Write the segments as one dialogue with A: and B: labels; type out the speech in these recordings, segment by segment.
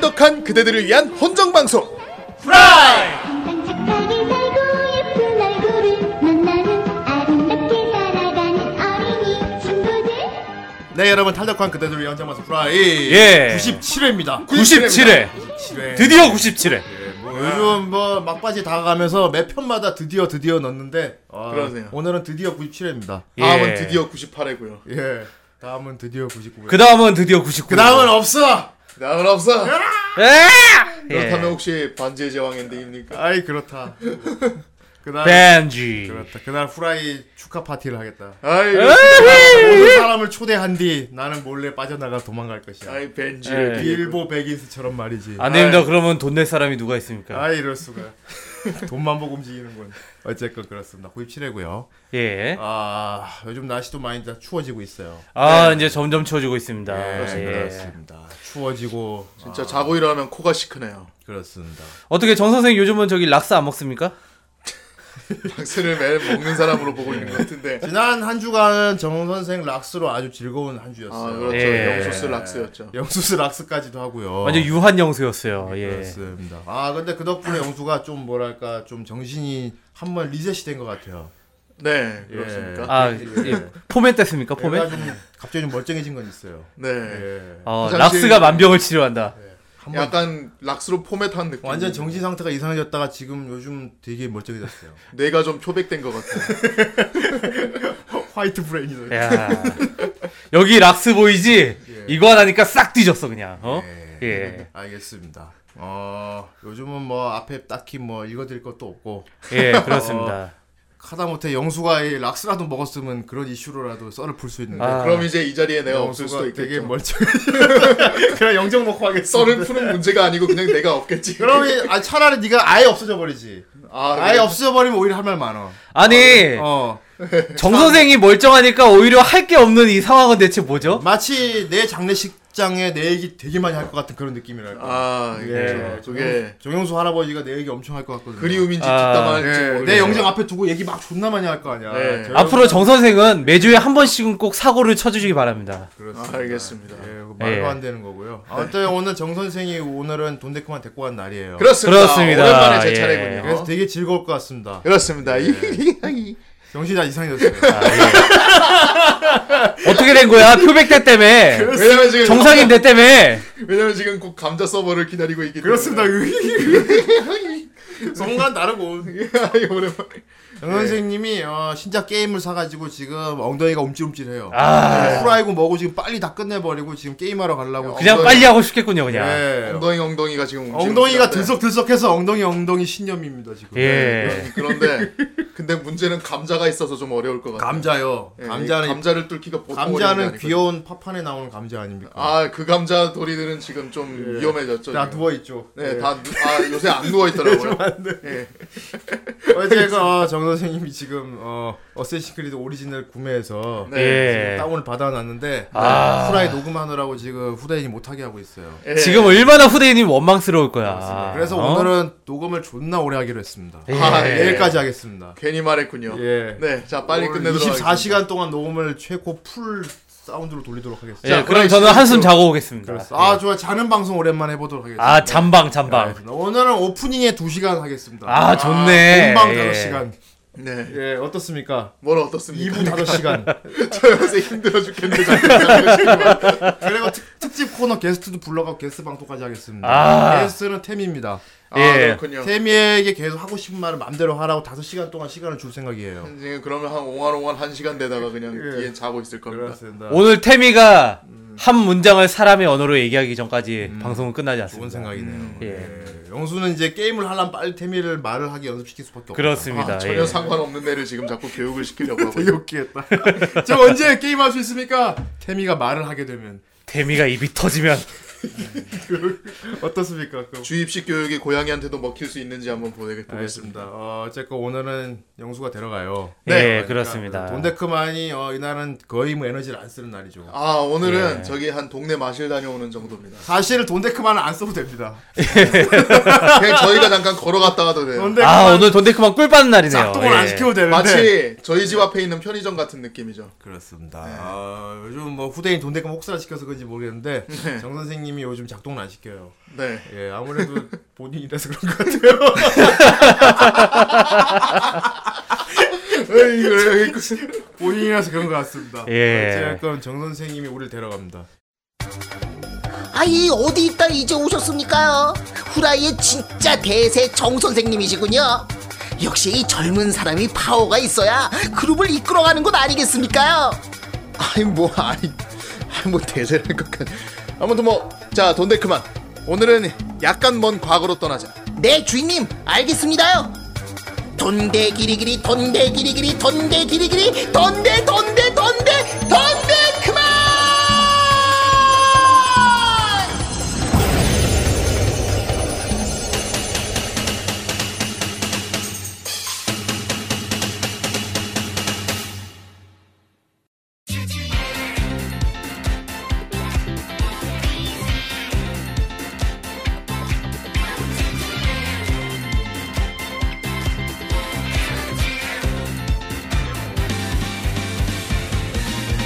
A: 그대들을 위한 헌정 방송.
B: 프라이!
C: 항상 착하게 살고 예쁜 얼굴을 만나는 아름답게 살아가는 어린이 친구들
A: 네 여러분 탈덕한 그대들을 위한 헌정 방송 프라이.
B: 예.
A: 97회입니다.
B: 97회.
A: 97회.
B: 드디어 97회.
A: 요즘 뭐 막바지 다가가면서 매 편마다 드디어 드디어 넣는데 아,
D: 그러네요.
A: 오늘은 드디어 97회입니다.
B: 예.
D: 다음은 드디어 98회고요.
A: 예. 다음은 드디어 99회.
B: 그 다음은 드디어 99.
A: 다음은 없어.
D: 나은 없어. 그렇다면
B: 예.
D: 혹시 반지의 제왕 엔딩입니까?
A: 아이 그렇다. 그날
B: 네. 벤지.
A: 그렇다. 그날 후라이 축하 파티를 하겠다.
D: 아이,
A: 예. 모든 사람을 초대한 뒤 나는 몰래 빠져나가 도망갈 것이야.
D: 아이 벤지.
B: 예.
A: 빌보 베긴스처럼 말이지.
B: 안 됩니다. 아, 그러면 돈 낼 사람이 누가 있습니까?
A: 아 이럴 수가. 돈만 보고 움직이는군. 어쨌건 그렇습니다. 97회고요.
B: 예.
A: 아 요즘 날씨도 많이 다 추워지고 있어요.
B: 아, 이제 점점 추워지고 있습니다.
A: 아, 네, 그렇습니다.
B: 예.
A: 그렇습니다. 추워지고
D: 진짜 자고 일어나면 코가 시크네요.
A: 아, 그렇습니다.
B: 어떻게 정 선생 요즘은 저기 락스 안 먹습니까?
D: 박스를 매일 먹는 사람으로 보고 있는 것 같은데.
A: 지난 한 주간 정 선생 락스로 아주 즐거운 한
D: 아
A: 주였어요. 네.
D: 그렇죠.
B: 예.
D: 영소스 락스였죠.
A: 영수스 락스까지도 하고요.
B: 완전 유한 영수였어요. 예.
A: 어. 그렇습니다. 아 근데 그 덕분에 영수가 좀 뭐랄까 좀 정신이 한 번 리셋이 된 것 같아요.
D: 네
A: 예.
D: 그렇습니까?
B: 아, 예. 포맷 됐습니까?
A: 내가
B: 포맷?
A: 좀 갑자기 좀 멀쩡해진 건 있어요.
D: 네.
A: 예.
B: 어,
D: 화장실-
B: 락스가 만병을 치료한다.
A: 한번
D: 약간 락스로 포맷한 느낌.
A: 완전 정신 상태가 이상해졌다가 지금 요즘 되게 멀쩡해졌어요.
D: 뇌가 좀 표백된 것 같아요.
A: 화이트 브레인이죠.
B: 야. 여기 락스 보이지? 이거 하나니까 싹 뒤졌어 그냥. 어?
A: 예.
D: 네.
B: 예.
A: 알겠습니다. 어 요즘은 뭐 앞에 딱히 뭐 읽어드릴 것도 없고
B: 예, 그렇습니다.
A: 하다못해 영수가 이 락스라도 먹었으면 그런 이슈로라도 썰을 풀 수 있는데 네,
B: 아.
D: 그럼 이제 이 자리에 내가 없을
A: 영수가
D: 수도
A: 되게
D: 있겠죠.
A: 멀쩡해져. 그냥 영정 먹고 하겠어.
D: 썰을 푸는 문제가 아니고 그냥 내가 없겠지.
A: 그러면 아, 차라리 네가 아예 없어져 버리지.
D: 아, 네.
A: 아예
D: 그래.
A: 없어져 버리면 오히려 할 말 많아.
B: 아니,
A: 어.
B: 정 선생이 멀쩡하니까 오히려 할 게 없는 이 상황은 대체 뭐죠?
A: 마치 내 장례식장에 내 얘기 되게 많이 할 것 같은 그런 느낌이랄까.
D: 아
A: 예.
D: 그렇죠. 그게
A: 정영수 할아버지가 내 얘기 엄청 할 것 같거든.
D: 그리움인지
B: 아,
D: 뒷담화할지
A: 예,
D: 모르겠어요.
A: 내 영장 앞에 두고 얘기 막 존나 많이 할 거 아니야.
D: 네.
A: 저
B: 앞으로 정 선생은 매주에 한 번씩은 꼭 사고를 쳐주시기 바랍니다.
A: 그렇습니다.
D: 아, 알겠습니다.
A: 예, 그거 말도
B: 예.
A: 안 되는 거고요. 아무튼 오늘 정 선생이 오늘은 돈데크만 데리고 간 날이에요. 어?
D: 그렇습니다.
B: 그렇습니다.
D: 오랜만에 제
B: 예.
D: 차례군요.
A: 그래서 예. 되게 즐거울 것 같습니다.
D: 그렇습니다. 이
A: 정신이 다 이상해졌어요. 예.
B: 어떻게 된 거야? 표백대 때문에.
D: 왜냐면 지금
B: 정상인 대 때문에.
D: 왜냐면 지금 곧 감자 서버를 기다리고 있기 때문에
A: 그렇습니다. 성간 다르고.
D: 아이, 예, 오랜만에
A: 정 선생님이 어, 신작 게임을 사가지고 지금 엉덩이가 움찔움찔해요. 네,
B: 아,
A: 후라이고 뭐고 지금 빨리 다 끝내버리고 지금 게임하러 가려고.
B: 그냥
D: 엉덩이-
B: 빨리 하고 싶겠군요, 그냥.
A: 예.
D: 엉덩이 엉덩이가 지금
A: 엉덩이가
D: 움직이고
A: 들썩들썩해서 엉덩이 엉덩이 신념입니다 지금. 네.
B: 예.
D: 있는데. 그런데 근데 문제는 감자가 있어서 좀 어려울 것 같아요.
A: 감자요.
D: 예,
A: 감자는
D: 이 감자를 뚫기가 보통 어려운
A: 감자는
D: 게
A: 귀여운 파판에 나오는 감자 아닙니까?
D: 아니거든요. 아, 그 감자 도리들은 지금 좀 위험해졌죠.
A: 예. 다
D: 지금.
A: 누워 예. 있죠.
D: 네, 다 누, 아, 요새 안 누워 있더라고요. 예.
A: 어제가 정 선생님이 지금 어 어쌔신 크리드 오리지널 구매해서
D: 네.
B: 예.
A: 다운을 받아놨는데
B: 아.
A: 후라이 녹음하느라고 지금 후대인이 못하게 하고 있어요. 아.
D: 예.
B: 지금 얼마나 후대인이 원망스러울 거야.
A: 네. 그래서
B: 어?
A: 오늘은 녹음을 존나 오래 하기로 했습니다.
B: 예.
A: 아, 내일까지 하겠습니다.
D: 괜히 말했군요.
A: 예.
D: 네, 자 빨리 끝내도록
A: 24시간 동안 녹음을 최고 풀 사운드로 돌리도록 하겠습니다.
B: 예,
D: 자,
B: 그럼
D: 후라이
B: 저는 한숨
D: 시즌
B: 자고 오겠습니다.
A: 아 네. 좋아 자는 방송 오랜만에 해보도록 하겠습니다.
B: 아, 잠방, 잠방.
A: 알겠습니다. 오늘은 오프닝에 2시간 하겠습니다.
B: 아, 좋네.
A: 본방
B: 예.
A: 5시간.
D: 네.
A: 예, 어떻습니까?
D: 뭘
A: 2부
D: 어떻습니까? 그러니까
A: 5시간.
D: 저 요새 힘들어 죽겠는데 자꾸
A: 그리고 특, 특집 코너 게스트도 불러가고 게스트 방송까지 하겠습니다.
B: 아.
A: 게스트는 태미입니다.
D: 아,
B: 예.
D: 그렇군요.
A: 태미에게 계속 하고 싶은 말을 마음대로 하라고 5시간 동안 시간을 줄 생각이에요.
D: 지금 그러면 한 옹알옹알 한 시간 되다가 그냥 뒤에 자고 있을 겁니다.
A: 그렇습니다.
B: 오늘 태미가 한 문장을 사람의 언어로 얘기하기 전까지 방송은 끝나지
A: 좋은
B: 않습니다.
A: 생각이네요.
B: 예.
A: 예. 영수는 이제 게임을 하려면 빨리 태미를 말을 하게 연습시킬 수밖에 없다.
B: 그렇습니다.
D: 아, 전혀
B: 예.
D: 상관없는 애를 지금 자꾸 교육을 시키려고 하고
A: 되게
D: 있어요.
A: 웃기겠다. 저 언제 게임할 수 있습니까? 태미가 말을 하게 되면
B: 태미가 입이 터지면
A: 어떻습니까? 그럼
D: 주입식 교육이 고양이한테도 먹힐 수 있는지 한번 보내- 보겠습니다.
A: 알겠습니다. 어, 어쨌건 오늘은 영수가 데려가요.
B: 예,
A: 그러니까
B: 그렇습니다.
A: 돈데크만이 어, 이날은 거의 뭐 에너지를 안 쓰는 날이죠.
D: 아 오늘은
B: 예.
D: 저기 한 동네 마실 다녀오는 정도입니다.
A: 사실 돈데크만은 안 써도 됩니다.
D: 그냥 저희가 잠깐 걸어갔다 와도 돼요.
A: 돈데크만
B: 아 오늘 돈데크만 꿀 빠는 날이네요. 예.
A: 작동을 안 시켜도 되는데.
D: 예. 마치 저희 집 앞에 있는 편의점 같은 느낌이죠.
A: 네. 그렇습니다. 아, 요즘 뭐 후대인 돈데크만 혹사를 시켜서 그런지 모르겠는데 정 선생님이 요즘 작동을 안 시켜요.
D: 네.
A: 예, 아무래도 본인이라서 그런 것 같아요.
D: 에이, 그래, 그래.
A: 본인이라서 그런 것 같습니다.
B: 예.
A: 제가 그럼 정 선생님이 우리를 데려갑니다.
E: 아이 어디 있다 이제 오셨습니까요? 후라이의 진짜 대세 정 선생님이시군요. 역시 이 젊은 사람이 파워가 있어야 그룹을 이끌어가는 것 아니겠습니까요?
D: 아니 뭐 아니 아니, 뭐 대세랄 것 같. 아무튼 뭐자 돈데 그만. 오늘은 약간 먼 과거로 떠나자.
E: 네 주인님 알겠습니다요. 돈대 기리기리 돈대 기리기리 돈대 기리기리 돈대 돈대 돈대 돈대 그만!
C: 넌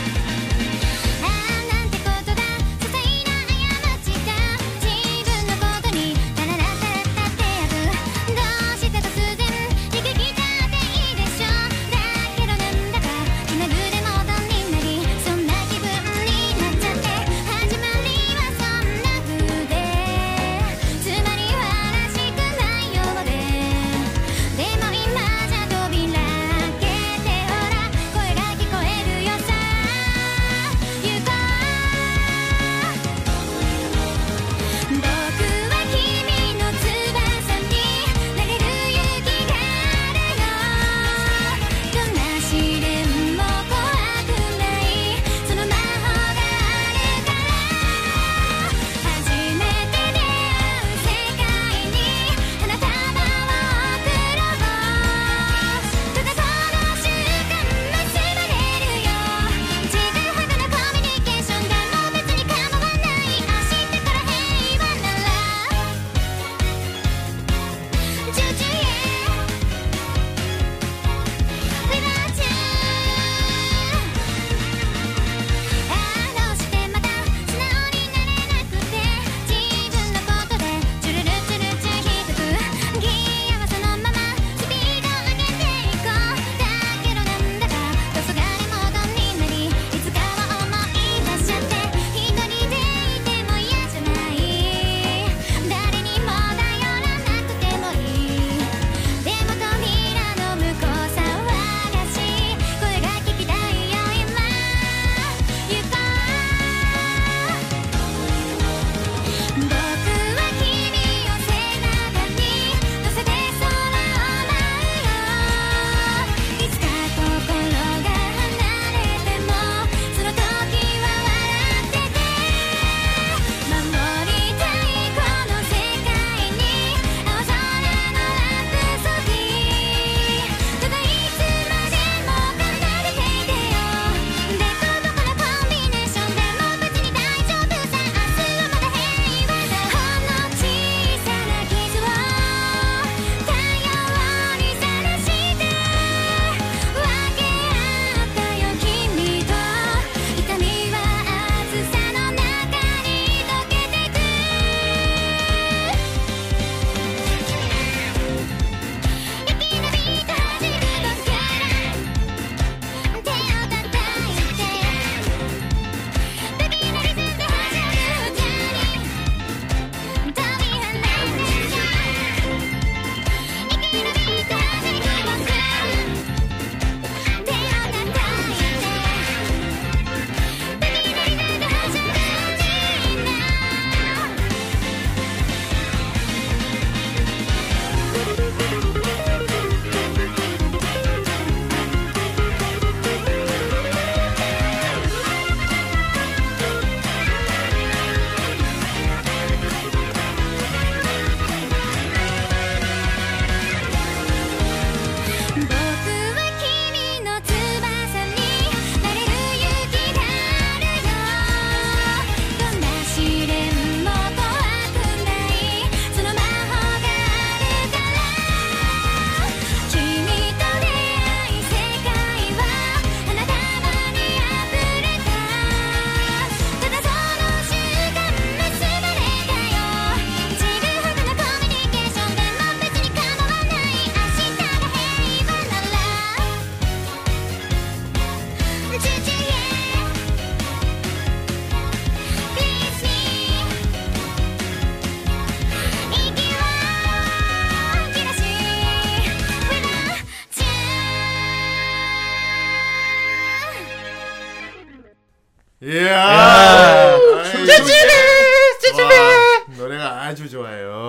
A: 예.
D: 예.
F: 아.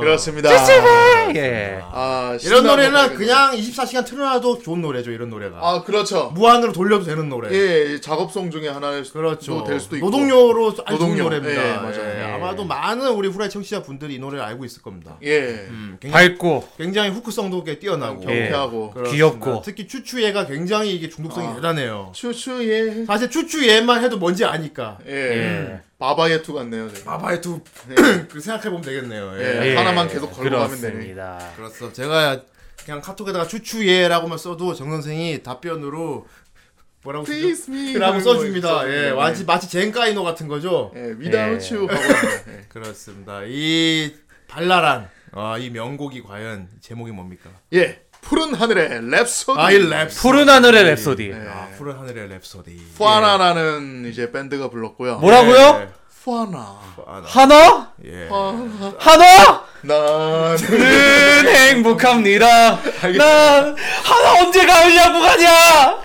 D: 그렇습니다.
B: 예.
D: 아,
A: 이런
D: 신나는
A: 노래는
D: 노래군요.
A: 그냥 24시간 틀어놔도 좋은 노래죠. 이런 노래가
D: 아 그렇죠.
A: 무한으로 돌려도 되는 노래.
D: 예, 작업송 중에 하나일 수도
A: 그렇죠.
D: 될 수도 있고.
A: 노동요로 아주 좋은
D: 노동요.
A: 노래입니다.
D: 예, 맞아요.
A: 예,
D: 예.
A: 아마도 많은 우리 후라이 청취자 분들이 이 노래를 알고 있을 겁니다.
D: 예, 아,
A: 음, 굉장히,
B: 밝고
A: 굉장히 후크성도 꽤 뛰어나고
B: 예.
D: 경쾌하고
A: 그렇습니다.
B: 귀엽고.
A: 특히 추추예가 굉장히 이게 중독성이
D: 아.
A: 대단해요.
D: 추추예.
A: 사실 추추예만 해도 뭔지 아니까
D: 예, 바바예투 같네요. 되게.
A: 아바의 두 그 생각해 보면 되겠네요. 예.
D: 예. 하나만 계속 걸고
B: 그렇습니다.
A: 그렇소. 제가 그냥 카톡에다가 추추예라고만 써도 정 선생이 답변으로 뭐라고 쓰죠?
D: Please me.
A: 라고
D: 이런 거
A: 써줍니다.
D: 있어요.
A: 예, 마치 마치 젠카이노 같은 거죠.
D: 예, without you 하고 있네요. 예.
A: 그렇습니다. 이 발랄한 아, 이 명곡이 과연 제목이 뭡니까?
D: 예, 푸른 하늘의 랩소디.
A: 아이 랩.
B: 푸른 하늘의 랩소디.
A: 아, 푸른 하늘의 랩소디.
D: 푸아나라는 이제 밴드가 불렀고요.
B: 뭐라고요?
A: 예.
D: 푸아나.
A: 아, 나-
B: 하나?
A: 예.
B: 하나?
D: 나는
B: 는 행복합니다. 난 하나 언제 가려고 가냐?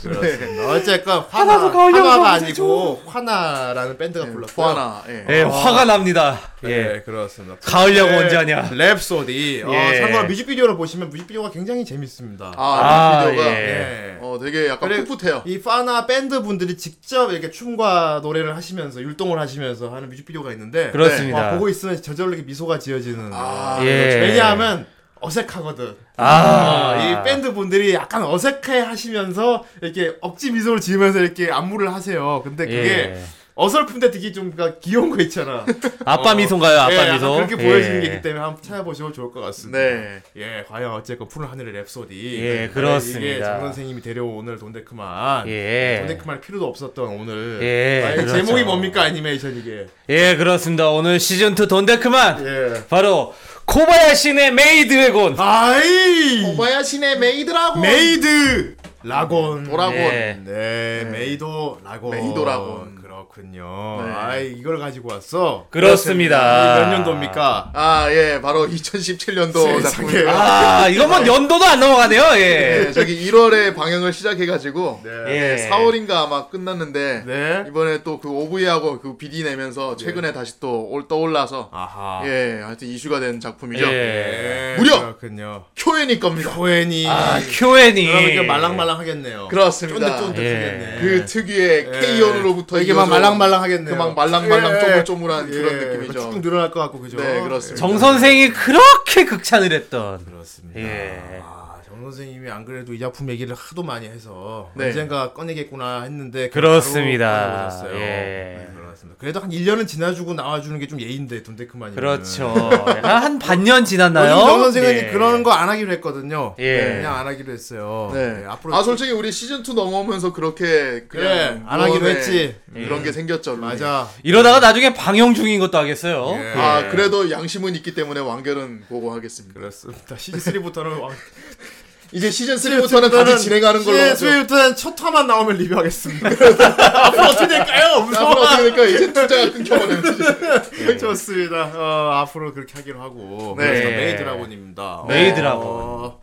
A: 그렇습니다. 어쨌건 화나
B: 하나도 가려고
A: 화나가
B: 하지,
A: 아니고 화나라는 밴드가 불렀고요.
D: 푸아나. 예.
B: 예, 화가 납니다. 예.
A: 예, 그렇습니다.
B: 가을야구 언제 하냐?
A: 랩소디. 어,
B: 예.
A: 참고로 뮤직비디오를 보시면 뮤직비디오가 굉장히 재밌습니다.
D: 아,
B: 아,
D: 비디오가
B: 예.
A: 예.
D: 어 되게 약간
A: 그래- 예.
D: 풋풋해요.
A: 이 파나 밴드 분들이 직접 이렇게 춤과 노래를 하시면서 율동을 하시면서 하는 뮤직비디오가 있는데
B: 그렇습니다.
A: 네. 와, 보고 있으면 저절로 이렇게 미소가 지어지는.
D: 아,
B: 예.
A: 그렇죠. 왜냐하면 어색하거든.
B: 아,
A: 이 밴드 분들이 약간 어색해 하시면서 이렇게 억지 미소를 지으면서 이렇게 안무를 하세요. 근데 그게
B: 예.
A: 어설픈데 되게 좀 그러니까 귀여운 거 있잖아.
B: 아빠
A: 어,
B: 미소인가요? 아빠
A: 예, 약간
B: 미소.
A: 그렇게
B: 예.
A: 보여지는 게 있기 때문에 한번 찾아보시면 좋을 것 같습니다.
D: 네.
A: 예, 과연 어쨌건 푸른 하늘의 랩소디.
B: 예,
A: 네,
B: 그렇습니다.
A: 이게 정 선생님이 데려온 오늘 돈데크만. 네,
B: 예.
A: 돈데크만 필요도 없었던 오늘.
B: 예,
A: 과연
B: 그렇죠.
A: 제목이 뭡니까 애니메이션 이게.
B: 예, 그렇습니다. 오늘 시즌 2 돈데크만
A: 예. 아,
B: 바로 코바야신의 메이드 웨곤.
A: 아이
D: 어, 오바야신의 메이드라고.
A: 메이드 라곤.
D: 도라곤.
B: 예.
A: 네, 메이도 라곤.
D: 메이도 라곤.
A: 그렇군요.
D: 네.
A: 아이 이걸 가지고 왔어.
B: 그렇습니다.
A: 이몇 년도입니까?
D: 아, 예, 바로 2017년도
A: 세상에.
D: 작품입니다.
B: 아, 이것만 연도도 안 넘어가네요.
D: 예,
B: 예.
D: 저기 1월에 방영을 시작해가지고
A: 네.
B: 예.
D: 4월인가 아마 끝났는데
A: 네.
D: 이번에 또 그 OVA하고 그 BD 내면서 최근에 다시 또 올, 떠올라서
A: 아하.
D: 예, 하여튼 이슈가 된 작품이죠.
B: 예.
A: 예,
D: 무려!
A: 그렇군요.
D: 쿄엔이 겁니다.
A: 코엔이
B: 아, 큐엔이.
A: 그러니까 말랑말랑하겠네요.
D: 그렇습니다.
A: 쫀득쫀득하겠네.
D: 그 특유의
A: 예.
D: K-ON으로부터
A: 이게 막 말랑말랑하겠네요.
D: 그막 말랑말랑
A: 예.
D: 쪼물쪼물한 그런
A: 예,
D: 느낌이죠.
A: 쭉 늘어날 것 같고 그죠?
D: 네, 그렇습니다.
B: 정 선생이 그렇게 극찬을 했던.
A: 그렇습니다.
B: 예.
A: 아, 정 선생님이 안 그래도 이 작품 얘기를 하도 많이 해서
D: 네.
A: 언젠가 꺼내겠구나 했는데
B: 그렇습니다.
A: 바로 꺼내오셨어요.
B: 예.
A: 네, 그렇습니다. 그래도 한 1년은 지나주고 나와주는 게 좀 예인데 돈데크만이
B: 그렇죠. 약간 한 반년 지났나요?
A: 어, 정 선생은
B: 예.
A: 그런 거 안 하기로 했거든요. 네,
B: 예.
A: 그냥 안 하기로 했어요.
D: 네.
A: 예,
D: 앞으로 아 솔직히 우리 시즌 2 넘어오면서 그렇게 그냥
A: 그래, 네, 안 하기로
D: 무언의
A: 했지. 네.
D: 그런 게 생겼죠. 룰이.
A: 맞아.
B: 이러다가 나중에 방영 중인 것도 하겠어요.
A: 예.
D: 아 그래도 양심은 있기 때문에 완결은 보고하겠습니다.
A: 그렇습니다. 시즌 3부터는 왕
D: 이제 시즌 3부터는 같이 진행하는 걸로 하죠.
A: 수요일부터는 첫 화만 나오면 리뷰하겠습니다. 앞으로 어떻게 될까요?
D: 앞으로
A: 무서워.
D: 어떻게 될까? 이제 투자가 네. 끊겨버려요.
A: 좋습니다. 어, 앞으로 그렇게 하기로 하고.
D: 네.
A: 그래서 메이드라곤입니다.
B: 메이드라곤.
A: 어,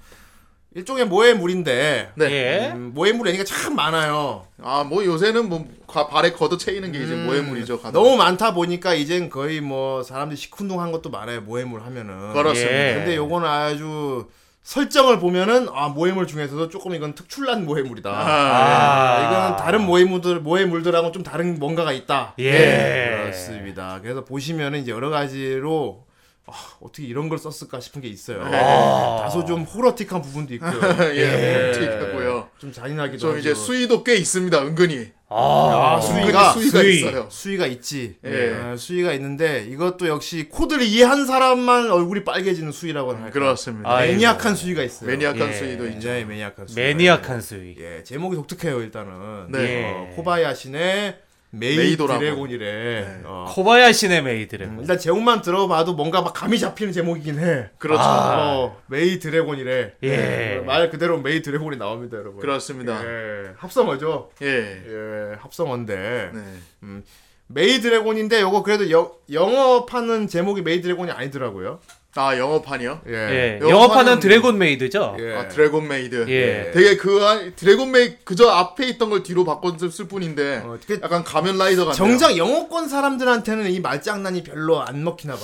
A: 일종의 모해물인데
D: 네.
B: 예.
A: 음, 모해물 애니가 참 많아요.
D: 아뭐 요새는 뭐 과- 발에 걷어 채이는 게 이제 모해물이죠. 가다.
A: 너무 많다 보니까 이젠 거의 뭐 사람들이 시큰둥한 것도 많아요. 모해물 하면은.
D: 그렇습니다.
B: 예.
A: 근데 요건 아주 설정을 보면은 아 모해물 중에서도 조금 이건 특출난 모해물이다.
B: 아.
A: 네, 이건 다른 모해물들 모해물들하고는 좀 다른 뭔가가 있다.
B: 예.
A: 네, 그렇습니다. 그래서 보시면은 이제 여러 가지로 아, 어떻게 이런 걸 썼을까 싶은 게 있어요.
B: 네. 아.
A: 다소 좀 호러틱한 부분도 있고요.
D: 예, 틱하고요.
A: 좀 잔인하기도
D: 좀
A: 하고.
D: 이제 수위도 꽤 있습니다. 은근히 어,
B: 아,
A: 아, 수위가
D: 은근히 수위가
B: 수위.
D: 있어요.
A: 수위가 있지.
D: 예.
A: 아, 수위가 있는데 이것도 역시 코드를 이해한 사람만 얼굴이 빨개지는 수위라고 할까.
D: 네, 음, 그렇습니다.
B: 아,
A: 매니악한 수위가 있어요.
D: 매니악한
B: 예.
D: 수위도 있죠.
A: 굉장히 매니악한 수위.
B: 매니악한 예. 수위.
A: 예, 제목이 독특해요, 일단은.
D: 네.
A: 어, 코바야신의 메이
D: 메이도라고. 네.
A: 드래곤이래. 어.
B: 코바야신의 메이드를.
A: 음, 일단 제목만 들어봐도 뭔가 막 감이 잡히는 제목이긴 해.
D: 그렇죠.
A: 어, 메이 드래곤이래.
B: 예.
A: 어, 말 그대로 메이 드래곤이 나옵니다, 여러분.
D: 그렇습니다.
A: 예, 합성어죠.
D: 예.
A: 예, 합성어인데.
D: 네.
A: 메이 드래곤인데 요거 그래도 여, 영어파는 제목이 메이 드래곤이 아니더라고요.
D: 아 영어판이요?
A: 예.
B: 예.
D: 영화는-
B: 영업하는 드래곤 메이드죠?
A: 예.
D: 아 드래곤 메이드.
B: 예.
D: 되게 그 안- 드래곤 메이 그저 앞에 있던 걸 뒤로 바꿨을 뿐인데
A: 어, 그-
D: 아, 약간 가면 라이더 같네요.
A: 정작 영어권 사람들한테는 이 말장난이 별로 안 먹히나 봐요.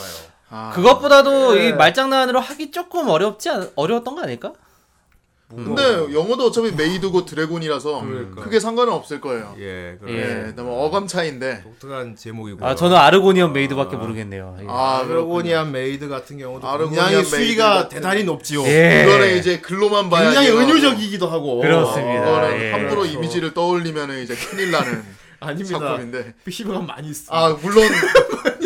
D: 아.
B: 그것보다도 이 말장난으로 하기 조금 어렵지 않, 어려웠던 거 아닐까?
A: 뭐.
D: 근데 영어도 어차피 메이드고 드래곤이라서
A: 그러니까.
D: 크게 상관은 없을 거예요.
A: 예, 그래.
B: 예.
D: 예, 너무 어감 차인데.
A: 독특한 제목이고요.
B: 아 저는 아르고니언 메이드밖에 모르겠네요. 예.
D: 아, 그렇군요.
A: 아르고니안 메이드 같은 경우도
D: 아르고니안
A: 굉장히
D: 메이드
A: 수위가
D: 같은-
A: 대단히 높지요.
B: 예.
D: 이거는 이제 글로만 봐야
A: 굉장히
D: 돼요. 아,
A: 은유적이기도 하고.
B: 그렇습니다.
D: 이거는
B: 예.
D: 함부로
A: 그렇죠.
D: 이미지를 떠올리면은 이제 큰일 나는
A: 아닙니다.
D: 작품인데.
A: 피부가 많이 있어.
D: 아, 물론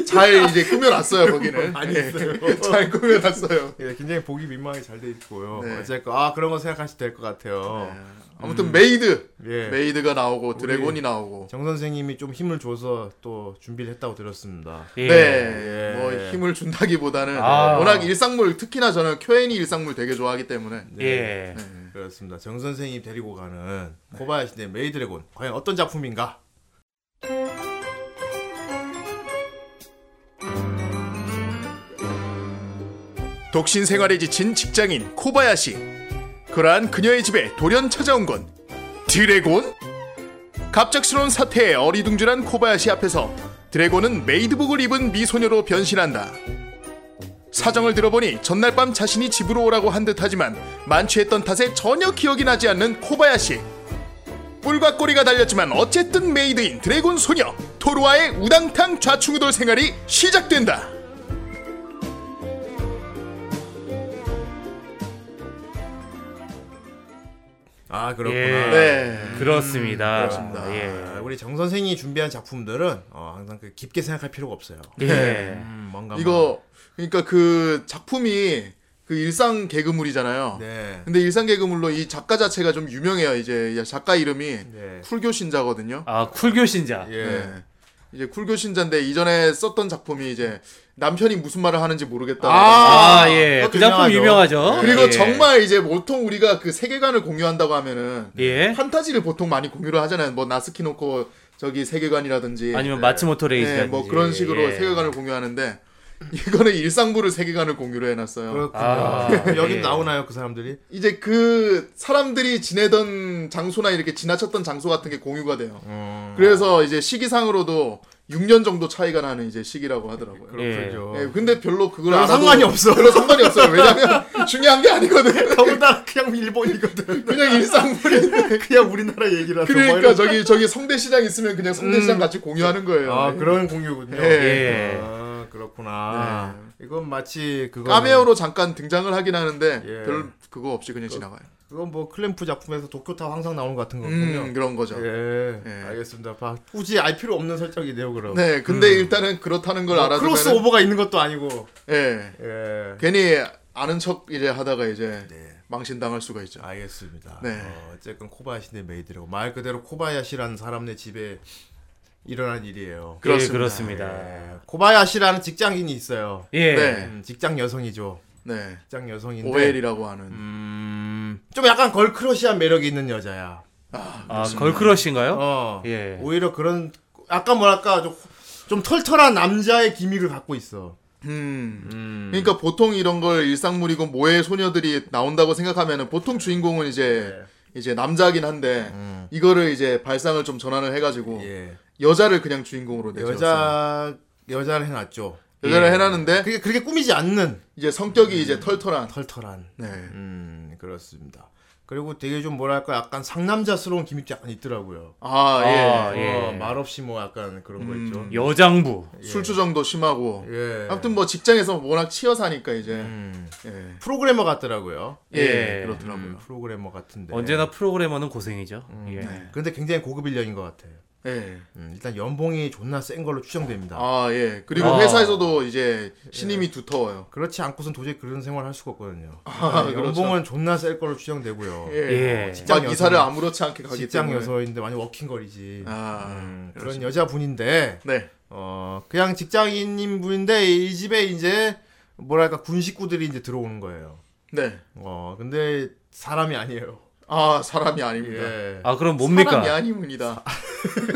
D: 잘 이제 꾸며놨어요 거기는.
A: 많이
D: 예.
A: 있어요.
D: 잘 꾸며놨어요.
A: 예, 굉장히 보기 민망하게 잘 돼 있고요.
D: 네.
A: 어쨌건 아 그런 거 생각하시면 될 것 같아요.
D: 아무튼 네. 메이드,
A: 음. 예.
D: 메이드가 나오고 드래곤이
A: 우리-
D: 나오고.
A: 정 선생님이 좀 힘을 줘서 또 준비를 했다고 들었습니다.
B: 예.
D: 네,
A: 예.
D: 뭐 힘을 준다기보다는
B: 아.
D: 워낙 일상물 특히나 저는 쿄엔이 일상물 되게 좋아하기 때문에
A: 네.
B: 예.
A: 그렇습니다. 정 선생님 데리고 가는 코바야시 대 메이드래곤 과연 어떤 작품인가?
D: 독신 생활에 지친 직장인 코바야시. 그러한 그녀의 집에 돌연 찾아온 건 드래곤? 갑작스러운 사태에 어리둥절한 코바야시 앞에서 드래곤은 메이드복을 입은 미소녀로 변신한다. 사정을 들어보니 전날 밤 자신이 집으로 오라고 한 듯하지만 만취했던 탓에 전혀 기억이 나지 않는 코바야시. 뿔과 꼬리가 달렸지만 어쨌든 메이드인 드래곤 소녀 토루와의 우당탕 좌충우돌 생활이 시작된다.
A: 아 그렇구나.
B: 예.
D: 네.
B: 그렇습니다.
D: 그렇습니다.
A: 아,
B: 예.
A: 우리 정 선생이 준비한 작품들은 어, 항상 그 깊게 생각할 필요가 없어요.
B: 예.
A: 음, 뭔가
D: 이거 그러니까 그 작품이 그 일상 개그물이잖아요.
A: 막- 네.
D: 근데 일상 개그물로 이 작가 자체가 좀 유명해요. 이제 이 작가 이름이
A: 네.
D: 쿨교 신자거든요.
B: 아 쿨교신자.
A: 예.
D: 네. 이제 쿨교 신자인데 이전에 썼던 작품이 이제 남편이 무슨 말을 하는지 모르겠다.
B: 아,
A: 아,
B: 예.
A: 그것도
B: 그 작품
A: 유명하죠.
B: 유명하죠.
D: 네. 그리고
B: 예.
D: 정말 이제 보통 우리가 그 세계관을 공유한다고 하면은
B: 예.
D: 판타지를 보통 많이 공유를 하잖아요. 뭐 나스키노코 저기 세계관이라든지
B: 아니면 마츠모토 레이지
D: 예. 네, 뭐 그런 식으로
B: 예.
D: 세계관을 공유하는데 이거는 일상부를 세계관을 공유를 해놨어요.
A: 그렇군요.
B: 아,
A: 여기
B: 예.
A: 나오나요 그 사람들이?
D: 이제 그 사람들이 지내던 장소나 이렇게 지나쳤던 장소 같은 게 공유가 돼요. 그래서 이제 시기상으로도 6년 정도 차이가 나는 이제 시기라고 하더라고요.
A: 그렇군요.
D: 예, 근데 별로 그걸
A: 별로
D: 안 하도
A: 상관이 없어.
D: 별로 상관이 없어요. 왜냐면 중요한 게 아니거든.
A: 너무 다 그냥 일본이거든.
D: 그냥 일상물인데.
A: 그냥 우리나라 얘기라서. 뭐
D: 그러니까
A: 이런-
D: 저기 저기 성대시장 있으면 그냥 성대시장 같이 공유하는 거예요.
A: 아 그런 공유군요.
B: 예.
A: 아, 그렇구나. 이건 마치 그거
D: 네. 까메오로 잠깐 등장을 하긴 하는데
A: 예.
D: 별 그거 없이 그냥 지나가요.
A: 그건 뭐 클램프 작품에서 도쿄타 항상 나오는 것 같은 거군요.
D: 음, 그런 거죠.
A: 예.
D: 예.
A: 알겠습니다. 봐. 굳이 알 필요 없는 설정이네요, 그럼.
D: 네, 근데 일단은 그렇다는 걸
A: 음. 뭐
D: 알아두면
A: 크로스 오버가 있는 것도 아니고.
D: 예.
A: 예.
D: 괜히 아는 척 이제 하다가 이제
A: 네.
D: 망신당할 수가 있죠.
A: 아, 알겠습니다.
D: 네.
A: 어, 어쨌든 코바야시네 메이드라고 말 그대로 코바야시라는 사람네 집에 일어난 일이에요.
B: 그렇습니다.
D: 그렇습니다.
B: 예, 그렇습니다.
A: 예. 코바야시라는 직장인이 있어요.
B: 예.
D: 네.
A: 음, 직장 여성이죠.
D: 네.
A: 직장 여성인데
D: 오엘이라고 하는.
A: 음, 좀 약간 걸크러시한 매력이 있는 여자야.
B: 아, 걸크러쉬인가요?
A: 어.
B: 예.
A: 오히려 그런 약간 뭐랄까 좀, 좀 털털한 남자의 기미를 갖고 있어.
D: 음. 그러니까 보통 이런 걸 일상물이고 모의 소녀들이 나온다고 생각하면은
A: 네.
D: 보통 주인공은 이제 이제 남자긴 한데 이거를 이제 발상을 좀 전환을 해가지고
A: 음. 예.
D: 여자를 어, 그냥 주인공으로 내죠.
A: 여자 여자를 해놨죠.
D: 그렇죠,
A: 예.
D: 여자를 해놨는데
A: 그게 그렇게 꾸미지 않는
D: 이제 성격이 이제 털털한.
A: 털털한.
D: 네.
A: 음 그렇습니다. 그리고 되게 좀 뭐랄까 약간 상남자스러운 기믹도 약간 있더라고요.
D: 아 예.
B: 아, 예.
A: 어, 말없이 뭐 약간 그런 거 있죠.
B: 여장부.
D: 술주정도 심하고.
A: 예.
D: 아무튼 뭐 직장에서 워낙 치여 사니까 이제
A: 음,
D: 예.
A: 프로그래머 같더라고요.
D: 예,
B: 예.
D: 그렇더라고요.
A: 음, 프로그래머 같은데.
B: 언제나 프로그래머는 고생이죠. 예.
A: 근데 굉장히 고급 인력인 것 같아.
D: 예.
A: 음, 일단 연봉이 존나 센 걸로 추정됩니다.
D: 아, 예. 그리고
B: 아.
D: 회사에서도 이제 신임이 두터워요.
A: 그렇지 않고선 도저히 그런 생활을 할 수가 없거든요.
D: 아,
A: 네, 연봉은 존나 셀 걸로 추정되고요.
D: 예.
B: 예.
A: 직장
D: 막
A: 여성.
D: 이사를 아무렇지 않게 가기
A: 직장
D: 때문에.
A: 여성인데 완전 워킹걸이지.
D: 아,
A: 음, 그런
D: 그렇습니다.
A: 여자분인데
D: 네.
A: 어 그냥 직장인인 분인데 이 집에 이제 뭐랄까 군 식구들이 이제 들어오는 거예요.
D: 네.
A: 어 근데 사람이 아니에요.
D: 아, 사람이 아닙니다.
A: 예.
B: 아, 그럼 뭡니까?
D: 네. 사람이 아닙니다.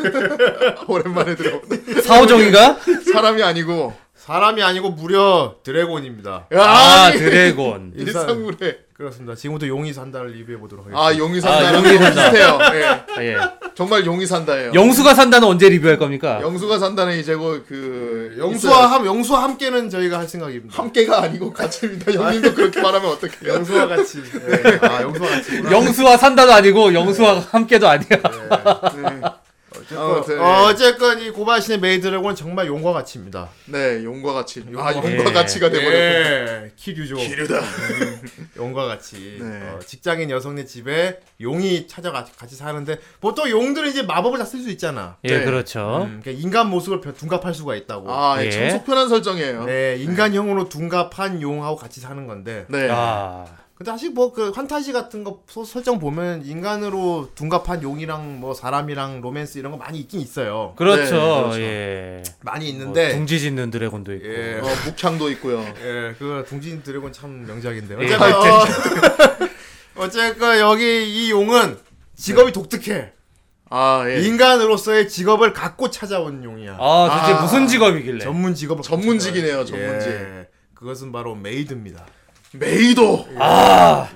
D: 오랜만에 들어오네.
B: 사오정인가?
D: 사람이 아니고
A: 사람이 아니고 무려 드래곤입니다.
B: 아,
D: 아니,
B: 드래곤.
D: 일상물에
A: 그렇습니다. 지금부터 용이 산다를 리뷰해 보도록 하겠습니다.
D: 아 용이 산다랑
B: 용이 산다.
D: 비슷해요. 예.
B: 아, 예.
D: 정말 용이 산다예요.
B: 영수가 산다는 언제 리뷰할 겁니까?
D: 영수가 산다는 이제고 그
A: 영수와
D: 있어요.
A: 함 영수와 함께는 저희가 할 생각입니다.
D: 함께가 아니고 같이입니다. 형님도 그렇게 말하면 어떡해요?
A: 영수와 같이. 네. 아 영수와 같이.
B: 영수와 산다도 아니고 영수와 함께도 아니야.
D: 어, 아무튼, 예.
A: 어, 어쨌건 이 고바신의 메이드래곤 정말 용과 같이입니다.
D: 네, 용과 같이. 아,
A: 용과
D: 용과
B: 같이.
D: 같이가 돼버렸고.
A: 예, 키류죠.
D: 기류다.
A: 용과 같이
D: 네.
A: 어, 직장인 여성네 집에 용이 찾아가 같이 사는데 보통 용들은 이제 마법을 다 쓸 수 있잖아.
B: 예,
D: 네.
B: 그렇죠.
A: 음, 그러니까 인간 모습을 변- 둔갑할 수가 있다고.
D: 아, 예.
B: 예.
D: 참 속편한 설정이에요. 네.
A: 네, 인간형으로 둔갑한 용하고 같이 사는 건데.
D: 네.
B: 아,
A: 근데 사실 뭐 그 환타지 같은 거 소- 설정 보면 인간으로 둔갑한 용이랑 뭐 사람이랑 로맨스 이런 거 많이 있긴 있어요.
B: 그렇죠.
D: 네, 그렇죠.
B: 예.
A: 많이
B: 뭐
A: 있는데
B: 둥지 짓는 드래곤도 있고.
A: 예.
D: 어, 묵향도 있고요.
A: 예, 그 둥지인 드래곤 참 명작인데.
B: 예.
A: 어쨌건 어, 어쨌건 여기 이 용은 직업이 독특해.
D: 아, 예.
A: 인간으로서의 직업을 갖고 찾아온 용이야.
B: 아, 도대체
D: 아,
B: 무슨 직업이길래?
A: 전문 직업.
D: 전문직이네요, 전문직.
A: 예. 그것은 바로 메이드입니다.
D: 메이도.
B: 아,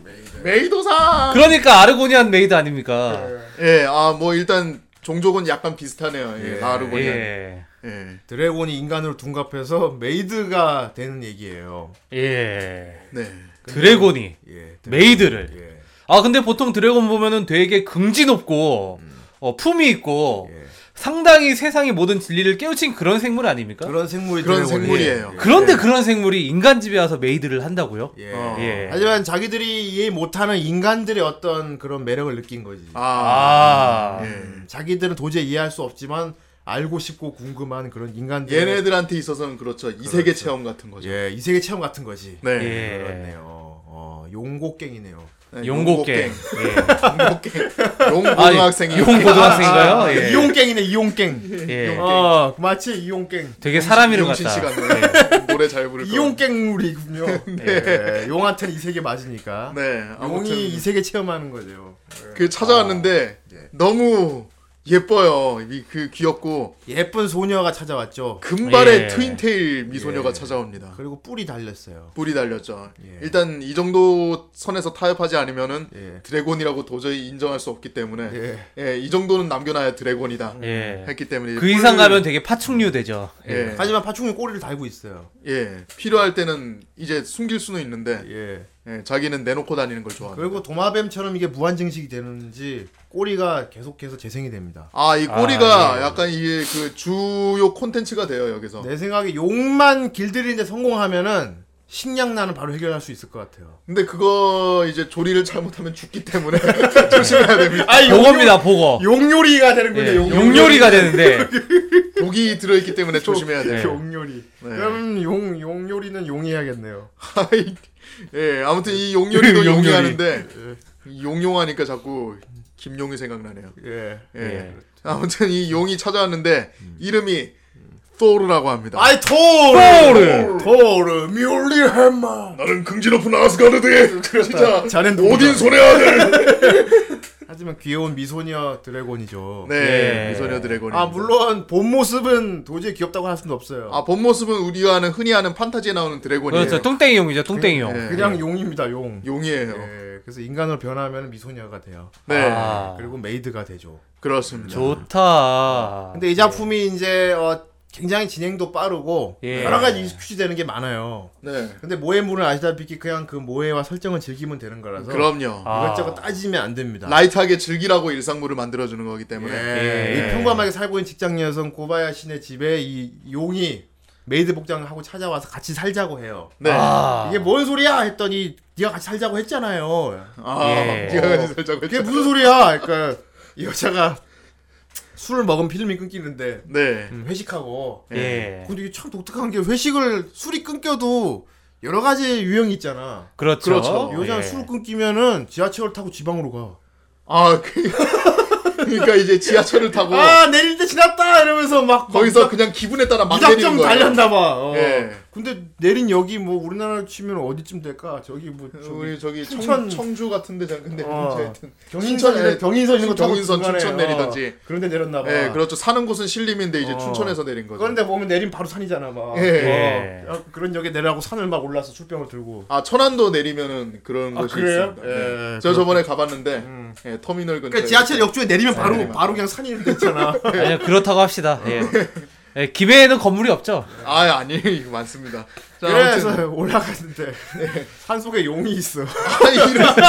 D: 메이도사.
B: 그러니까 아르고니안 메이드 아닙니까?
D: 예, 아, 뭐 일단 종족은 약간 비슷하네요. 예,
A: 예.
D: 나루 보면. 예.
B: 예.
A: 드래곤이 인간으로 둔갑해서 메이드가 되는 얘기예요.
B: 예.
D: 네.
B: 드래곤이
A: 예. 드래-
B: 메이드를.
A: 예.
B: 아, 근데 보통 드래곤 보면은 되게 긍지 높고 어, 품이 있고
A: 예.
B: 상당히 세상의 모든 진리를 깨우친 그런 생물 아닙니까?
A: 그런 생물이
D: 그런
A: 드래곤이에요.
D: 생물이에요.
A: 예.
B: 그런데 그런 생물이 인간 집에 와서 메이드를 한다고요?
A: 예.
D: 어.
B: 예.
A: 하지만 자기들이 이해 못하는 인간들의 어떤 그런 매력을 느낀 거지. 음,
D: 아.
B: 아,
D: 예.
A: 자기들은 도저히 이해할 수 없지만 알고 싶고 궁금한 그런 인간들.
D: 얘네들한테 있어서는 그렇죠. 이 세계 체험 같은 거죠.
A: 예, 이 세계 체험 같은 거지.
D: 네.
B: 예.
A: 그렇네요. 어, 용곡갱이네요.
D: 네,
B: 용고갱. 예.
D: 용고갱.
B: 아,
D: 용고등학생이.
B: 용 고등학생인가요?
A: 아,
B: 예.
A: 이용갱이네, 이용갱.
B: 예.
A: 어, 마치 이용갱.
B: 되게 사람 이름
D: 이용진
B: 같다.
D: 씨가 네. 노래 잘 부를 거.
A: 이용갱물이군요. 예, 용한테는 이 세계 맞으니까.
D: 네. 아무튼
A: 용이 이 세계 체험하는 거죠.
D: 그 찾아왔는데 너무 예뻐요. 이- 그 귀엽고
A: 예쁜 소녀가 찾아왔죠.
D: 금발의
B: 예.
D: 트윈테일 미소녀가
A: 예.
D: 찾아옵니다.
A: 그리고 뿔이 달렸어요.
D: 뿔이 달렸죠.
A: 예.
D: 일단 이 정도 선에서 타협하지 않으면은
A: 예.
D: 드래곤이라고 도저히 인정할 수 없기 때문에
A: 예.
D: 예, 이 정도는 남겨놔야 드래곤이다
B: 예.
D: 했기 때문에
B: 그 이상
D: 뿔을-
B: 가면 되게 파충류 되죠. 예.
D: 예,
A: 하지만 파충류 꼬리를 달고 있어요.
D: 예, 필요할 때는 이제 숨길 수는 있는데
A: 예.
D: 예, 자기는 내놓고 다니는 걸 좋아합니다.
A: 그리고 도마뱀처럼 이게 무한 증식이 되는지 꼬리가 계속해서 재생이 됩니다.
D: 아, 이 꼬리가
B: 아, 예.
D: 약간 이게 그 주요 콘텐츠가 돼요, 여기서.
A: 내 생각에 용만 길들이는데 성공하면은 식량난은 바로 해결할 수 있을 것 같아요.
D: 근데 그거 이제 조리를 잘못하면 죽기 때문에 조심해야 됩니다.
A: 아,
B: 보거입니다, 보거.
A: 용요리가 되는군요.
B: 예. 용요리가 되는데
D: 독이 들어있기 때문에 조심해야 돼요.
A: 그 용요리.
D: 네.
A: 그럼 용 용요리는 용해야겠네요.
D: 아이, 예, 아무튼 이 용요리도
B: 용요리.
D: 용이하는데
A: 예.
D: 이 용용하니까 자꾸 김용이 생각나네요.
A: 예. 음.
D: 예.
B: 예.
D: 아무튼 이 용이 찾아왔는데 이름이 토르라고 합니다.
A: 아이 토르 토르 뮬리헬마.
D: 나는 긍지 높은 아스가르드의 진짜
A: 자넨 누구다?
D: 손의 아들.
A: 하지만 귀여운 미소녀 드래곤이죠.
D: 네,
B: 예.
D: 미소녀 드래곤.
A: 아 물론 본 모습은 도저히 귀엽다고 할 수는 없어요.
D: 아, 본 모습은 우리가 아는 흔히 아는 판타지에 나오는 드래곤이에요.
B: 그렇죠. 뚱땡이 용이죠, 뚱땡이 용.
D: 예.
A: 그냥 용입니다 용.
D: 용이에요.
A: 예, 그래서 인간으로 변하면 미소녀가 돼요.
D: 네,
B: 아,
A: 그리고 메이드가 되죠.
D: 그렇습니다.
B: 좋다.
A: 근데 이 작품이 이제 어, 굉장히 진행도 빠르고
B: 예.
A: 여러 가지 익스큐지 되는 게 많아요.
D: 네,
A: 근데 모해물은 아시다시피 그냥 그 모해와 설정을 즐기면 되는 거라서
D: 그럼요.
B: 아.
A: 이것저것 따지면 안 됩니다.
D: 라이트하게 즐기라고 일상물을 만들어주는 거기 때문에.
A: 예.
B: 예.
A: 이 평범하게 살고 있는 직장 여성 고바야시네 집에 이 용이 메이드 복장을 하고 찾아와서 같이 살자고 해요.
D: 네.
B: 아.
A: 이게 뭐, 뭔 소리야 했더니 네가 같이 살자고 했잖아요.
D: 아,
B: 예.
D: 기가 살짝
A: 그게 무슨 소리야? 그러니까 이 여자가 술을 먹으면 필름이 끊기는데
D: 네.
A: 음, 회식하고.
B: 예.
A: 근데 이게 참 독특한 게 회식을 술이 끊겨도 여러 가지 유형이 있잖아.
B: 그렇죠.
D: 그렇죠.
A: 여자는
B: 예.
A: 술 끊기면은 지하철 타고 지방으로 가.
D: 아, 그, 그러니까 이제 지하철을
B: 뭐.
D: 타고
A: 아 내릴 때 지났다 이러면서 막
D: 거기서 그냥 기분에 따라 막 아, 내리는
A: 무작정
D: 거예요.
A: 달렸나 봐. 어.
D: 예.
A: 근데 내린 여기 뭐 우리나라 치면 어디쯤 될까? 저기 뭐
D: 우리 저기
A: 저기
D: 청,
A: 춘천-
D: 청주 같은데 근데
A: 어.
D: 하여튼
A: 경인선이네. 경인선 이런 거 타고
D: 경인선
A: 중간에,
D: 춘천 내리던지.
A: 어, 그런데 내렸나 봐.
D: 예, 그렇죠. 사는 곳은 신림인데 이제
A: 어.
D: 춘천에서 내린 거죠.
A: 그런데 보면 내린 바로 산이잖아 막.
D: 예.
A: 어. 야, 그런 역에 내려가고 산을 막 올라서 술병을 들고.
D: 아 천안도 내리면은 그런
A: 아,
D: 곳이
A: 그래요?
D: 있습니다. 네.
A: 예,
D: 저 저번에 가봤는데
A: 음.
D: 예, 터미널 근처.
A: 그러니까 지하철 역주에 내리면 바로
D: 내리면.
A: 바로 그냥 산이 있잖아.
B: 아니요 그렇다고 합시다. 예. 예, 기베에는 건물이 없죠.
D: 아 아니 이거 많습니다. 자, 아무튼 예.
A: 그래서 올라갔는데 산 속에 용이 있어.
D: 아니,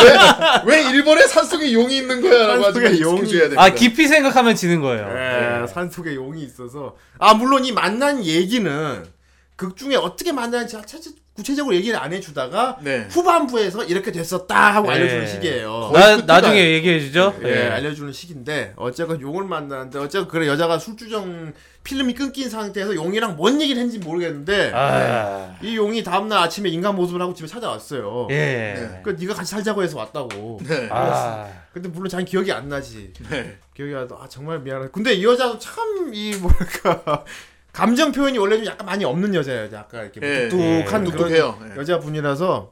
D: 이런- 왜, 왜 일본에 산속에 용이 있는 거야라고
A: 산속에
D: 아주
A: 용이-
D: 용줘야 됩니다.
B: 아 깊이 생각하면 지는
D: 아,
B: 거예요.
A: 예, 산 속에 용이 있어서 아 물론 이 만난 얘기는 극 중에 어떻게 만났는지 자체- 구체적으로 얘기를 안 해주다가
D: 네.
A: 후반부에서 이렇게 됐었다 하고
B: 예.
A: 알려주는 시기예요.
B: 나
D: 끝이다.
B: 나중에 얘기해 주죠.
A: 예, 알려주는 시기인데 어쨌건 용을 만나는데 어쨌건 그래 여자가 술주정 필름이 끊긴 상태에서 용이랑 뭔 얘기를 했는지 모르겠는데
B: 아,
A: 이 용이 다음날 아침에 인간 모습을 하고 집에 찾아왔어요.
B: 예.
A: 그 네가 같이 살자고 해서 왔다고.
D: 네.
B: 아,
A: 근데 물론 자기 기억이 안 나지.
D: 네.
A: 기억이 나도 아 정말 미안해. 근데 이 여자도 참 이 뭐랄까 감정 표현이 원래 좀 약간 많이 없는 여자예요. 약간 이렇게
D: 예,
A: 뚝뚝한
B: 예.
A: 그런
D: 똑똑해요. 예.
A: 여자분이라서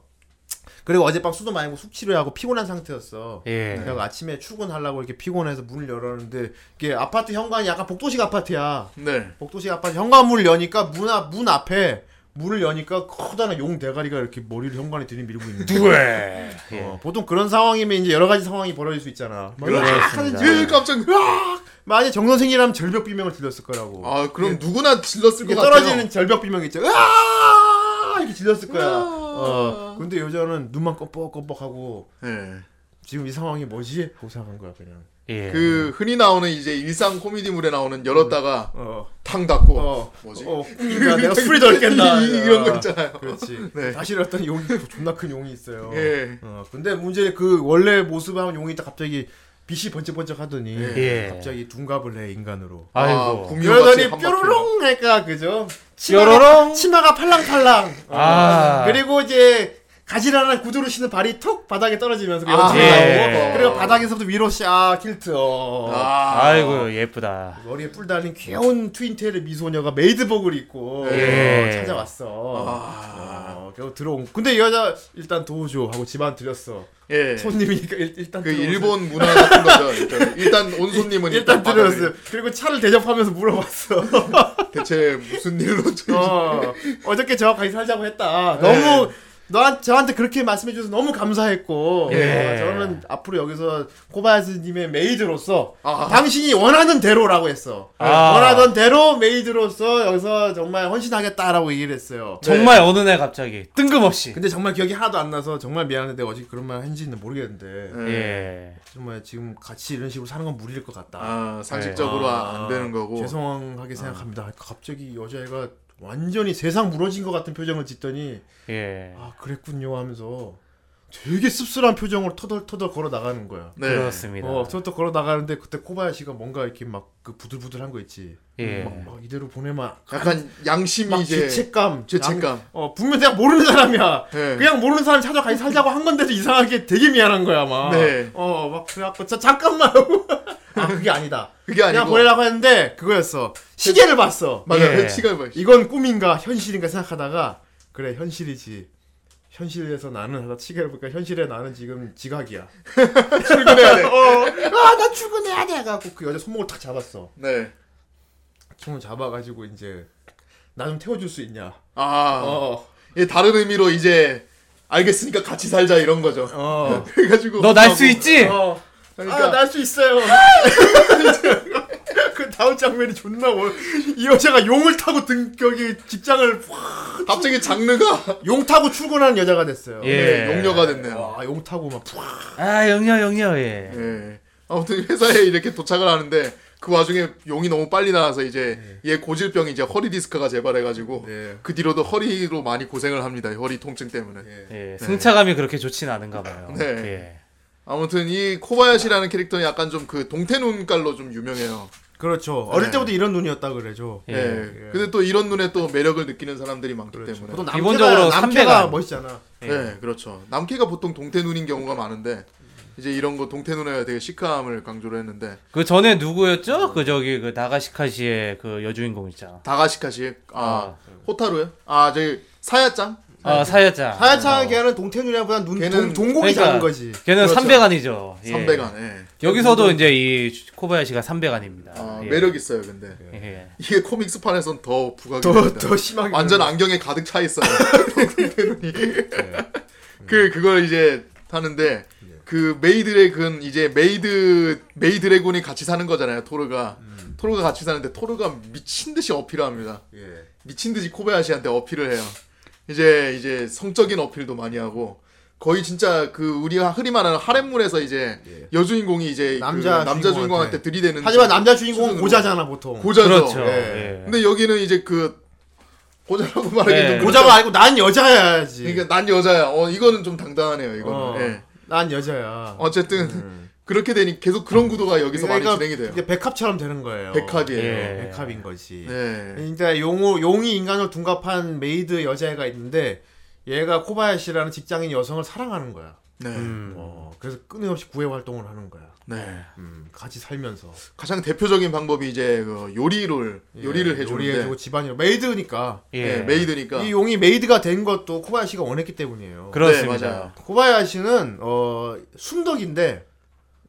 A: 그리고 어젯밤 술도 많이 먹고 숙취를 하고 피곤한 상태였어.
B: 예.
A: 그래서 아침에 출근하려고 이렇게 피곤해서 문을 열었는데 이게 아파트 현관이 약간 복도식 아파트야.
D: 네.
A: 복도식 아파트 현관문을 여니까 문 앞 문 앞에 문을 여니까 커다란 용 대가리가 이렇게 머리를 현관에 들이밀고 있는. 거야.
B: 왜?
A: 어, 보통 그런 상황이면 이제 여러 가지 상황이 벌어질 수 있잖아. 막 으악
B: 그렇습니다.
A: 하든지
D: 예, 깜짝.
A: 아!
D: 으악!
A: 만약에 정 선생이라면 절벽 비명을 들렸을 거라고.
D: 아 그럼 누구나 질렀을 것
A: 예. 이게
D: 같아요.
A: 떨어지는 절벽 비명이 있죠. 으아! 이렇게 질렀을 거야. 어. 근데 여자는 눈만 껌뻑껌뻑하고
D: 네.
A: 지금 이 상황이 뭐지? 하고 생각한 거야 그냥.
B: 예.
D: 그 흔히 나오는 이제 일상 코미디물에 나오는 열었다가
A: 어.
D: 탕 닫고
A: 어.
D: 뭐지?
A: 어. 그러니까 내가 술이 덜 깼나.
D: 이- 이- 이런 거 있잖아요.
A: 그렇지.
D: 네.
A: 다시 일어났더니 용이 존나 큰 용이 있어요.
D: 예.
A: 어. 근데 문제는 그 원래 모습하면 용이 딱 갑자기 빛이 번쩍번쩍 하더니
B: 예.
A: 갑자기 둔갑을 해 인간으로.
D: 아,
B: 아이고.
D: 공룡 같이
A: 그러더니
D: 한 바퀴.
A: 뾰로롱 할까 그죠?
B: 뾰로롱?
A: 치마가 팔랑팔랑.
B: 아.
A: 그리고 이제 가지런한 구두를 신은 발이 톡 바닥에 떨어지면서 그냥
D: 아,
A: 튀어나오고
B: 예.
A: 그리고 바닥에서부터 위로 샤 킬트. 어.
D: 아,
B: 아이고 예쁘다.
A: 머리에 뿔 달린 귀여운 트윈테일의 미소녀가 메이드복을 입고
B: 예.
A: 어, 찾아왔어. 어, 결국 들어온. 근데 이 여자 일단 도우죠 하고 집안 들였어.
D: 예.
A: 손님이니까 일, 일단
D: 그
A: 들어오세요.
D: 일본 문화 같은 거죠. 일단, 일단 온 손님은
A: 일단
D: 받아들이고.
A: 들였어. 그리고 차를 대접하면서 물어봤어.
D: 대체 무슨 일로 저-
A: 어, 어저께 저하고 살자고 했다. 아,
D: 네.
A: 너무 너한 저한테 그렇게 말씀해 주셔서 너무 감사했고
B: 예.
A: 어, 저는 앞으로 여기서 코바야스님의 메이드로서
D: 아.
A: 당신이 원하는 대로라고 했어.
B: 아.
A: 원하던 대로 메이드로서 여기서 정말 헌신하겠다라고 얘기를 했어요.
B: 정말 어느 날 갑자기 뜬금없이.
A: 근데 정말 기억이 하나도 안 나서 정말 미안한데 내가 어제 그런 말 했는지는 모르겠는데
D: 예.
B: 예.
A: 정말 지금 같이 이런 식으로 사는 건 무리일 것 같다. 아,
D: 아, 상식적으로 안 되는 거고.
A: 죄송하게 생각합니다. 갑자기 여자애가 완전히 세상 무너진 것 같은 표정을 짓더니
B: 예.
A: 아 그랬군요 하면서 되게 씁쓸한 표정으로 터덜터덜 걸어 나가는 거야.
D: 네.
B: 그렇습니다.
A: 어, 터덜 걸어 나가는데 그때 코바야시가 뭔가 이렇게 막 그 부들부들한 거 있지.
B: 예.
A: 막, 막 이대로 보내면
D: 약간 양심이
A: 막
D: 이제
A: 죄책감,
D: 죄책감.
A: 양- 어 분명 내가 모르는 사람이야.
D: 네.
A: 그냥 모르는 사람 찾아가서 살자고 한 건데도 이상하게 되게 미안한 거야 막.
D: 네.
A: 어막 그래갖고 자, 잠깐만 하고 아 그게 아니다.
D: 그게
A: 그냥
D: 아니고
A: 보내라고 했는데 그거였어. 시계를 봤어.
D: 맞아.
B: 예.
D: 요 시간 봐.
A: 이건 꿈인가 현실인가 생각하다가 그래 현실이지 현실에서 나는 하다 시계를 보니까 현실에 나는 지금 지각이야 어.
D: 출근해야 돼.
A: 아나 출근해야 돼 해갖고 그 여자 손목을 탁 잡았어
D: 네.
A: 손을 잡아가지고 이제 나 좀 태워줄 수 있냐
D: 아.
A: 어어
D: 예, 다른 의미로 이제 알겠으니까 같이 살자 이런 거죠.
A: 어.
D: 그래 가지고
B: 너 날
D: 뭐,
B: 수 있지?
A: 뭐.
D: 그러니까
A: 네. 아날 수 있어요 그 다음 장면이 존나 워. 이 여자가 용을 타고 등 여기 직장을 확-
D: 갑자기 장르가
A: 용 타고 출근하는 여자가 됐어요
B: 예.
D: 네, 용녀가 됐네요.
A: 와, 용 타고 막 푹.
B: 아 영녀 영녀 예.
D: 예. 아무튼 회사에 이렇게 도착을 하는데 그 와중에 용이 너무 빨리 나와서 이제 얘 고질병이 이제 허리 디스크가 재발해가지고
A: 네.
D: 그 뒤로도 허리로 많이 고생을 합니다. 허리 통증 때문에.
B: 예, 승차감이 그렇게 좋진 않은가 봐요.
D: 네.
B: 예.
D: 아무튼 이 코바야시라는 캐릭터는 약간 좀 그 동태 눈깔로 좀 유명해요.
A: 그렇죠. 어릴
D: 네.
A: 때부터 이런 눈이었다 그래죠. 네,
D: 예.
B: 예.
D: 근데 또 이런 눈에 또 매력을 느끼는 사람들이 많기 때문에.
A: 보통 남캐가,
B: 기본적으로
A: 남캐가
B: 삼배가
A: 멋있잖아.
D: 네, 그렇죠. 남캐가 보통 동태 눈인 경우가 많은데 이제 이런 거 동태 누나가 되게 시크함을 강조를 했는데
B: 그 전에 누구였죠? 그 저기 그 나가시카시의 그 여주인공 있잖아.
D: 다가시카시 아 호타루요? 아 저기 사야짱
B: 아 사야짱.
A: 하얗창 걔는 동태누리보다 눈
D: 어. 걔는
A: 걔는 동공이
B: 그러니까
A: 작은 거지.
B: 걔는
D: 그렇죠.
B: 300안이죠. 예.
D: 300안 예.
B: 여기서도 이제 이 코바야시가 300안입니다.
D: 아, 매력 있어요 근데
B: 예.
D: 이게 코믹스판에선 더 부각이
A: 그렇죠. 더,
D: 됩니다.
A: 더 심하게.
D: 완전 아- 안경에 가득 차 있어요. 동태눈이. 그 그걸 이제 하는데 그 메이드래곤 이제 메이드 메이드래곤이 같이 사는 거잖아요. 토르가 토르가 같이 사는데 토르가 미친 듯이 어필을 합니다.
A: 예.
D: 미친 듯이 코바야시한테 어필을 해요. 이제 이제 성적인 어필도 많이 하고 거의 진짜 그 우리가 흔히 말하는 하렘물에서 이제
A: 예.
D: 여주인공이 이제 남자
A: 남자
D: 그 남자 주인공한테
A: 주인공한테
D: 들이대는
A: 하지만 남자 주인공은
D: 수준으로.
A: 고자잖아 보통.
D: 고자죠.
B: 그렇죠.
A: 예.
B: 예.
D: 근데 여기는 이제 그 고자라고 말하기
B: 네.
D: 는
A: 예. 고자가 아니고 난 여자야지.
D: 그러니까 난 여자야. 어 이거는 좀 당당하네요. 이거는.
A: 어,
D: 예.
A: 난 여자야.
D: 어쨌든
B: 음.
D: 그렇게 되니 계속 그런 구도가 여기서 많이 진행이 돼요.
A: 그러니까 이제 백합처럼 되는 거예요.
D: 백합이에요.
B: 예.
A: 백합인 거지.
D: 네.
A: 이제 용우 용이 인간으로 둔갑한 메이드 여자애가 있는데 얘가 코바야시라는 직장인 여성을 사랑하는 거야.
D: 네.
B: 음.
A: 어, 그래서 끊임없이 구애 활동을 하는 거야.
D: 네.
A: 음, 같이 살면서
D: 가장 대표적인 방법이 이제 그 요리를 요리를 해 주는데
A: 요리해주고 집안일 메이드니까
B: 예.
D: 예, 메이드니까
A: 이 용이 메이드가 된 것도 코바야시가 원했기 때문이에요.
B: 그렇습니다.
D: 네, 맞아요.
A: 코바야시는 어 순덕인데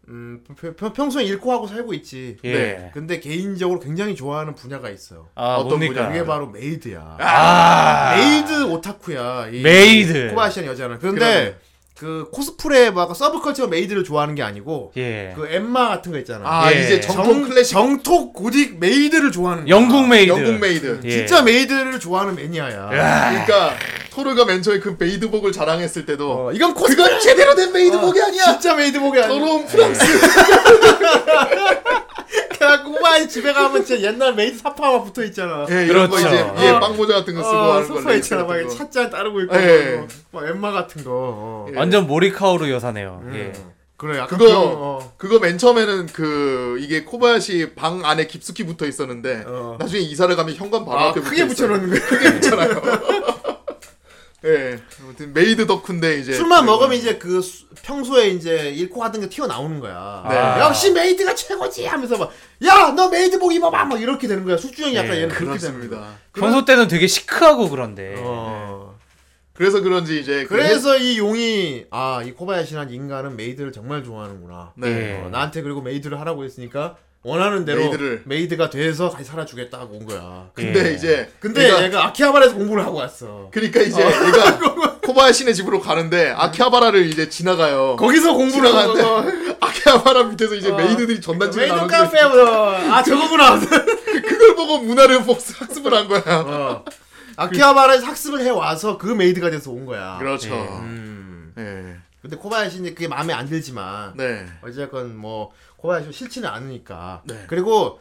A: 음, 평- 평- 평소에 읽고 하고 살고 있지.
B: 예.
D: 네.
A: 근데 개인적으로 굉장히 좋아하는 분야가 있어요.
B: 아
D: 어떤
B: 뭡니까?
A: 그게 바로 메이드야.
B: 아
A: 메이드 오타쿠야. 이
B: 메이드.
A: 코바시안 여자는. 그런데 그 코스프레 막 서브컬처 메이드를 좋아하는 게 아니고
B: 예.
A: 그 엠마 같은 거 있잖아.
D: 아
B: 예.
D: 이제 정통 클래식
A: 정통 고딕 메이드를 좋아하는 거야.
B: 영국 메이드.
D: 영국 메이드.
B: 예.
A: 진짜 메이드를 좋아하는 매니아야.
D: 그러니까 토르가 맨 처음에 그 메이드복을 자랑했을 때도
A: 어, 이건 코스프레
D: 그건 제대로 된 메이드복이 아니야.
A: 진짜 메이드복이 아니야.
D: 더러운 프랑스.
A: 그래갖고 코바시 집에 가면 진짜 옛날 메이드 사파마 붙어 있잖아.
D: 예, 이런 거
B: 그렇죠.
D: 이제 예,
A: 어.
D: 빵모자 같은 거 쓰고
A: 어,
D: 하는
A: 소파
D: 걸로
A: 있잖아. 막
D: 거.
A: 찻잔 따르고 있고
D: 예.
A: 막, 막 엠마 같은 거. 어.
D: 예.
B: 완전 모리카오르 여사네요. 예.
A: 그래, 약간
D: 그거
A: 그런, 어.
D: 그거 맨 처음에는 그 이게 코바야시 방 안에 깊숙이 붙어 있었는데
A: 어.
D: 나중에 이사를 가면 현관 바로
A: 아,
D: 앞에
A: 크게
D: 붙어 있어요.
A: 붙여놓는 거야.
D: 크게 붙여놔요. 예, 아무튼 메이드 덕후인데 이제
A: 술만
D: 그리고-
A: 먹으면 이제 그 수- 평소에 이제 잃고 하던 게 튀어나오는 거야.
B: 네.
A: 아. 역시 메이드가 최고지 하면서 막, 야, 너 메이드복 입어봐! 막 이렇게 되는 거야. 숙주형이 약간
B: 네,
A: 얘는 그렇게 되는 거야.
D: 예, 그렇습니다. 예,
B: 평소 때는 되게 시크하고 그런데
A: 어.
D: 그래서 그런지 이제 그 해-
A: 그래서 이 용이, 아, 이 코바야시란 인간은 메이드를 정말 좋아하는구나.
D: 네.
B: 예.
A: 어, 나한테 그리고 메이드를 하라고 했으니까, 원하는 대로
D: 메이드를.
A: 메이드 가 돼서 같이 살아주겠다고 온 거야.
D: 근데
B: 예.
D: 이제
A: 근데
D: 얘가-
A: 얘가 아키하바라에서 공부를 하고 왔어.
D: 그러니까 이제 얘가 코바야시네 집으로 가는데 아키하바라를 이제 지나가요.
A: 거기서 공부를 하고 왔어.
D: 지나가는데 아키하바라 밑에서 이제 메이드들이 전단지를
A: 메이드
D: 나눠주고
A: 카페, 아, 저거구나.
D: 그걸 보고 문화를 복수 학습을 한 거야.
A: 어. 아키하바라에서 학습을 해와서 그 메이드가 돼서 온 거야.
D: 그렇죠.
A: 음.
D: 예.
A: 근데 코바야시는 그게 마음에 안 들지만
D: 네.
A: 어쨌건 뭐 코바야시 싫지는 않으니까.
D: 네.
A: 그리고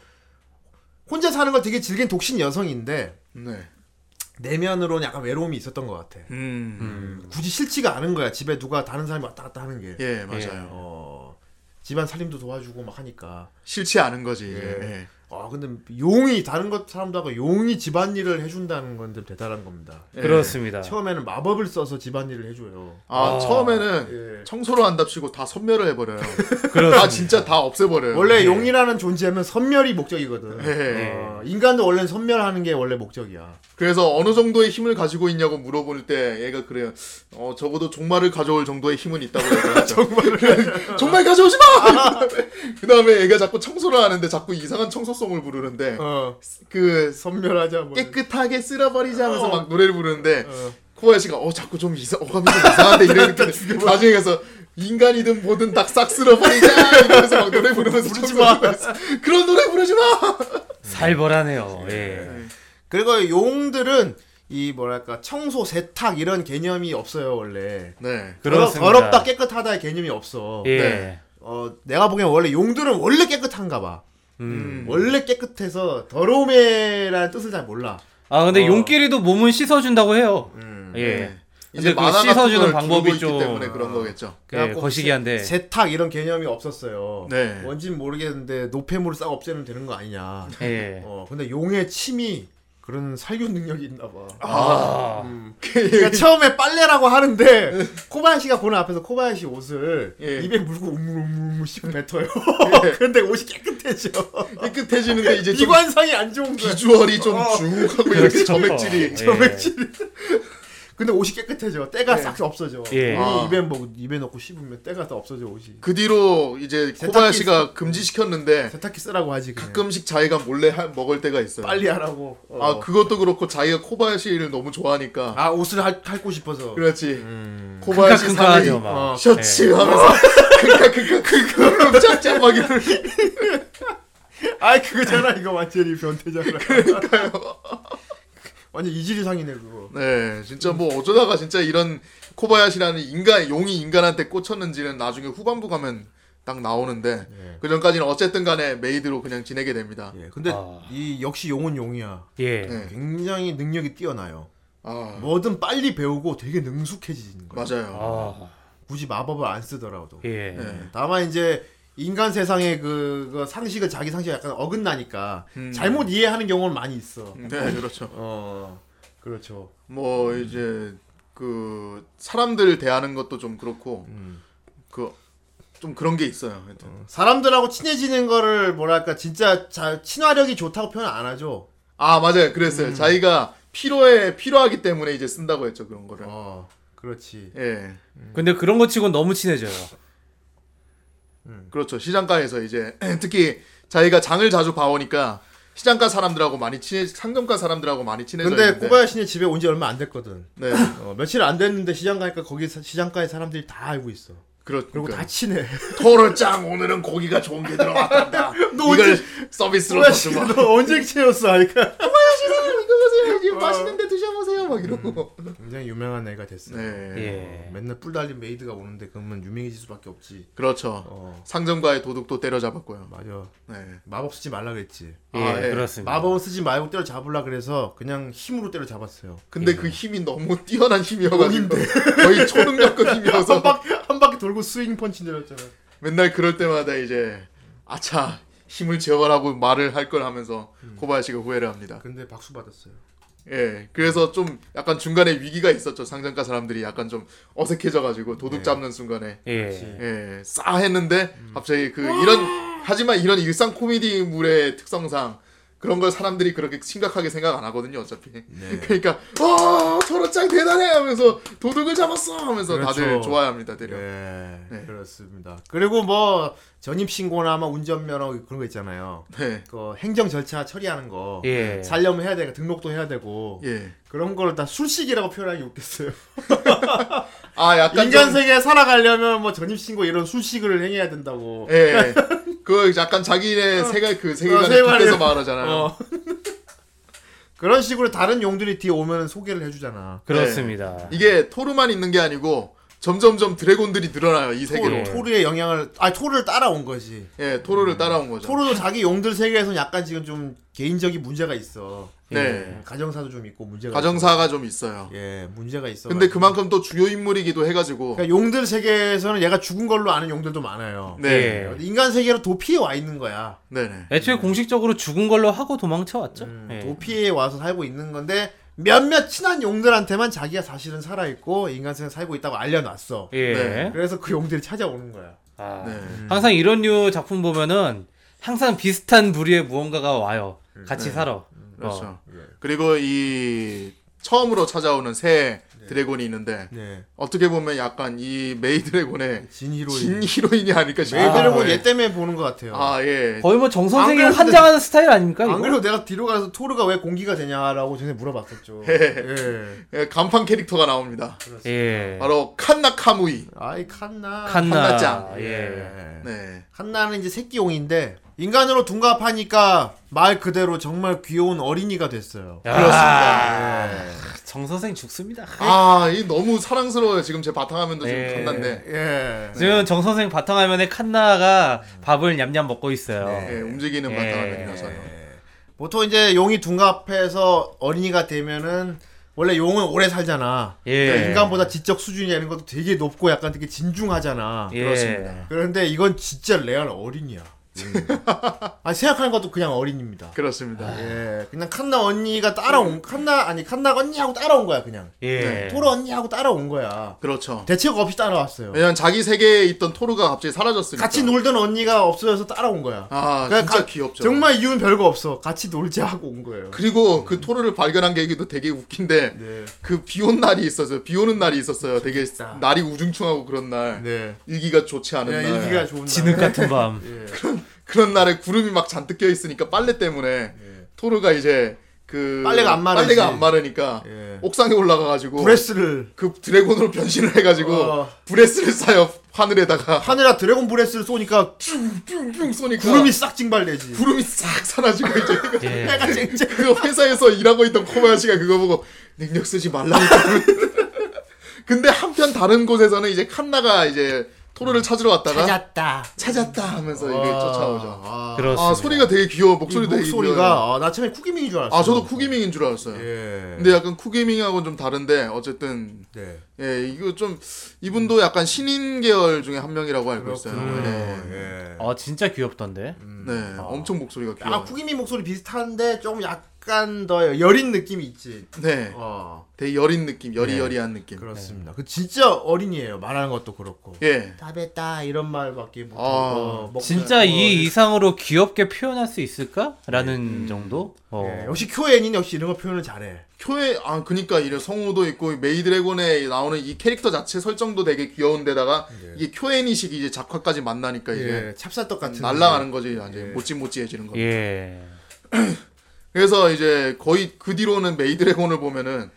A: 혼자 사는 걸 되게 즐긴 독신 여성인데
D: 네.
A: 내면으로는 약간 외로움이 있었던 것 같아.
D: 음.
A: 굳이 싫지가 않은 거야. 집에 누가 다른 사람이 왔다 갔다 하는 게.
D: 예, 맞아요.
A: 어. 집안 살림도 도와주고 막 하니까.
D: 싫지 않은 거지. 이제.
A: 예.
D: 예.
A: 아 근데 용이 다른 것 사람들하고 용이 집안일을 해준다는 건 좀 대단한 겁니다.
B: 그렇습니다.
A: 처음에는 마법을 써서 집안일을 해줘요.
D: 아,
B: 아.
D: 처음에는
A: 예.
D: 청소를 한답시고 다 선멸을 해버려요. 다
B: 그렇습니다.
D: 진짜 다 없애버려요.
A: 원래 용이라는 존재는 선멸이 목적이거든.
D: 예.
A: 어, 인간도 원래는 선멸하는 게 원래 목적이야.
D: 그래서 어느 정도의 힘을 가지고 있냐고 물어볼 때 얘가 그래요. 어 적어도 종말을 가져올 정도의 힘은 있다고 얘기하죠. 예. 종말을 정말 가져오지 마. 그 다음에 얘가 자꾸 청소를 하는데 자꾸 이상한 청소송을 부르는데
A: 어,
D: 그
A: 선멸하자 뭐.
D: 깨끗하게 쓸어버리자 하면서
A: 어.
D: 막 노래를 부르는데
A: 어.
D: 코바야시가 어 자꾸 좀 이사 어감이 좀 이상한데 이러니까 나중에 가서 인간이든 뭐든 다 싹 쓸어버리자 이러면서 막 노래 부르면서 부르지 마 그런 노래 부르지 마
B: 살벌하네요. 예.
A: 그리고 용들은 이 뭐랄까 청소, 세탁 이런 개념이 없어요 원래.
D: 네
B: 그렇습니다.
A: 더러- 더럽다 깨끗하다의 개념이 없어.
B: 예.
D: 네.
A: 어, 내가 보기엔 원래 용들은 원래 깨끗한가 봐.
B: 음.
A: 원래 깨끗해서 더러움이라는 뜻을 잘 몰라.
B: 아 근데
A: 어.
B: 용끼리도 몸은 씻어준다고 해요. 예.
D: 네.
B: 근데 그
D: 만화 같은
B: 씻어주는
D: 걸
B: 방법이
D: 두고 있기
B: 좀-
D: 때문에 그런 거겠죠
B: 예, 거시기한데.
A: 세- 세탁 이런 개념이 없었어요.
D: 네.
A: 뭔진 모르겠는데 노폐물을 싹 없애면 되는 거 아니냐.
B: 예.
A: 어, 근데 용의 침이 그런 살균 능력이 있나 봐.
B: 아,
A: 음.
B: 예.
A: 그러니까 처음에 빨래라고 하는데 코바야시가 보는 앞에서 코바야시 옷을
D: 예.
A: 입에 물고 우물우물 씹고 뱉어요.
D: 예.
A: 그런데 옷이 깨끗해져.
D: 깨끗해지는데
B: 예,
D: 이제 좀
A: 미관상이 안 좋은 거야. 네.
D: 비주얼이 좀 중국하고 이렇게
B: 예.
D: 점액질이
A: 점액질. 근데 옷이 깨끗해져. 때가 싹 없어져.
B: 예.
A: 괜히 입에 먹 입에 넣고 씹으면 때가 다 없어져 옷이.
D: 그 뒤로 이제
A: 세탁기
D: 코바야시가 금지시켰는데
A: 세탁기 쓰라고 하지 그냥.
D: 가끔씩 자기가 몰래 하- 먹을 때가 있어요.
A: 빨리 하라고. 어.
D: 아 그것도 그렇고 자기가 코바야시를 너무 좋아하니까
A: 아 옷을 할, 핥고 싶어서. 아.
D: 그렇지 코바야시 상의
B: 끙끙하죠, 막.
D: 어, 셔츠 하면서 그니까 그니까 그거 짭짤하기를
A: 아 그거잖아 이거 완전히 변태잖아. 그러니까요. 완전 이질이상이네 그거.
D: 네 진짜 뭐 어쩌다가 진짜 이런 코바야시라는 인간 용이 인간한테 꽂혔는지는 나중에 후반부 가면 딱 나오는데 그 전까지는 어쨌든 간에 메이드로 그냥 지내게 됩니다
A: 예. 근데
B: 아.
A: 이 역시 용은 용이야.
B: 예.
D: 네.
A: 굉장히 능력이 뛰어나요.
D: 아
A: 뭐든 빨리 배우고 되게 능숙해지는 거야.
D: 맞아요
B: 아,
A: 굳이 마법을 안 쓰더라도.
B: 예.
D: 네.
A: 다만 이제 인간 세상의 그, 그 상식은 자기 상식이 약간 어긋나니까
D: 음.
A: 잘못 이해하는 경우는 많이 있어.
D: 네 그렇죠
A: 어 그렇죠.
D: 뭐 이제 그 사람들 대하는 것도 좀 그렇고 그 좀 그런 게 있어요. 하여튼.
A: 사람들하고 친해지는 거를 뭐랄까 진짜 자, 친화력이 좋다고 표현 안 하죠.
D: 아 맞아요, 그랬어요. 자기가 필요해 필요하기 때문에 이제 쓴다고 했죠 그런 거를.
A: 어 그렇지.
D: 예,
B: 근데 그런 것 치곤 너무 친해져요.
D: 그렇죠. 시장가에서 이제 특히 자기가 장을 자주 봐오니까 시장가 사람들하고 많이 친해, 상점가 사람들하고 많이 친해져.
A: 근데
D: 있는데.
A: 코바야시는 집에 온 지 얼마 안 됐거든.
D: 네,
A: 어, 며칠 안 됐는데 시장 가니까 거기 사- 시장가의 사람들이 다 알고 있어.
D: 그렇.
A: 그리고
D: 그러니까.
A: 다 친해.
D: 토르짱 오늘은 고기가 좋은 게 들어왔단다.
A: 너
D: 이걸
A: 언제-
D: 서비스로
A: 코바야시
D: 줬지만.
A: 너 언제 채웠어? 하니까 어.
D: 이거 보세요, 이거 맛있는데 드셔보세요, 막 이러고.
A: 굉장히 유명한 애가 됐어.
D: 네.
B: 예.
A: 어, 맨날 뿔 달린 메이드가 오는데 그러면 유명해질 수밖에 없지.
D: 그렇죠.
A: 어
D: 상점가의 도둑도 때려잡았고요.
A: 맞아.
D: 네.
A: 마법 쓰지 말라 그랬지.
B: 예,
D: 아, 예.
B: 그렇습니다.
A: 마법은 쓰지 말고 때려 잡으려 그래서 그냥 힘으로 때려 잡았어요.
D: 근데 그 힘이 너무 뛰어난 힘이어가지고 거의 초능력급 힘이어서
A: 한 바퀴 한 바퀴 돌고 스윙 펀치 내렸잖아.
D: 맨날 그럴 때마다 이제 아차 힘을 제어하라고 말을 할 걸 하면서
A: 음.
D: 코바야시가 후회를 합니다.
A: 근데 박수 받았어요.
D: 예, 그래서 좀 약간 중간에 위기가 있었죠. 상장가 사람들이 약간 좀 어색해져가지고
A: 네.
D: 도둑 잡는 순간에
B: 예.
D: 예, 싸 했는데
A: 음.
D: 갑자기 그 이런 하지만 이런 일상 코미디물의 특성상 그런 걸 사람들이 그렇게 심각하게 생각 안 하거든요 어차피
A: 네.
D: 그러니까 와 토로짱 대단해 하면서 도둑을 잡았어 하면서 다들
A: 그렇죠.
D: 좋아합니다 대려
A: 네,
D: 네.
A: 그렇습니다. 그리고 뭐 전입 신고나 막 운전면허 그런 거 있잖아요.
D: 네.
A: 그 행정 절차 처리하는 거
B: 예.
A: 살려면 해야 되고 등록도 해야 되고
D: 예.
A: 그런 걸 다 술식이라고 표현하기 웃겠어요.
D: 아 약간
A: 인간
D: 좀-
A: 세계에 살아가려면 뭐 전입 신고 이런 술식을 행해야 된다고.
D: 예. 그 약간 자기네 세계 그 세계관에
A: 세계관이요.
D: 빗대서 말하잖아요.
A: 어. 그런 식으로 다른 용들이 뒤에 오면 소개를 해주잖아.
B: 그렇습니다.
D: 이게 토르만 있는 게 아니고 점점점 드래곤들이 늘어나요 이 세계로. 네.
B: 예.
A: 토르, 토르의 영향을 아 토르를 따라온 거지.
D: 예, 토르를 따라온 거죠.
A: 토르도 자기 용들 세계에서 약간 지금 좀 개인적인 문제가 있어. 예,
D: 네.
A: 가정사도 좀 있고 문제가
D: 가정사가 좀 있어요.
A: 있어. 예 문제가 있어.
D: 근데 그만큼 또 주요 인물이기도 해가지고.
A: 그러니까 용들 세계에서는 얘가 죽은 걸로 아는 용들도 많아요.
D: 네.
B: 예.
A: 인간 세계로 도피해 와 있는 거야.
D: 네네.
B: 애초에 공식적으로 죽은 걸로 하고 도망쳐 왔죠.
A: 음,
B: 예.
A: 도피해 와서 살고 있는 건데 몇몇 친한 용들한테만 자기가 사실은 살아 있고 인간 세계 살고 있다고 알려놨어.
B: 예.
D: 네.
A: 그래서 그 용들이 찾아오는 거야.
B: 아,
D: 네.
B: 항상 이런 류 작품 보면은 항상 비슷한 부류의 무언가가 와요. 같이 살아.
D: 그렇죠.
B: 어.
D: 그리고 이 처음으로 찾아오는 새 드래곤이 있는데
A: 네.
D: 어떻게 보면 약간 이 메이 드래곤의
A: 진희로.
D: 진 히로인이 아닐까 싶어요.
A: 애들은 얘 때문에 보는 것 같아요.
D: 아 예.
B: 거의 뭐 정선생이
A: 안 그래도-
B: 환장하는 스타일 아닙니까? 이거?
A: 안 그래도 내가 뒤로 가서 토르가 왜 공기가 되냐라고 전에 물어봤었죠. 예.
D: 예, 간판 캐릭터가 나옵니다.
B: 예.
D: 바로 칸나 카무이.
A: 아이 칸나. 아,
B: 칸나.
D: 칸나짱.
B: 예.
D: 네.
A: 칸나는 이제 새끼용인데 인간으로 둔갑하니까 말 그대로 정말 귀여운 어린이가 됐어요.
B: 그렇습니다. 정선생 죽습니다.
D: 아, 이 너무 사랑스러워요. 지금 제 바탕화면도 지금
B: 네.
D: 칸나인데.
A: 예.
B: 지금 정선생 바탕화면에 칸나가 밥을 냠냠 먹고 있어요.
D: 예, 움직이는
B: 예.
D: 바탕화면이라서요.
A: 보통 이제 용이 둔갑해서 어린이가 되면은 원래 용은 오래 살잖아.
B: 예.
A: 그러니까 인간보다 지적 수준이 이런 것도 되게 높고 약간 되게 진중하잖아.
B: 예.
D: 그렇습니다.
A: 그런데 이건 진짜 레알 어린이야.
D: 음.
A: 아 생각하는 것도 그냥 어린입니다.
D: 그렇습니다.
A: 예, 그냥 칸나 언니가
D: 음.
A: 따라온 칸나 아니 칸나 언니하고 따라온 거야 그냥.
B: 예.
A: 토로 언니하고 따라온 거야.
D: 그렇죠.
A: 대책 없이 따라왔어요.
D: 왜냐면 자기 세계에 있던 토르가 갑자기 사라졌으니까.
A: 같이 놀던 언니가 없어져서 따라온 거야.
D: 그러니까. 아,
A: 그냥
D: 진짜
A: 가-
D: 귀엽죠.
A: 정말 이유는 별거 없어. 같이 놀자 하고 온 거예요.
D: 그리고 그 토르를 발견한 계기도 되게 웃긴데
A: 네.
D: 그 비 온 날이 있었어요. 비 오는 날이 있었어요. 되게
A: 진짜.
D: 날이 우중충하고 그런 날.
A: 네.
D: 일기가 네. 좋지 않은
A: 그냥
D: 날.
A: 일기가 좋은
B: 진흙
A: 날.
B: 네. 같은 밤.
A: 예.
D: 그런 날에 구름이 막 잔뜩 껴 있으니까 빨래 때문에 토르가 이제 그
A: 네. 빨래가 안 마르지.
D: 빨래가 안 마르니까
A: 예.
D: 옥상에 올라가 가지고
A: 브레스를
D: 그 드래곤으로 변신을 해 가지고
A: 어.
D: 브레스를 쏴요. 하늘에다가
A: 하늘아 드래곤 브레스를 쏘니까
D: 뿅 쏘니까
A: 구름이 싹 징발되지.
D: 구름이 싹 사라지고 이제
B: 예.
D: 그 회사에서 일하고 있던 코바야시가 그거 보고 능력 쓰지 말라니까. 근데 한편 다른 곳에서는 이제 칸나가 이제 토르를 찾으러 왔다가
A: 찾았다.
D: 찾았다 하면서 이게
A: 와.
D: 쫓아오죠.
A: 아,
B: 그렇습니다.
D: 아 소리가 되게 귀여워.
A: 이
D: 목소리 되게 귀여워요.
A: 목소리가 아, 나 처음에 쿠기밍인 줄 알았어.
D: 아 저도 쿠기밍인 줄 알았어요.
A: 예.
D: 근데 약간 쿠기밍하고는 좀 다른데 어쨌든
A: 네.
D: 예 이거 좀 이분도 약간 신인 계열 중에 한 명이라고 알고 있어요.
A: 그렇군요.
D: 네,
A: 예.
B: 아 진짜 귀엽던데.
D: 네 엄청 목소리가 귀여워.
A: 아
D: 요
A: 쿠기민 목소리 비슷한데 조금 약간 더 여린 느낌이 있지.
D: 네,
A: 어
D: 되게 여린 느낌, 여리여리한 느낌.
A: 그렇습니다. 그 진짜 어린이에요. 말하는 것도 그렇고.
D: 예,
A: 다베다 이런 말밖에 못하고
D: 아,
A: 먹고 예.
B: 진짜
A: 살고.
B: 이 이상으로 귀엽게 표현할 수 있을까라는 정도. 어.
A: 예, 역시 큐엔인 역시 이런 거 표현을 잘해.
D: 쿄에 아 그니까 이래 성우도 있고 메이드래곤에 나오는 이 캐릭터 자체 설정도 되게 귀여운데다가 이게 쿄애니식 이제 작화까지 만나니까 그러니까 이게
A: 예, 찹쌀떡 같은.
D: 날라가는 거지 이제 모찌모찌해지는 거.
B: 예.
D: 그래서 이제 거의 그 뒤로는 메이드래곤을 보면은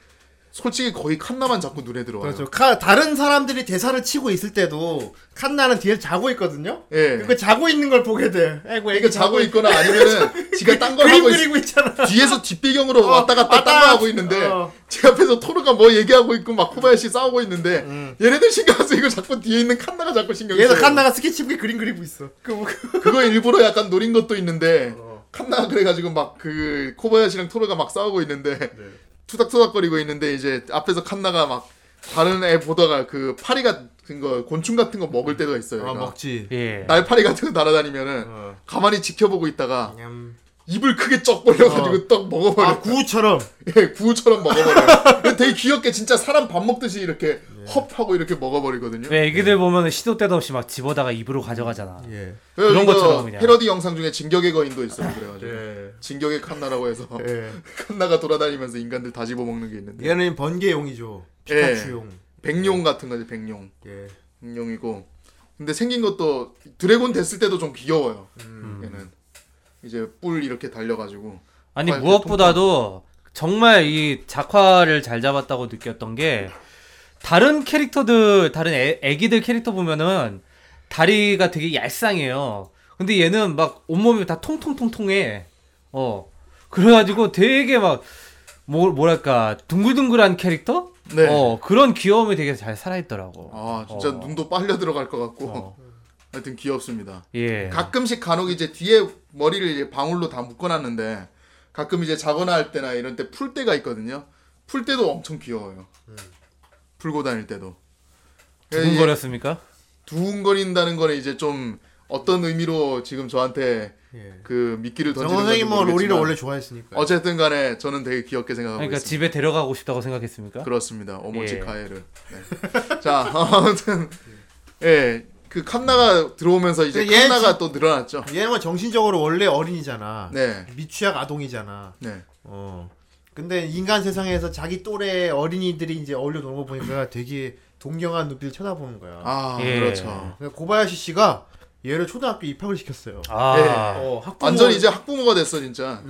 D: 솔직히 거의 칸나만 자꾸 눈에 들어와요.
A: 그렇죠. 카, 다른 사람들이 대사를 치고 있을 때도 칸나는 뒤에서 자고 있거든요.
D: 예.
A: 그 자고 있는 걸 보게 돼. 아이고 애가
D: 그러니까 자고 있거나 아니면은 지가 딴 걸
A: 그림
D: 하고 있,
A: 그리고 있잖아.
D: 뒤에서 뒷배경으로
A: 어,
D: 왔다 갔다
A: 왔다
D: 딴 거
A: 갔다.
D: 하고 있는데
A: 어.
D: 제 앞에서 토르가 뭐 얘기하고 있고 막 코바야시 싸우고 있는데 얘네들 신경 안 쓰고 이거 자꾸 뒤에 있는 칸나가 자꾸 신경 써요.
A: 음. 얘가 칸나가 스케치북에 그림 그리고 있어. 그, 그,
D: 그거 일부러 약간 노린 것도 있는데
A: 어.
D: 칸나가 그래가지고 막 그 코바야시랑 토르가 막 싸우고 있는데
A: 네.
D: 투닥투닥거리고 있는데 이제 앞에서 칸나가 막 다른 애 보다가 그 파리 같은 거 곤충 같은 거 먹을 때가 있어요.
A: 아
D: 얘가.
A: 먹지.
B: 예.
D: 날파리 같은 거 날아다니면은
A: 어.
D: 가만히 지켜보고 있다가
A: 냠.
D: 입을 크게 쩍 벌려가지고 떡 먹어버려.
A: 아 구우처럼.
D: 예, 구우처럼 먹어버려. 근데 되게 귀엽게 진짜 사람 밥 먹듯이 이렇게
B: 예.
D: 헙 하고 이렇게 먹어버리거든요.
B: 왜 애기들 보면 시도 때도 없이 막 집어다가 입으로 가져가잖아.
A: 예.
D: 그래서
B: 그런
D: 이거
B: 것처럼 그냥. 아, 네.
D: 패러디 영상 중에 진격의 거인도 있어요. 그래가지고
A: 예.
D: 진격의 칸나라고 해서
A: 예.
D: 칸나가 돌아다니면서 인간들 다 집어먹는 게
B: 예.
D: 있는데
A: 얘는 번개용이죠. 피카츄용.
D: 백룡 같은 거지 백룡
A: 예.
D: 백룡이고 근데 생긴 것도 드래곤 됐을 때도 좀 귀여워요
B: 음.
D: 얘는 이제 뿔 이렇게 달려가지고
B: 아니
D: 아,
B: 무엇보다도 정말 이 작화를 잘 잡았다고 느꼈던 게 다른 캐릭터들 다른 애, 애기들 캐릭터 보면은 다리가 되게 얄쌍해요. 근데 얘는 막 온몸이 다 통통통통해. 어 그래가지고 되게 막 뭐, 뭐랄까 둥글둥글한 캐릭터?
D: 네.
B: 어 그런 귀여움이 되게 잘 살아있더라고.
D: 아 진짜
B: 어.
D: 눈도 빨려 들어갈 것 같고
B: 어.
D: 하여튼 귀엽습니다
B: 예.
D: 가끔씩 간혹 이제 뒤에 머리를 이제 방울로 다 묶어놨는데 가끔 이제 자거나 할 때나 이런 때 풀 때가 있거든요 풀 때도 엄청 귀여워요 풀고 다닐 때도
B: 음.
D: 예,
B: 두근거렸습니까?
D: 두근거린다는 거는 이제 좀 어떤 의미로 지금 저한테
A: 예.
D: 그 미끼를
A: 정
D: 던지는 건지
A: 선생님 뭐 로리를
D: 모르겠지만
A: 원래 좋아했으니까.
D: 어쨌든 간에 저는 되게 귀엽게 생각하고
B: 그러니까
D: 있습니다.
B: 집에 데려가고 싶다고 생각했습니까?
D: 그렇습니다. 오모치
B: 예.
D: 카에를. 네. 자, 아무튼 예. 그 칸나가 들어오면서 이제
A: 근데 얘
D: 칸나가
A: 지-
D: 또 늘어났죠.
A: 얘는 뭐 정신적으로 원래 어린이잖아.
D: 네.
A: 미취학 아동이잖아.
D: 네.
A: 어. 근데 인간 세상에서 자기 또래 어린이들이 이제 어울려 노는 거 보니까 되게 동경한 눈빛을 쳐다보는 거야.
D: 아,
B: 예.
D: 그렇죠.
A: 그래서 고바야시 씨가 얘를 초등학교 입학을 시켰어요.
B: 아.
D: 예.
A: 어, 학부모
D: 완전히 이제 학부모가 됐어, 진짜.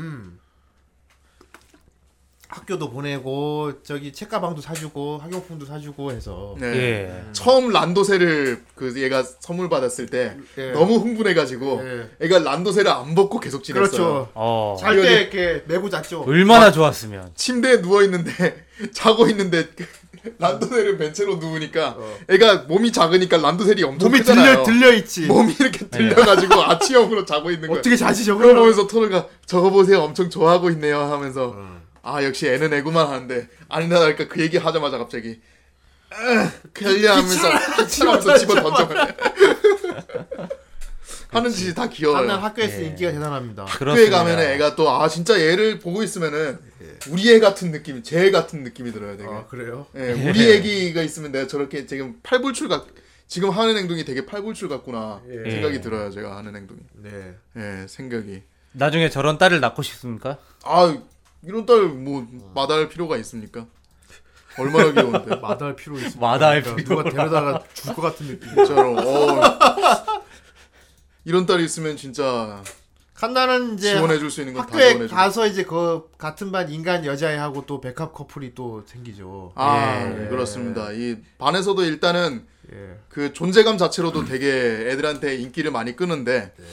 A: 학교도 보내고 저기 책가방도 사주고 학용품도 사주고 해서
D: 네.
B: 예.
D: 처음 란도세를 그 얘가 선물 받았을 때
A: 예.
D: 너무 흥분해 가지고
A: 예.
D: 애가 란도세를 안 벗고 계속 지냈어요.
A: 그렇죠.
B: 어.
A: 잘
D: 이거는-
A: 때 이렇게 메고 잤죠.
B: 얼마나 좋았으면.
D: 침대에 누워 있는데 자고 있는데 란도셀을 벤체로 누우니까
A: 어.
D: 애가 몸이 작으니까 란도셀이 엄청
A: 몸이
D: 크잖아요.
A: 들려 예. 들려 있지.
D: 몸이 이렇게 들려가지고 아치형으로 자고 있는 거야.
A: 어떻게 자시죠? 그러면
D: 그러면서 토르가 저거 보세요 엄청 좋아하고 있네요 하면서 아 역시 애는 애구만 하는데 아니나 다를까 그 얘기 하자마자 갑자기 으, 별려 하면서 하면서 집어 던져. 하는 짓이 다
A: 다른
D: 귀여워요.
A: 학교에서
D: 네.
A: 인기가 대단합니다.
D: 학교에
B: 그렇습니다.
D: 가면 애가 또 아 진짜 얘를 보고 있으면은 우리 애 같은 느낌, 제 애 같은 느낌이 들어요. 되게.
A: 아 그래요?
D: 예, 우리 애기가 있으면 내가 저렇게 지금 팔불출 같 지금 하는 행동이 되게 팔불출 같구나 생각이 들어요. 제가 하는 행동이.
A: 네.
D: 예, 생각이.
B: 나중에 저런 딸을 낳고 싶습니까?
D: 아 이런 딸 뭐 마다할 필요가 있습니까? 얼마나 귀여운데.
A: 마다할 필요 있습니다.
B: 마다할
A: 그러니까
B: 필요가.
A: 누가 데려다가 줄 것 같은 느낌.
D: 진짜로. 어. 이런 딸이 있으면 진짜
A: 칸나는 이제
D: 지원해 줄 수 있는 건 다
A: 학교에
D: 지원해 줄.
A: 가서 이제 그 같은 반 인간 여자애하고 또 백합 커플이 또 생기죠.
D: 아, 그렇습니다. 이 반에서도 일단은
A: 예.
D: 그 존재감 자체로도 되게 애들한테 인기를 많이 끄는데
A: 네.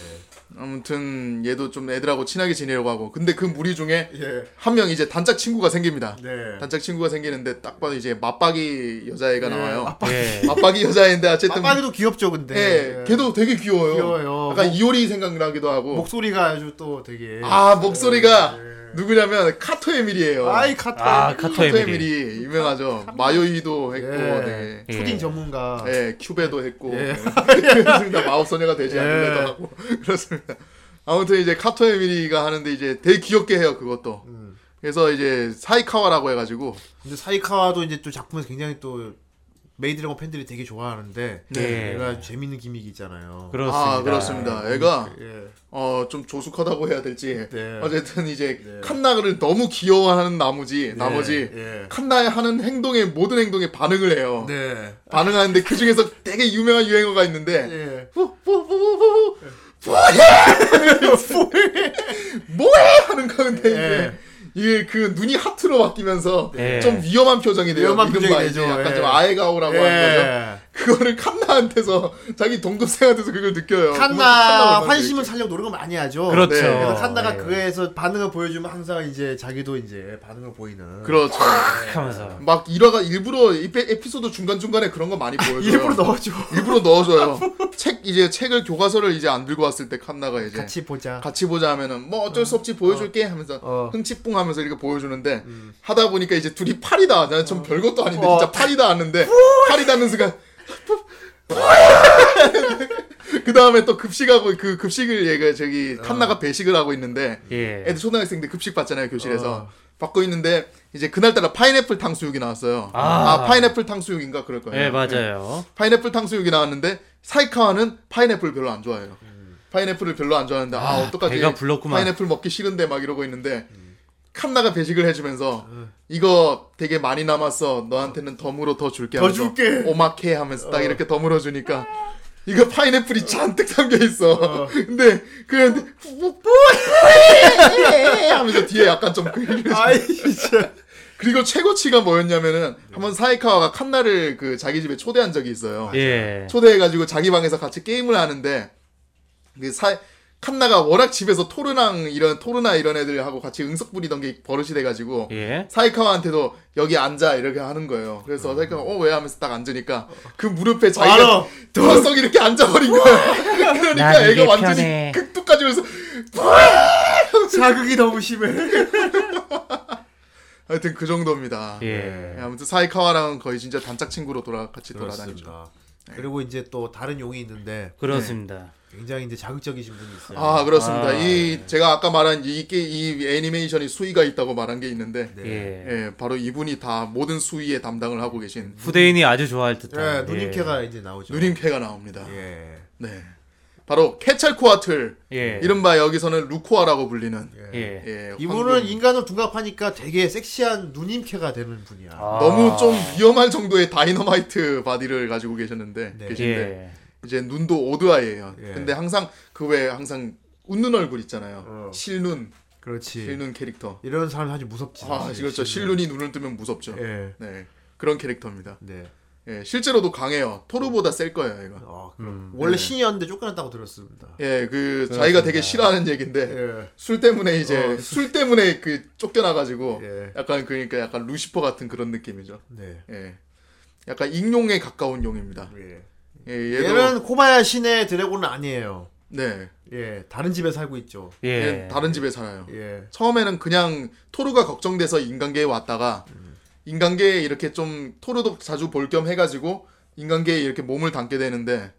D: 아무튼 얘도 좀 애들하고 친하게 지내려고 하고 근데 그 무리 중에
A: 예.
D: 한 명 이제 단짝 친구가 생깁니다.
A: 네.
D: 단짝 친구가 생기는데 딱 봐도 이제 맞박이 여자애가
A: 아,
D: 나와요.
B: 예.
D: 네. 맞박이 여자애인데 어쨌든
A: 아빠기도 귀엽죠, 근데.
D: 예,
A: 예.
D: 걔도 되게 귀여워요.
A: 귀여워요.
D: 약간
A: 목-
D: 이효리 생각나기도 하고.
A: 목소리가 아주 또 되게
D: 아 목소리가 누구냐면 카토 에밀이에요.
A: 아이 카타
B: 아, 카토
D: 카토
B: 에밀이.
D: 에밀이 유명하죠. 마요이도 했고,
A: 예.
D: 네.
A: 초딩 전문가.
D: 예, 큐베도 했고 그렇습니다. 마법 소녀가 되지 않는다고 하고 그렇습니다. 아무튼 이제 카토 에밀리가 하는데 이제 되게 귀엽게 해요 그것도. 그래서 이제 사이카와라고 해가지고
A: 근데 사이카와도 이제 또 작품에서 굉장히 또 메이드래곤 팬들이 되게 좋아하는데
B: 네.
A: 얘가 재밌는 기믹이 있잖아요.
B: 그렇습니다.
D: 아 그렇습니다. 애가
A: 예.
D: 어 좀 조숙하다고 해야 될지
A: 네.
D: 어쨌든 이제 칸나를 너무 귀여워하는 나머지 나머지
A: 예.
D: 칸나의 하는 행동에 모든 행동에 반응을 해요.
A: 네.
D: 반응하는데 그 중에서 되게 유명한 유행어가 있는데
A: 예.
D: 뿌뿌뿌뿌뿌 뭐해 뭐해 하는 가운데
A: 네.
D: 이제 이게 그 눈이 하트로 바뀌면서
B: 네.
D: 좀 위험한 표정이 돼요.
A: 위험한
D: 이른바
A: 표정이
D: 이제
A: 되죠.
D: 약간
A: 예.
D: 좀 아예가오라고 하는 거죠.
A: 예.
D: 그거를 칸나한테서 자기 동동생한테서 그걸 느껴요.
A: 칸나 환심을 살려고 노력을 많이 하죠.
B: 그렇죠.
D: 네.
A: 그래서 칸나가 그에서 반응을 보여주면 항상 이제 자기도 이제 반응을 보이는.
D: 그렇죠.
B: 예, 하면서
D: 막 이러가 일부러 이 에- 에피소드 중간 중간에 그런 거 많이 보여줘요.
A: 아, 일부러 넣어줘. 아, 뭐.
D: 일부러 넣어줘요. 책 이제 책을 교과서를 이제 안 들고 왔을 때 칸나가 이제
A: 같이 보자.
D: 같이 보자 하면은 뭐 어쩔 수 없지 보여줄게 하면서
A: 어. 음.
D: 흥치뿡 하면서 이렇게 보여주는데 하다 보니까 이제 둘이 팔이 닿아.
A: 어.
D: 전 별것도 아닌데 진짜 팔이 닿았는데 팔이 닿는 순간 그 다음에 또 급식하고 그 급식을 얘가
A: 어.
D: 저기 칸나가 배식을 하고 있는데
B: 예.
D: 애들 초등학생들 급식 받잖아요 교실에서 받고 있는데 이제 그날따라 파인애플 탕수육이 나왔어요. 아,
B: 아.
D: 파인애플 탕수육인가 그럴 거예요.
B: 예, 맞아요.
D: 파인애플 탕수육이 나왔는데 사이카와는 파인애플 별로 안 좋아해요. 파인애플을 별로 안 좋아하는데 아, 어떡하지?
B: 배가 불렀구만.
D: 파인애플 먹기 싫은데 막 이러고 있는데 칸나가 배식을 해주면서 이거 되게 많이 남았어. 너한테는 덤으로 더 줄게.
A: 더
D: 하면서
A: 줄게.
D: 오마케 하면서 딱 이렇게 덤으로 주니까 이거 파인애플이 잔뜩 담겨 있어. 근데 그런데 뭐, 하면서 뒤에 약간 좀 긁-
A: 아이 진짜.
D: 그리고 최고치가 뭐였냐면은 한번 사이카와가 칸나를 그 자기 집에 초대한 적이 있어요.
B: 예.
D: 초대해가지고 자기 방에서 같이 게임을 하는데 그 사, 칸나가 워낙 집에서 토르랑 이런 토르나 이런 애들하고 같이 응석 부리던 게 버릇이 돼가지고
B: 예.
D: 사이카와한테도 여기 앉아 이렇게 하는 거예요. 그래서 사이카가 어 왜 하면서 딱 앉으니까 그 무릎에
A: 알아.
D: 자기가 도화성 이렇게 앉아버린 거야.
B: 난
D: 그러니까
B: 이게
D: 애가 완전히
B: 편해.
D: 극도까지 오면서
A: 자극이 너무 심해.
D: 하여튼 그 정도입니다. 네.
B: 예.
D: 아무튼 사이카와랑 거의 진짜 단짝 친구로 돌아 같이 돌아다니죠.
A: 그렇습니다. 그리고 이제 또 다른 용이 있는데
B: 그렇습니다.
A: 굉장히 이제 자극적이신 분이 있어요.
D: 아 그렇습니다. 이 제가 아까 말한 이게 이 애니메이션이 수위가 있다고 말한 게 있는데
A: 네.
B: 예.
D: 예, 바로 이분이 다 모든 수위에 담당을 하고 계신
B: 후대인이 아주 좋아할 듯한.
A: 예,
D: 네,
A: 누님캐가 이제 나오죠.
D: 누님캐가 나옵니다.
A: 예.
D: 네, 바로 케찰코아틀
B: 예.
D: 이른바 여기서는 루코아라고 불리는
B: 예. 예.
D: 예,
A: 이분은
D: 황금.
A: 인간을 둔갑하니까 되게 섹시한 누님캐가 되는 분이야.
B: 아.
D: 너무 좀 위험할 정도의 다이너마이트 바디를 가지고 계셨는데
A: 네.
D: 계신데
B: 예.
D: 이제 눈도 오드아이예요.
A: 예.
D: 근데 항상 그 외에 항상 웃는 얼굴 있잖아요.
A: 어.
D: 실눈,
A: 그렇지.
D: 실눈 캐릭터.
A: 이런 사람 아주 무섭지.
D: 아, 그렇죠. 실눈이 눈을 뜨면 무섭죠.
A: 예.
D: 네, 그런 캐릭터입니다.
A: 네.
D: 예, 실제로도 강해요. 토르보다 셀 거예요, 얘가.
A: 아, 그럼
B: 음.
D: 네.
A: 원래 신이었는데 쫓겨났다고 들었습니다.
D: 예, 그 자기가 되게 싫어하는 얘긴데
A: 예. 어.
D: 술 때문에 이제 술 때문에 그 쫓겨나가지고
A: 예.
D: 약간 그러니까 약간 루시퍼 같은 그런 느낌이죠.
A: 네.
D: 예, 약간 익룡에 가까운 용입니다.
A: 예.
D: 예, 얘도
A: 얘는 코바야시네 드래곤은 아니에요.
D: 네,
A: 예. 다른 집에 살고 있죠.
B: 예.
D: 얘는 네, 다른 집에 살아요.
A: 예.
D: 처음에는 그냥 토르가 걱정돼서 인간계에 왔다가
A: 음.
D: 인간계에 이렇게 좀 토르도 자주 볼 겸 해가지고 인간계에 이렇게 몸을 담게 되는데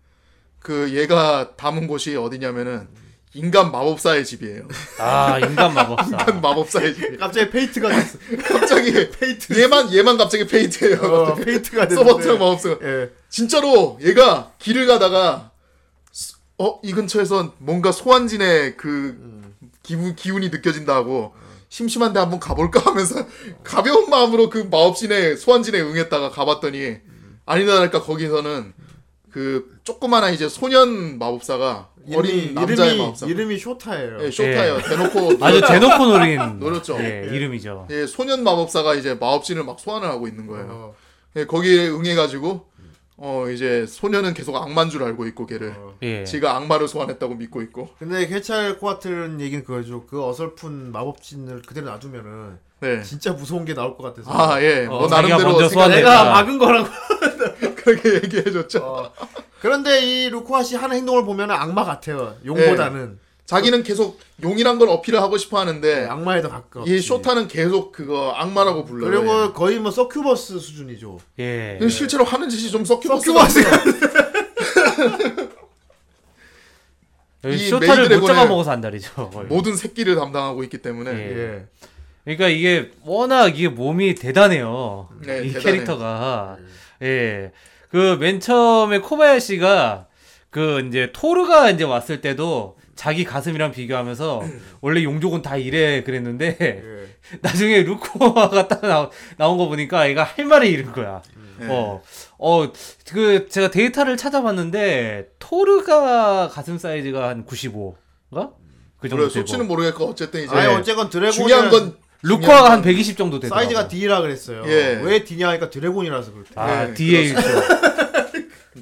D: 그 얘가 담은 곳이 어디냐면은
A: 음.
D: 인간 마법사의 집이에요.
B: 아 인간 마법사.
D: 인간
A: 아,
D: 마법사의 집.
A: 갑자기 페이트가 됐어.
D: 갑자기
A: 페이트.
D: 얘만 얘만 갑자기 페이트예요.
A: 어, 페이트가 됐어.
D: 서버트랑 마법사가
A: 예.
D: 진짜로 얘가 길을 가다가 어 이 근처에선 뭔가 소환진의 그 기분 기운이 느껴진다고 심심한데 한번 가볼까 하면서 가벼운 마음으로 그 마법진의 소환진에 응했다가 가봤더니 아니다 할까 거기서는 그 조그마한 이제 소년 마법사가 어린
A: 이름이
D: 남자의
A: 이름이,
D: 마법사
A: 이름이 쇼타예요.
D: 예, 쇼타예요 대놓고
B: 아주 대놓고 노린.
D: 노렸죠.
B: 예, 이름이죠.
D: 예, 소년 마법사가 이제 마법진을 막 소환을 하고 있는 거예요.
A: 어.
D: 예, 거기에 응해가지고 어 이제 소년은 계속 악마인 줄 알고 있고 걔를
B: 예.
D: 지가 악마를 소환했다고 믿고 있고
A: 근데 케찰 코아트는 얘기는 그거죠. 그 어설픈 마법진을 그대로 놔두면은
D: 네.
A: 진짜 무서운 게 나올 것 같아서. 그러니까
D: 아 예,
B: 어,
D: 뭐
B: 자기가 먼저
D: 나름대로 생각
B: 소환해.
A: 내가 막은 거라고.
D: 그렇게
B: 어.
D: 얘기해줬죠.
A: 그런데 이 루코아 씨 하는 행동을 보면 악마 같아요. 용보다는
D: 자기는 계속 용이란 걸 어필을 하고 싶어
B: 네,
D: 하는데
A: 악마에 더 가까워.
D: 예. 이 쇼타는 계속 그거 악마라고 불러요.
A: 그리고 거의 뭐 서큐버스 수준이죠.
B: 예.
D: 예. 실제로 하는 짓이 좀 섞여봤어.
B: 여기
D: 이
B: 쇼타를 못
D: 메이드래곤의-
B: 잡아먹어서 안달이죠. 거의.
D: 모든 새끼를 담당하고 있기 때문에
B: 예.
A: 예.
B: 그러니까 이게 워낙 이게 몸이 대단해요.
D: 네,
B: 이
D: 대단해요. 네.
B: 캐릭터가 예. 그 맨 처음에 코바야시가 그 이제 토르가 이제 왔을 때도 자기 가슴이랑 비교하면서 원래 용족은 다 이래 그랬는데
A: 예.
B: 나중에 루코아가 딱 나, 나온 거 보니까 얘가 할 말을 잃은 거야.
D: 예. 네.
B: 어, 어, 그 제가 데이터를 찾아봤는데 토르가 가슴 사이즈가 한 95인가 그 정도
D: 그래
B: 되고
D: 수치는 모르겠고 어쨌든 이제
A: 아니 어쨌건 드래곤
D: 중요한 건
B: 루코아가 한 120 정도 되더라고.
A: 사이즈가 D라 그랬어요.
D: 예.
A: 왜 D냐 하니까 드래곤이라서 그렇대.
B: 아,
D: 네,
B: 뒤에 있죠.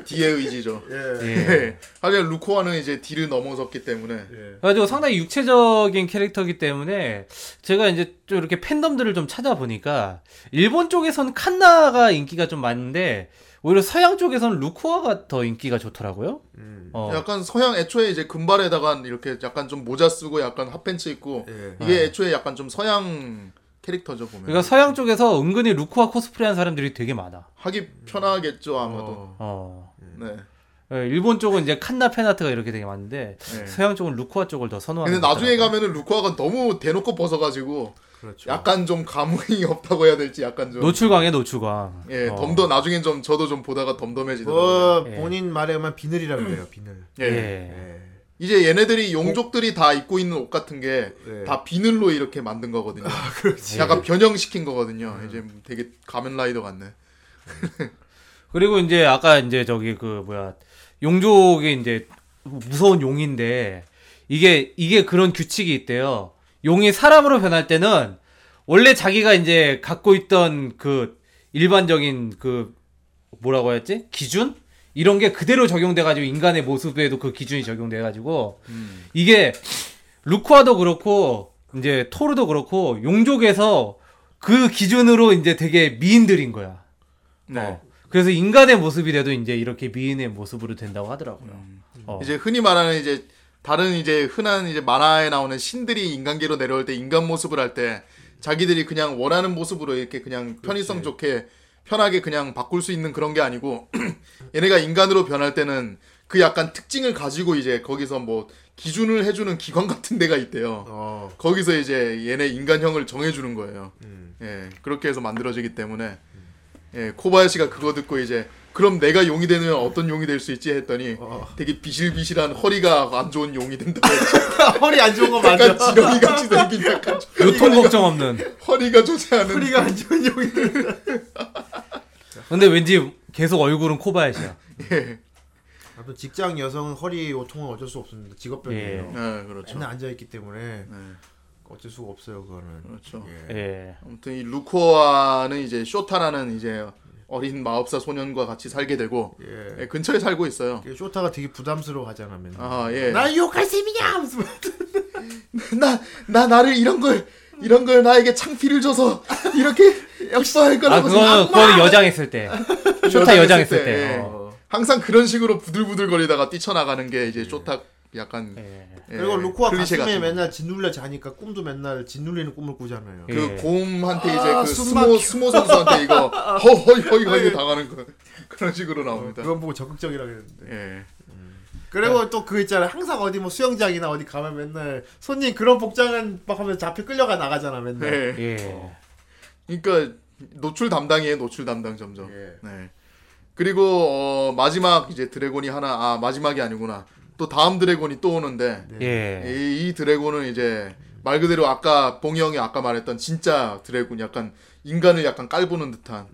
D: D의 의지죠.
A: 예.
B: 예.
D: 예. 하지만 루코아는 이제 D를 넘어섰기 때문에
A: 예.
B: 그래가지고 상당히 육체적인 캐릭터이기 때문에 제가 이제 좀 이렇게 팬덤들을 좀 찾아보니까 일본 쪽에선 칸나가 인기가 좀 많은데 오히려 서양 쪽에선 루코아가 더 인기가 좋더라고요.
A: 음.
B: 어.
D: 약간 서양 애초에 이제 금발에다가 이렇게 약간 좀 모자 쓰고 약간 핫팬츠 입고
A: 예.
D: 이게 애초에 약간 좀 서양 캐릭터죠 보면
B: 그러니까 서양 쪽에서 은근히 루코아 코스프레한 사람들이 되게 많아.
D: 하기 편하겠죠 아마도
A: 어.
B: 어.
D: 네.
B: 예, 일본 쪽은 이제 칸나 팬아트가 이렇게 되게 많은데
D: 네.
B: 서양 쪽은 루코아 쪽을 더 선호하는.
D: 근데
B: 것
D: 나중에
B: 같더라고요.
D: 가면은 루코아가 너무 대놓고 벗어가지고
A: 그렇죠.
D: 약간 좀 감흥이 없다고 해야 될지 약간 좀
B: 노출광에 노출광.
D: 예,
B: 어.
D: 덤더 나중엔 좀 저도 좀 보다가 덤덤해지더라고요.
A: 그
B: 예.
A: 본인 말에 의하면 비늘이라 그래요. 비늘.
D: 예.
B: 예.
D: 이제 얘네들이 용족들이 다 입고 있는 옷 같은 게 다
A: 예.
D: 비늘로 이렇게 만든 거거든요. 약간 변형시킨 거거든요. 이제 되게 가면라이더 같네.
B: 그리고 이제 아까 이제 저기 그 뭐야 용족이 이제 무서운 용인데 이게 이게 그런 규칙이 있대요. 용이 사람으로 변할 때는 원래 자기가 이제 갖고 있던 그 일반적인 그 뭐라고 했지 기준 이런 게 그대로 적용돼가지고 인간의 모습에도 그 기준이 적용돼가지고 이게 루쿠아도 그렇고 이제 토르도 그렇고 용족에서 그 기준으로 이제 되게 미인들인 거야.
D: 네.
B: 그래서 인간의 모습이 돼도 이제 이렇게 미인의 모습으로 된다고 하더라고요. 어.
D: 음. 이제 흔히 말하는 이제 다른 이제 흔한 이제 만화에 나오는 신들이 인간계로 내려올 때 인간 모습을 할 때 자기들이 그냥 원하는 모습으로 이렇게 그냥 편의성 좋게 편하게 그냥 바꿀 수 있는 그런 게 아니고 얘네가 인간으로 변할 때는 그 약간 특징을 가지고 이제 거기서 뭐 기준을 해주는 기관 같은 데가 있대요.
A: 어.
D: 거기서 이제 얘네 인간형을 정해주는 거예요. 예, 그렇게 해서 만들어지기 때문에 예, 코바야시가 그거 듣고 이제 그럼 내가 용이 되면 어떤 용이 될 수 있지 했더니
A: 어.
D: 되게 비실비실한 허리가 안 좋은 용이 된다.
A: 허리 안 좋은 거 맞아.
D: 약간 지렁이 같이 생긴 약간 좀
B: 요통 걱정 없는.
D: 허리가 좋지 않은
A: 허리가 안 좋은 용이.
B: 근데 왠지 계속 얼굴은 코바야시야.
A: 아무튼 직장 여성은 허리 요통은 어쩔 수 없습니다. 직업병이에요.
D: 네, 그렇죠.
A: 맨날 앉아 있기 때문에
D: 네.
A: 어쩔 수가 없어요 그거는.
D: 그렇죠.
A: 예.
B: 예.
D: 아무튼 이 루코아는 이제 쇼타라는 이제 어린 마법사 소년과 같이 살게 되고
A: 예.
D: 예, 근처에 살고 있어요.
A: 그 쇼타가 되게 부담스러워 하잖아 예. 맨날.
D: 아, 예.
A: 나 욕할 셈이냐? 하면서 막
D: 나, 나 나를 이런 걸 이런 걸 나에게 창피를 줘서 이렇게 역사할
B: 아,
D: 거라고 아,
B: 그거는, 그거는 여장했을 때. 쇼타 여장했을 때.
D: 예.
B: 어.
D: 항상 그런 식으로 부들부들거리다가 뛰쳐나가는 게 이제 쇼타 약간
B: 예.
D: 예,
A: 그리고 루코아
D: 클리셰 같은
A: 가슴에
D: 거.
A: 맨날 짓눌려 자니까 꿈도 맨날 짓눌리는 꿈을 꾸잖아요.
B: 예.
D: 그 곰한테 이제
A: 아,
D: 그
A: 숨
D: 스모
A: 막혀. 예.
D: 스모 선수한테 이거 허허허이 허이 당하는 거 그런 식으로 나옵니다.
A: 그건 보고 적극적이라 그랬는데.
D: 예.
A: 그리고 또 그 있잖아. 항상 어디 뭐 수영장이나 어디 가면 맨날 손님 그런 복장은 막 하면 잡혀 끌려가 나가잖아, 맨날.
D: 네.
B: 예.
D: 그러니까 노출 담당이에요 노출 담당 점점.
A: 예.
D: 네. 그리고 어, 마지막 이제 드래곤이 하나 아 마지막이 아니구나. 또 다음 드래곤이 또 오는데
A: 네.
B: 예.
D: 이, 이 드래곤은 이제 말 그대로 아까 봉이 형이 아까 말했던 진짜 드래곤 약간 인간을 약간 깔보는 듯한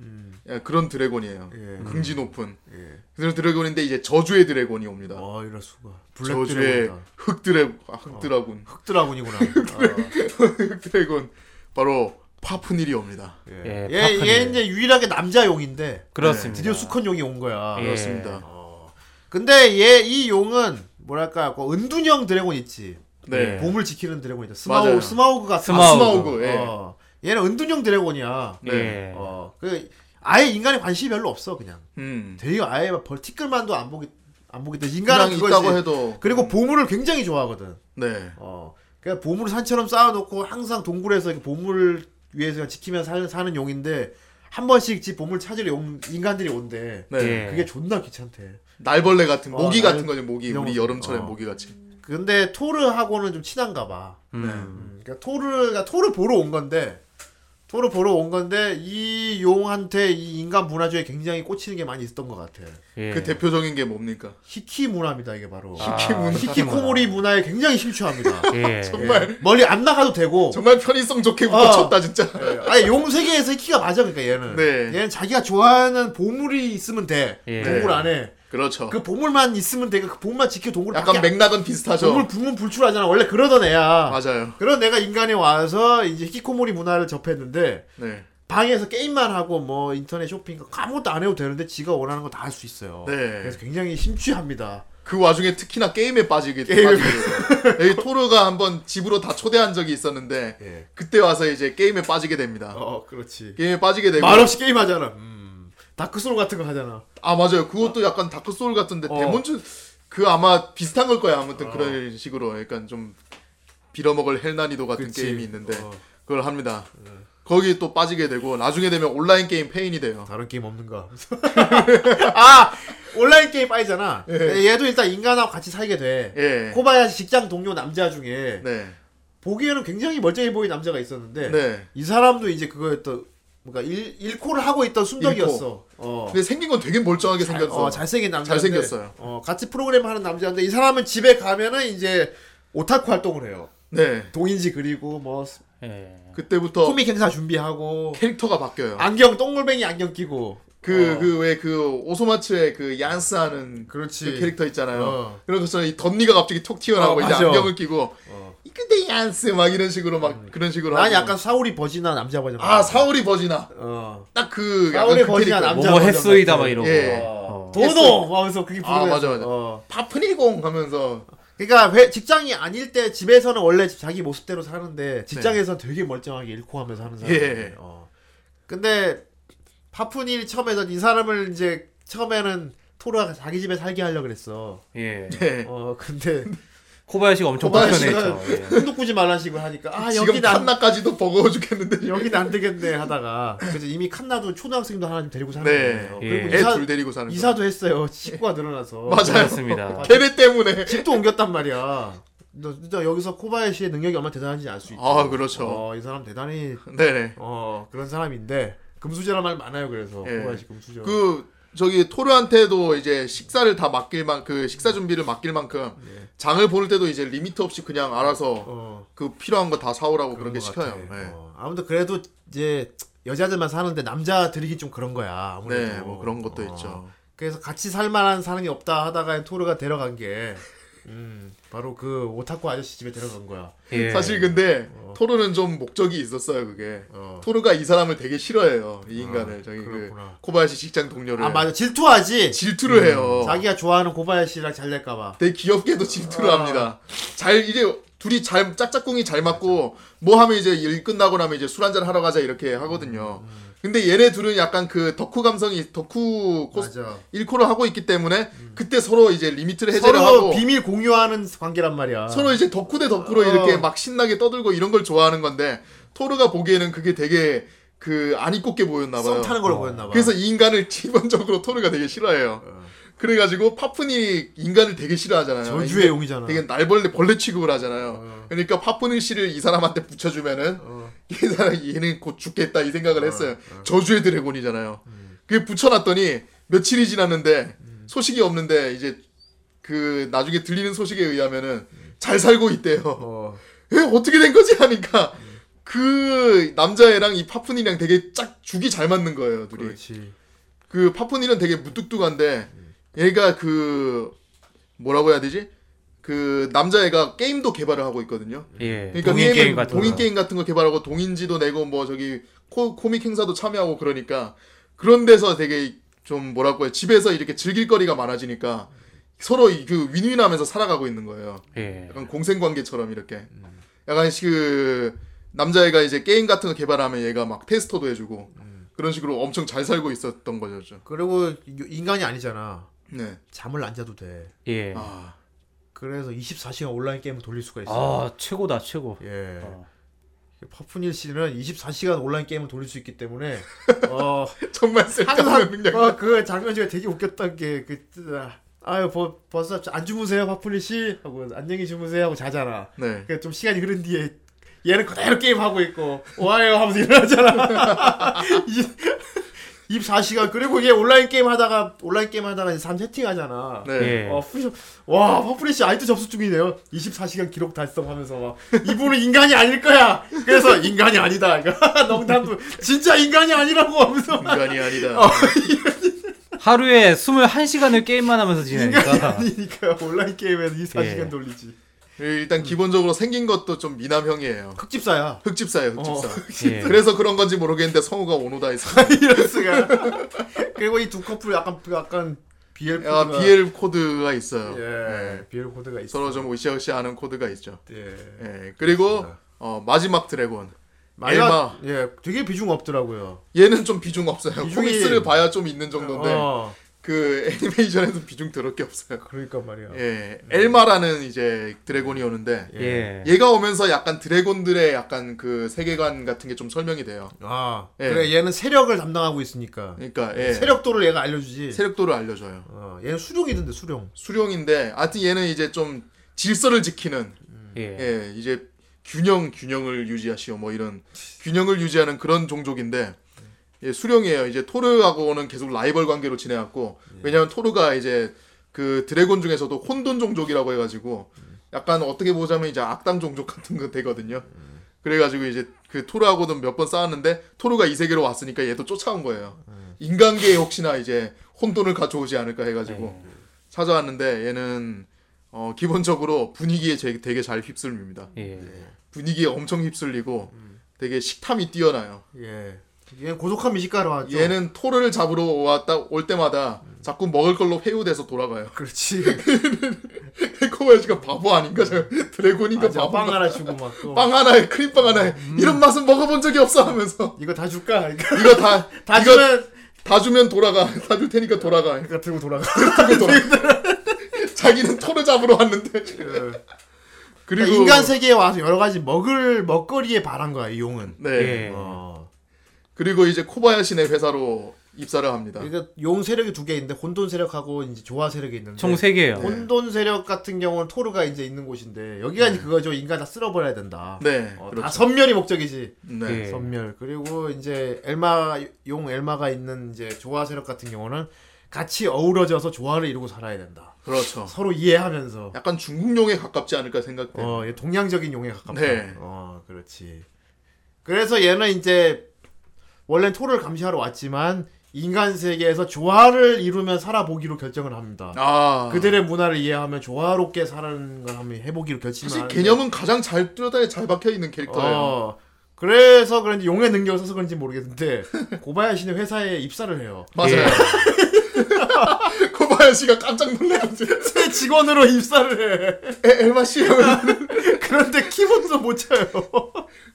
D: 예, 그런 드래곤이에요.
A: 음. 예.
D: 긍지 높은
A: 예.
D: 그런 드래곤인데 이제 저주의 드래곤이 옵니다.
A: 어, 이럴 수가. 블랙
D: 저주의
A: 드래곤이다. 어.
D: 흑 드래 아, 흑 드라군
A: 흑 드라군이구나. 아,
D: 흑 드래곤 바로 파푼일이 옵니다.
A: 예.
B: 예,
A: 얘, 얘
B: 파크네.
A: 이제 유일하게 남자용인데
D: 음.
B: 그렇습니다.
A: 드디어 수컷 용이 온 거야. 어.
B: 예.
D: 그렇습니다.
A: 근데 얘 이 용은 뭐랄까 그 은둔형 드래곤 있지.
D: 네.
B: 예.
A: 봄을 지키는 드래곤이죠.
D: 맞아요.
A: 스마우 스마우그가
B: 스마우그.
D: 아, 스마우그. 예.
A: 어, 얘는 은둔형 드래곤이야.
D: 네.
B: 예.
A: 어, 그 아예 인간에 관심이 별로 없어 그냥.
D: 음.
A: 되게 아예 막 벌티클만도 안 보기 안 보기 때문에 인간은
D: 그냥 있다고
A: 그거지.
D: 해도
A: 그리고 보물을 굉장히 좋아하거든.
D: 네.
A: 어, 그냥 보물을 산처럼 쌓아놓고 항상 동굴에서 이렇게 보물 위해서 그냥 지키면 사는, 사는 용인데 한 번씩 집 보물 찾으러 용, 인간들이 온대.
D: 네.
B: 예.
A: 그게 존나 귀찮대.
D: 날벌레 같은
A: 어,
D: 모기
A: 날-
D: 같은 거죠 모기
A: 이런
D: 우리
A: 거.
D: 여름철에
A: 어.
D: 모기 같이
A: 근데 토르하고는 좀 친한가 봐.
B: 음.
A: 음, 그러니까 토르가 토르 보러 온 건데 토르 보러 온 건데 이 용한테 이 인간 문화주에 굉장히 꽂히는 게 많이 있었던 것 같아.
B: 예.
D: 그 대표적인 게 뭡니까
A: 히키 문화입니다 이게 바로.
D: 히키 문화.
A: 아, 히키 코모리 문화에 굉장히 심취합니다.
B: 예.
D: 정말
A: 멀리 안 나가도 되고.
D: 정말 편의성 좋게
A: 어.
D: 꽂혔다 진짜
A: 아니 용 세계에서 키가 맞아 그러니까 얘는
D: 네.
A: 얘는 자기가 좋아하는 보물이 있으면 돼
B: 예.
A: 동굴 안에
D: 그렇죠
A: 그 보물만 있으면 돼그 보물만 지켜 동굴
D: 약간
A: 밖에 안-
D: 맥락은 비슷하죠
A: 동굴 부문 불출하잖아 원래 그러던 애야
D: 맞아요
A: 그런 내가 인간에 와서 이제 히키코모리 문화를 접했는데
D: 네
A: 방에서 게임만 하고 뭐 인터넷 쇼핑 아무것도 안 해도 되는데 지가 원하는 거 다 할 수 있어요
D: 네.
A: 그래서 굉장히 심취합니다
D: 그 와중에 특히나 게임에 빠지게
A: 게임에
D: 빠지게 돼요. 여기 토르가 한번 집으로 다 초대한 적이 있었는데
A: 예.
D: 그때 와서 이제 게임에 빠지게 됩니다
A: 어 그렇지
D: 게임에 빠지게 되고
A: 말없이 게임하잖아 음. 다크소울 같은 거 하잖아
D: 아 맞아요. 그것도 약간 다크 소울 같은데
A: 어.
D: 데몬즈 그 아마 비슷한 걸 거야. 아무튼 그런 식으로 약간 좀 빌어먹을 헬 난이도 같은
A: 그치.
D: 게임이 있는데
A: 어. 네.
D: 그걸 합니다. 거기 또 빠지게 되고 나중에 되면 온라인 게임 페인이 돼요.
A: 다른 게임 없는가? 아 온라인 게임 빠이잖아. 네, 얘도 일단 인간하고 같이 살게 돼.
D: 예.
A: 코바야시 직장 동료 남자 중에
D: 네.
A: 보기에는 굉장히 멀쩡해 보이는 남자가 있었는데
D: 네.
A: 이 사람도 이제 그거였던 뭔가 일, 일코를 하고 있던 순덕이었어. 어.
D: 근데 생긴 건 되게 멀쩡하게 네, 생겼어.
A: 어, 잘생긴 남자.
D: 잘생겼어요.
A: 어, 같이 프로그램 하는 남자인데 이 사람은 집에 가면은 이제 오타쿠 활동을 해요.
D: 네.
A: 동인지 그리고 뭐
D: 어.
B: 예.
D: 그때부터
A: 코믹 행사 준비하고
D: 캐릭터가 바뀌어요.
A: 안경 동글뱅이 안경 끼고
D: 그
A: 아, 어.
D: 그 왜 그 오소마츠의 그 얀스 하는
A: 그렇지.
D: 그 캐릭터 있잖아요.
A: 어.
D: 그런 것처럼 이 덧니가 갑자기 톡 튀어나오고
A: 어,
D: 이제
A: 맞아. 어.
D: 안경을 끼고 이 근데 얀스 막 이런 식으로 막 그런 식으로
A: 음. 난
D: 하고.
A: 약간 사울이 버지나 남자 버전.
D: 아 사오리 버지나
A: 어.
D: 딱 그
A: 사오리 버지나
D: 남
A: 남자
B: 뭐뭐
A: 버전
B: 했소이다
A: 같은.
B: 막 이러고.
D: 예.
B: 어.
A: 도노 하면서 그게
D: 아,
A: 부르면서,
D: 맞아, 맞아.
A: 어.
D: 파프니공 하면서
A: 그러니까 회- 직장이 아닐 때 집에서는 원래 자기 모습대로 사는데 직장에서는 되게 멀쩡하게 잃고 하면서 하는 사람.
D: 네. 예.
A: 어. 근데 파푼이 처음에는 이 사람을 이제 처음에는 토르가 자기 집에 살게 하려 고 그랬어.
B: 예.
D: 예.
A: 어 근데
B: 코바야시가 엄청
A: 코바야시가
B: 불편해했죠. 예.
A: 흔도 꾸지 말란 식으로 하니까 아
D: 지금
A: 여기 난
D: 칸나까지도 버거워 죽겠는데
A: 여긴 안 되겠네 하다가 그래서 이미 칸나도 초등학생도 하나 좀 데리고 사는
D: 네.
A: 거예요.
B: 예.
A: 그리고
D: 애
A: 이사,
D: 둘 데리고 사는 거
A: 이사도 했어요. 식구가 늘어나서.
D: 맞아요
B: 그렇습니다.
D: 걔네 때문에
A: 집도 옮겼단 말이야. 너 진짜 여기서 코바야시의 능력이 얼마나 대단한지 알 수 있죠.
D: 아, 그렇죠.
A: 어, 이 사람 대단히
D: 네네
A: 어 그런 사람인데 금수저란 말 많아요. 그래서
D: 예.
A: 코바야시 금수저.
D: 그 저기 토르한테도 이제 식사를 다 맡길 만그 식사 준비를 맡길 만큼
A: 네.
D: 장을 보낼 때도 이제 리미트 없이 그냥 알아서
A: 어,
D: 그 필요한 거 다 사오라고 그런 게
A: 것
D: 시켜요
A: 같아.
D: 네.
A: 어, 아무튼 그래도 이제 여자들만 사는데 남자들이긴 좀 그런 거야. 아무래도.
D: 네, 뭐 그런 것도
A: 어,
D: 있죠.
A: 그래서 같이 살만한 사람이 없다 하다가 토르가 데려간 게 음, 바로 그 오타쿠 아저씨 집에 데려간 거야.
B: 예.
D: 사실 근데 토르는 좀 목적이 있었어요 그게
A: 어.
D: 토르가 이 사람을 되게 싫어해요 이 인간을
A: 아,
D: 저기 그
A: 그렇구나.
D: 코바야시 직장 동료를
A: 아 맞아 질투하지.
D: 질투를 어. 해요
A: 자기가 아. 좋아하는 고바야시랑 잘 될까봐.
D: 되게 귀엽게도 질투를 합니다. 잘 이제 둘이 잘 짝짝꿍이 잘 맞고 뭐 하면 이제 일 끝나고 나면 이제 술 한잔 하러 가자 이렇게 하거든요.
A: 음,
D: 근데 얘네 둘은 약간 그 덕후 감성이 덕후 코스
A: 맞아. 음.
D: 일코를 하고 있기 때문에 그때 서로 이제 리미트를 해제를
A: 서로
D: 하고
A: 비밀 공유하는 관계란 말이야.
D: 서로 이제 덕후 대 덕후로
A: 어.
D: 이렇게 막 신나게 떠들고 이런 걸 좋아하는 건데 토르가 보기에는 그게 되게 그 안 입곱게 보였나 봐요.
A: 썸 타는 걸로 보였나 봐.
D: 그래서 이 인간을 기본적으로 토르가 되게 싫어해요. 그래가지고 파푼이 인간을 되게 싫어하잖아요.
A: 저주의 어.
D: 인간-
A: 용이잖아.
D: 되게 날벌레 벌레 취급을 하잖아요. 그러니까 파푼이 씨를 이 사람한테 붙여주면은
A: 어,
D: 이 사람 얘는 곧 죽겠다 이 생각을 했어요. 저주의 드래곤이잖아요.
A: 음.
D: 그게 붙여놨더니 며칠이 지났는데 소식이 없는데 이제 그 나중에 들리는 소식에 의하면은
A: 음.
D: 잘 살고 있대요.
A: 어.
D: 에 어떻게 된 거지 하니까
A: 음.
D: 그 남자애랑 이 파푼이랑 되게 짝 죽이 잘 맞는 거예요 둘이.
A: 그렇지. 음.
D: 그 파푼이는 되게 무뚝뚝한데 얘가 그 뭐라고 해야 되지? 그 남자애가 게임도 개발을 하고 있거든요.
B: 예.
D: 그러니까
B: 동인
D: 게임은
B: 게임 같은
D: 동인
B: 거.
D: 게임 같은 거 개발하고 동인지도 내고 뭐 저기 코, 코믹 행사도 참여하고 그러니까 그런 데서 되게 좀 뭐라고 해 집에서 이렇게 즐길 거리가 많아지니까 서로 이- 그 윈윈하면서 살아가고 있는 거예요.
B: 예. 음.
D: 약간 공생 관계처럼 이렇게 약간 그 남자애가 이제 게임 같은 거 개발하면 얘가 막 테스터도 해주고
B: 음.
D: 그런 식으로 엄청 잘 살고 있었던 거죠.
A: 그리고 이- 인간이 아니잖아.
D: 네.
A: 잠을 안 자도 돼.
B: 예. 아,
D: 아,
A: 그래서 24시간 온라인 게임을 돌릴 수가 있어.
B: 최고다, 최고.
A: 예.
B: 아. 어.
A: 퍼프닐 씨는 24시간 온라인 게임을 돌릴 수 있기 때문에 어
D: 정말 쓸데없는
A: 항상
D: 능력.
A: 어, 그 장면 중에 되게 웃겼던 게그 아유 버, 벌써 안 주무세요 퍼프닐 씨 하고 안녕히 주무세요 하고 자잖아.
D: 네.
A: 그 좀 시간이 흐른 뒤에 얘는 그대로 게임 하고 있고 와요 하면서 일어나잖아. 24시간 그리고 얘 온라인 게임 하다가 온라인 게임 하다가 이제 산 채팅하잖아.
D: 네.
B: 예.
A: 어, 푸시, 와, 퍼프리시 아직도 접속 중이네요. 24시간 기록 달성하면서 막 이분은 인간이 아닐 거야. 그래서 인간이 아니다. 그러니까 농담도 진짜 인간이 아니라고 하면서
D: 인간이 아니다.
A: 어.
B: 하루에 21시간을 게임만 하면서
A: 인간이
B: 지내니까.
A: 아니니까 온라인 게임에서 24시간
B: 예.
A: 돌리지.
D: 일단 기본적으로 생긴 것도 좀 미남형이에요.
A: 흑집사야.
D: 흑집사예요,
A: 어.
D: 흑집사.
B: 예.
D: 그래서 그런 건지 모르겠는데 성우가 오노다 했어요.
A: 이럴 수가. 그리고 이 두 커플 약간 약간 BL 코드가
D: 아, BL 코드가 있어요.
A: 예,
D: 네.
A: BL 코드가 있어.
D: 서로 좀 으쌰으쌰하는 코드가 있죠.
A: 예.
D: 예. 그리고
A: 그렇습니다.
D: 어, 마지막 드래곤.
A: 마지막 예, 되게 비중 없더라고요.
D: 얘는 좀 비중 없어요.
A: 비중이-
D: 코믹스를 봐야 좀 있는 정도인데
A: 어,
D: 그 애니메이션에서 비중 더럽게 없어요.
A: 그러니까 말이야.
D: 예, 엘마라는 이제 드래곤이 오는데
B: 예.
D: 얘가 오면서 약간 드래곤들의 약간 그 세계관 같은 게 좀 설명이 돼요.
A: 아,
D: 예.
A: 그래 얘는 세력을 담당하고 있으니까.
D: 그러니까 예,
A: 세력도를 얘가 알려주지.
D: 세력도를 알려줘요.
A: 어, 얘는 수룡이던데 수룡.
D: 수령인데 하여튼 얘는 이제 좀 질서를 지키는
B: 예.
D: 예, 이제 균형 균형을 유지하시오 뭐 이런 균형을 유지하는 그런 종족인데 예, 수령이에요. 이제 토르하고는 계속 라이벌 관계로 지내왔고 왜냐하면 토르가 이제 그 드래곤 중에서도 혼돈 종족이라고 해가지고 약간 어떻게 보자면 이제 악당 종족 같은 거 되거든요. 그래가지고 이제 그 토르하고는 몇 번 싸웠는데 토르가 이 세계로 왔으니까 얘도 쫓아온 거예요. 인간계에 혹시나 이제 혼돈을 가져오지 않을까 해가지고 찾아왔는데 얘는 어, 기본적으로 분위기에 제- 되게 잘 휩쓸립니다.
B: 예.
D: 분위기에 엄청 휩쓸리고 되게 식탐이 뛰어나요.
A: 예. 얘는 고독한 미식가로 왔죠.
D: 얘는 토르를 잡으러 왔다 올 때마다 자꾸 먹을 걸로 회유돼서 돌아가요.
A: 그렇지.
D: 코바야시가 바보 아닌가? 저 드래곤인가
A: 맞아,
D: 바보
A: 빵
D: 빵,
A: 하나 음. 주고 막. 또.
D: 빵 하나에 크림빵 하나에 이런 맛은 먹어본 적이 없어 하면서
A: 이거 다 줄까? 그러니까
D: 이거 다
A: 다
D: 이거
A: 주면
D: 다 주면 돌아가 다 줄 테니까 돌아가
A: 그러니까 들고 돌아가.
D: 들고 돌아가 자기는 토르 잡으러 왔는데
A: 예.
D: 그리고
A: 그러니까 인간 세계에 와서 여러 가지 먹을 먹거리에 바란 거야 이 용은.
D: 네
B: 예.
A: 어.
D: 그리고 이제 코바야시네 회사로 입사를 합니다.
A: 그러니까 용 세력이 두 개 있는데 혼돈 세력하고 이제 조화 세력이 있는데.
B: 총 3개예요.
A: 혼돈 세력 같은 경우는 토르가 이제 있는 곳인데 여기가 이제 그거죠 인간 다 쓸어버려야 된다.
D: 네
A: 어, 다
D: 그렇죠.
A: 선멸이 목적이지.
D: 네.
B: 예.
A: 선멸 그리고 이제 엘마 용 엘마가 있는 이제 조화 세력 같은 경우는 같이 어우러져서 조화를 이루고 살아야 된다.
D: 그렇죠.
A: 서로 이해하면서
D: 약간 중국용에 가깝지 않을까 생각돼요.
A: 어, 얘 동양적인 용에 가깝다.
D: 네.
A: 어, 그렇지. 그래서 얘는 이제 원래 토를 감시하러 왔지만 인간 세계에서 조화를 이루면 살아보기로 결정을 합니다.
D: 아
A: 그들의 문화를 이해하면 조화롭게 사는 걸 한번 해보기로 결심을
D: 사실
A: 하는데
D: 개념은 가장 잘 뚜렷하게 잘 박혀 있는 캐릭터예요.
A: 어, 그래서 그런지 용의 능력을 써서 그런지 모르겠는데 고바야시는 회사에 입사를 해요.
D: 맞아요.
A: 예.
D: 코바야시가 깜짝 놀라가지고
A: 새 직원으로 입사를 해.
D: 에, 엘마 씨 하면서
A: 그런데 키보드도 못 쳐요.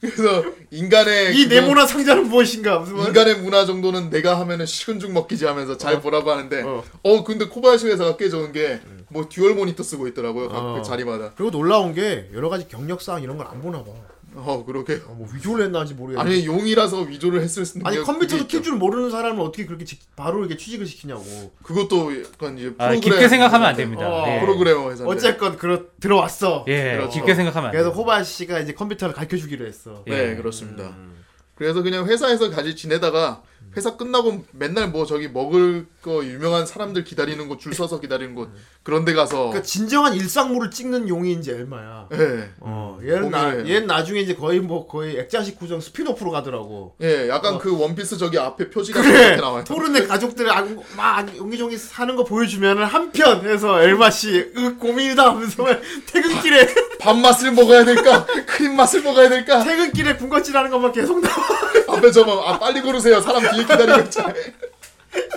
D: 그래서 인간의
A: 이
D: 그냥
A: 네모난 상자는 무엇인가? 무슨 말-
D: 인간의 문화 정도는 내가 하면은 식은 죽 먹기지 하면서 잘 보라고 하는데
A: 어. 음.
D: 어. 근데 코바야시 회사가 꽤 좋은 게 뭐 듀얼 모니터 쓰고 있더라고요 각
A: 어.
D: 그 자리마다
A: 그리고 놀라운 게 여러 가지 경력 사항 이런 걸 안 보나 봐.
D: 어 그러게요.
A: 아, 뭐 위조를 했나지 모르겠네. 아니,
D: 아니 용이라서 위조를 했을 수는
A: 아니
D: 그게-
A: 컴퓨터도
D: 그게
A: 킬 줄 모르는 사람은 어떻게 그렇게 직, 바로 이렇게 취직을
D: 네,
A: 시키냐고.
D: 그것도 약간 이제
B: 아,
D: 프로그램
B: 깊게 생각하면 안 됩니다.
A: 어,
B: 예.
D: 프로그래머 회사
A: 어쨌건 그렇 들어왔어.
B: 예,
D: 그렇죠.
B: 깊게 생각하면 안
A: 그래서
B: 돼요.
A: 호바 씨가 이제 컴퓨터를 가르쳐 주기로 했어.
B: 예.
D: 네 그렇습니다. 그래서 그냥 회사에서 같이 지내다가
B: 음.
D: 회사 끝나고 맨날 뭐 저기 먹을 거 유명한 사람들 기다리는 곳 줄 서서 기다리는 곳
B: 음.
D: 그런 데 가서
A: 그러니까 진정한 일상물을 찍는 용이 이제 엘마야.
D: 예.
A: 어, 얘는 나,
D: 고민을 해요.
A: 얘는 나중에 이제 거의 뭐 거의 액자식 구정 스피노프로 가더라고.
D: 예,
B: 어.
D: 약간 그 원피스 저기 앞에 표지가
A: 그래.
D: 이렇게 나와요.
A: 토르네 가족들이 아구- 막 옹기종기 사는 거 보여주면은 한편 해서 엘마 씨 으, 고민이다 하면서 퇴근길에
D: 밥 맛을 먹어야 될까? 크림 맛을 먹어야 될까?
A: 퇴근길에 군것질하는 것만 계속 나와.
D: 앞에 저거 아 빨리 고르세요. 사람 뒤에 기다리고 있잖아요.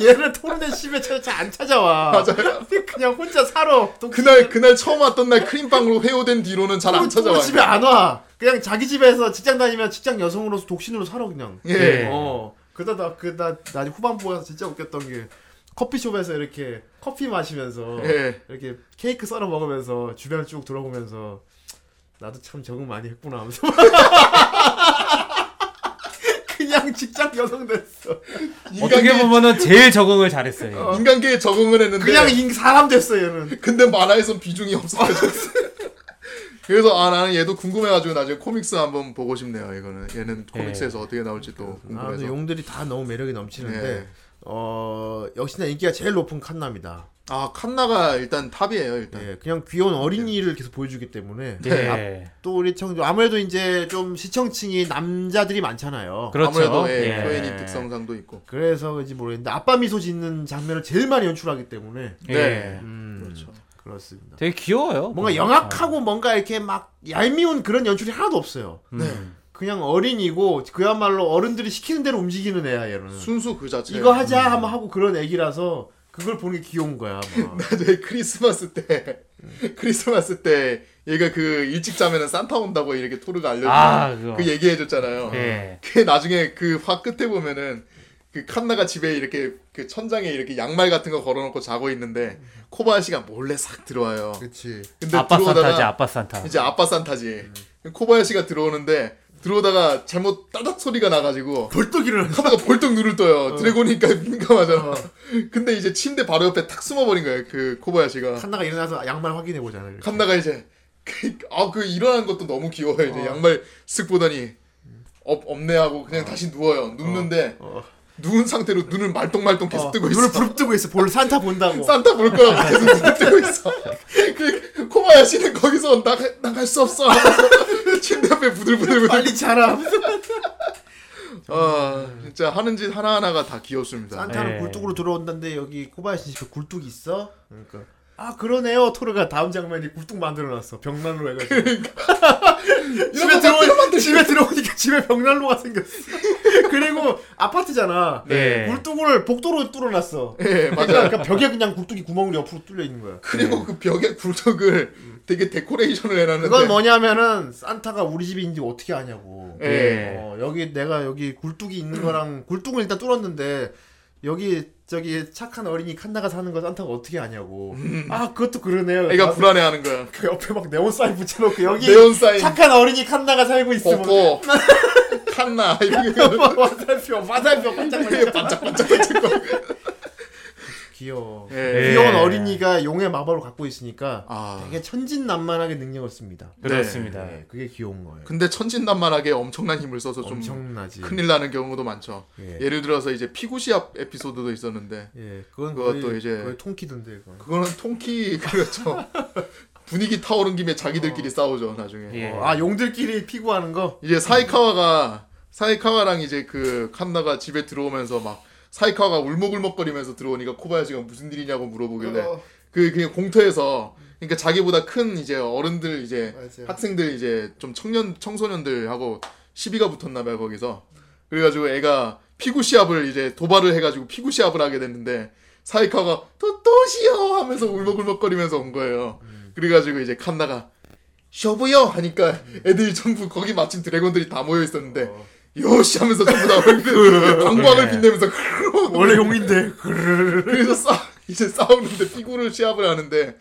A: 얘는 토르네 집에 잘안 찾아와.
D: 맞아요.
A: 그냥 혼자 살아. 또
D: 그날 그날 처음 왔던 날 크림빵으로 회오된 뒤로는 잘 안
A: 토르- 토르
D: 찾아와요.
A: 집에 안 와. 그냥 자기 집에서 직장 다니면 직장 여성으로서 독신으로 살아 그냥.
D: 예.
B: 예.
A: 어. 그러다 그나 나중에 후반부에서 진짜 웃겼던 게 커피숍에서 이렇게 커피 마시면서
D: 예.
A: 이렇게 케이크 썰어 먹으면서 주변 쭉 돌아보면서 나도 참 적응 많이 했구나 하면서 그냥 직장 여성 됐어.
B: 어떻게
D: 인간계
B: 보면은 제일 적응을 잘했어요.
D: 인간계에 적응을 했는데
A: 그냥 인 사람 됐어 얘는.
D: 근데 만화에선 비중이 없어졌어. 그래서 아 나는 얘도 궁금해가지고 나중에 코믹스 한번 보고 싶네요. 이거는 얘는 코믹스에서 어떻게 나올지 또
A: 아, 근데
D: 궁금해서.
A: 용들이 다 너무 매력이 넘치는데
D: 네.
A: 어 역시나 인기가 제일 높은 칸나입니다.
D: 아 칸나가 일단 탑이에요 일단.
A: 예, 그냥 귀여운 어린이를 계속 보여주기 때문에
B: 예.
A: 또 우리 청 아무래도 이제 좀 시청층이 남자들이 많잖아요.
B: 그렇죠.
D: 아무래도
B: 예.
D: 예, 효연이 특성상도 있고.
A: 그래서 그런지 모르겠는데 아빠 미소 짓는 장면을 제일 많이 연출하기 때문에
B: 예.
D: 네.
A: 음,
D: 그렇죠.
A: 그렇습니다.
B: 되게 귀여워요.
A: 뭔가
B: 보면.
A: 영악하고 뭔가 이렇게 막 얄미운 그런 연출이 하나도 없어요.
B: 음.
A: 그냥 어린이고 그야말로 어른들이 시키는 대로 움직이는 애야 얘는.
D: 순수 그 자체.
A: 이거 하자 하면 하고 그런 애기라서 그걸 보는 게 귀여운 거야. 막.
D: 나중에 크리스마스 때 크리스마스 때 얘가 그 일찍 자면은 산타 온다고 이렇게 토르가 알려주고
B: 아,
D: 그
B: 그거.
D: 얘기해줬잖아요.
B: 예.
D: 그 나중에 그 화 끝에 보면은 그 칸나가 집에 이렇게 그 천장에 이렇게 양말 같은 거 걸어놓고 자고 있는데 코바야시가 몰래 싹 들어와요.
A: 그렇지.
D: 근데
B: 아빠
D: 들어오다가
B: 산타지, 아빠 음. 산타.
D: 이제 아빠 산타지. 코바야시가 들어오는데 들어오다가 잘못 따닥 소리가 나가지고
A: 벌떡 일어나.
D: 하다가 벌떡 눈을 떠요.
B: 어.
D: 드래곤이니까 민감하잖아. 근데 이제 침대 바로 옆에 탁 숨어버린 거예요. 그 코바야시가.
A: 칸나가 일어나서 양말 확인해 보잖아. 이렇게.
D: 칸나가 이제 아그 일어난 것도 너무 귀여워요. 이제 양말 쓱 보더니 없 없네 하고 그냥
A: 어.
D: 다시 누워요. 눕는데 누운 상태로 눈을 말똥말똥 계속
A: 어,
D: 뜨고 있어.
A: 눈을 부릅뜨고 있어. 볼 산타 본다고.
D: 산타 볼 거라고 계속 눈을 뜨고 있어. 그 코바야시는 거기서 나가, 나갈 수 없어. 하면서 침대 앞에 부들부들부들.
A: 빨리 자라.
D: 아 진짜 하는 짓 하나 하나가 다 귀엽습니다.
A: 산타는
B: 예.
A: 굴뚝으로 들어온다는데 여기 코바야시 집에 굴뚝이 있어? 그러니까 아 그러네요. 토르가 다음 장면이 굴뚝 만들어놨어. 벽난로 해가지고.
D: 네.
A: 집에 들어 집에 들어오니까 집에 벽난로가 생겼어. 그리고 아파트잖아.
B: 네.
A: 굴뚝을 복도로 뚫어놨어.
D: 예 맞아.
A: 그러니까 벽에 그냥 굴뚝이 구멍으로 옆으로 뚫려 있는 거야.
D: 그리고 그 벽에 굴뚝을 되게 데코레이션을 해놨는데
A: 그건 뭐냐면은 산타가 우리 집인지 어떻게 아냐고.
D: 예.
B: 예.
A: 어, 여기 내가 여기 굴뚝이 있는 거랑 굴뚝은 일단 뚫었는데 여기 저기 착한 어린이 칸나가 사는 거 산타가 어떻게 아냐고. 아 그것도 그러네요.
D: 애가
A: 나-
D: 음. 불안해하는 거야.
A: 그 옆에 막 네온 사인 붙여놓고 여기
D: 네온 사인. 어,
A: 착한 어린이 칸나가 살고 있으면
D: 벗고 칸나 이렇게
A: 화살표 화살표 반짝반짝
D: 반짝반짝반짝 거리고.
A: 귀여워.
D: 예.
A: 귀여운 어린이가 용의 마법을 갖고 있으니까
D: 아.
A: 되게 천진난만하게 능력을 씁니다.
B: 그렇습니다.
A: 네, 그게 귀여운 거예요.
D: 근데 천진난만하게 엄청난 힘을 써서 좀
A: 엄청나지.
D: 큰일 나는 경우도 많죠.
A: 예.
D: 예. 를 들어서 이제 피구시합 에피소드도 있었는데
A: 예, 그건
D: 그것도
A: 거의,
D: 이제-
A: 거의 통키던데 그건.
D: 그거는 통키 그렇죠. 분위기 타오른 김에 자기들끼리 싸우죠 나중에.
B: 예.
A: 어, 아 용들끼리 피구하는 거.
D: 이제 사이카와가 사이카와랑 이제 그 칸나가 집에 들어오면서 막 사이카와가 울먹울먹거리면서 들어오니까 코바야시가 무슨 일이냐고 물어보길래
A: 어.
D: 그 그냥 공터에서 그러니까 자기보다 큰 이제 어른들 이제
A: 맞아요. 네.
D: 학생들 이제 좀 청년 청소년들하고 시비가 붙었나 봐요 거기서 그래가지고 애가 피구 시합을 이제 도발을 해가지고 피구 시합을 하게 됐는데 사이카가 또 또시요 하면서 울먹울먹거리면서 온 거예요. 그래가지고 이제 칸나가 쇼부요 하니까 애들이 전부 거기 마침 드래곤들이 다 모여 있었는데 요시 하면서 전부 다 얼굴 방광을 빛내면서
A: 원래 용인데. 그르르.
D: 그래서 싸 이제 싸우는데 피구를 시합을 하는데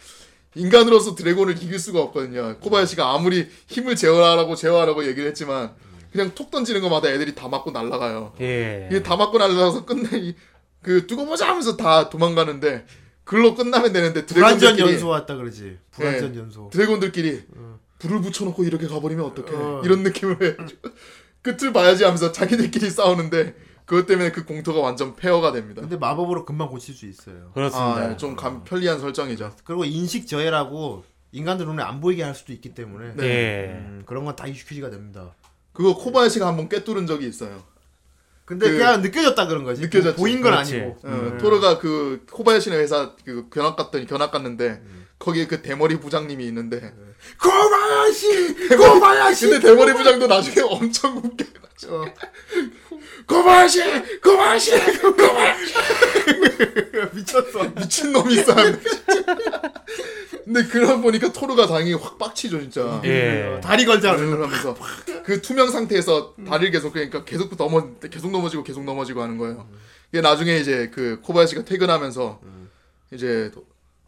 D: 인간으로서 드래곤을 이길 수가 없거든요. 코바야시가 아무리 힘을 제어하라고 제어하라고 얘기를 했지만 그냥 톡 던지는 것마다 애들이 다 맞고 날아가요.
B: 예.
D: 이게 다 맞고 날아가서 끝내 이- 그 두고 보자 하면서 다 도망가는데 글로 끝나면 되는데
A: 불완전
D: 드래곤들끼리
A: 연소 왔다 그러지. 불완전
D: 네.
A: 연소.
D: 드래곤들끼리 불을 붙여놓고 이렇게 가버리면 어떡해
A: 어.
D: 이런 느낌을 해가지고 끝을 봐야지 하면서 자기들끼리 싸우는데 그것 때문에 그 공터가 완전 폐허가 됩니다.
A: 근데 마법으로 금방 고칠 수 있어요.
B: 그렇습니다.
D: 아, 좀 감, 편리한 설정이죠.
A: 그리고 인식 저해라고 인간들 눈에 안 보이게 할 수도 있기 때문에
D: 네.
B: 예.
A: 음, 그런 건 다 이슈퀴즈가 됩니다.
D: 그거 코바야시가 한번 꿰뚫은 적이 있어요.
A: 근데
D: 그-
A: 그, 냥 느껴졌다 그런 거지.
D: 느껴졌지.
A: 보인 건
B: 그렇지. 음.
A: 아니고.
D: 어, 토르가 그 코바야시네 회사 그 견학 갔더니 견학 갔는데
A: 음.
D: 거기에 그 대머리 부장님이 있는데
A: 고마야시, 고마야시.
D: 근데 대머리 부장도 나중에 엄청 웃게 나죠. 고바야시, 고바야시, 고바야시.
A: 미쳤어.
D: 미친 놈이 싸는데. 근데 그러고 보니까 토르가 당이 확 빡치죠 진짜.
A: 음.
B: 예.
A: 다리 걸자.
D: 음. 그러면서 그 투명 상태에서 다리를 계속 그러니까 계속 넘어 계속 넘어지고 계속 넘어지고 하는 거예요. 이게 나중에 이제 그 코바야시가 퇴근하면서 이제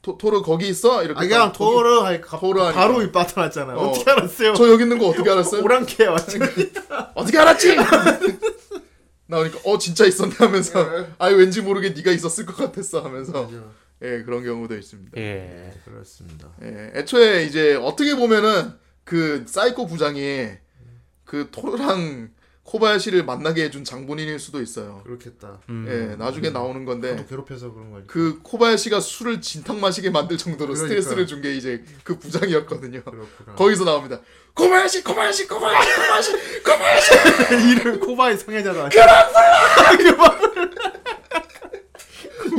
D: 토, 토르 거기 있어 이렇게
A: 음. 아, 그냥
D: 딱 거기-
A: 토르 하니까
D: 토르 하니까.
A: 바로 이빠트났잖아.
D: 어.
A: 어. 떻게 알았어요?
D: 저 여기 있는 거 어떻게 알았어요?
A: 오랑캐야 완전.
D: 어떻게 알았지? 나오니까 어 진짜 있었네 하면서 아이 왠지 모르게 네가 있었을 것 같았어 하면서 예 그런 경우도 있습니다.
B: 예.
A: 네, 그렇습니다.
D: 예, 애초에 이제 어떻게 보면은 그 사이코 부장이 그 토르랑 코바야시를 만나게 해준 장본인일 수도 있어요.
A: 그렇겠다.
B: 음.
D: 예 나중에 나오는
A: 또
D: 건데
A: 괴롭혀서 음. 네. 그런 거니까.
D: 그 코바야시가 술을 진탕 마시게 만들 정도로
A: 그러니까요.
D: 스트레스를 준 게 이제 그 부장이었거든요.
A: 그렇구나.
D: 거기서 나옵니다. 코바야시 코바야시 코바야시 코바야시 코바야시
A: 이름 코바의 성애자도 아니야. 그만 불러.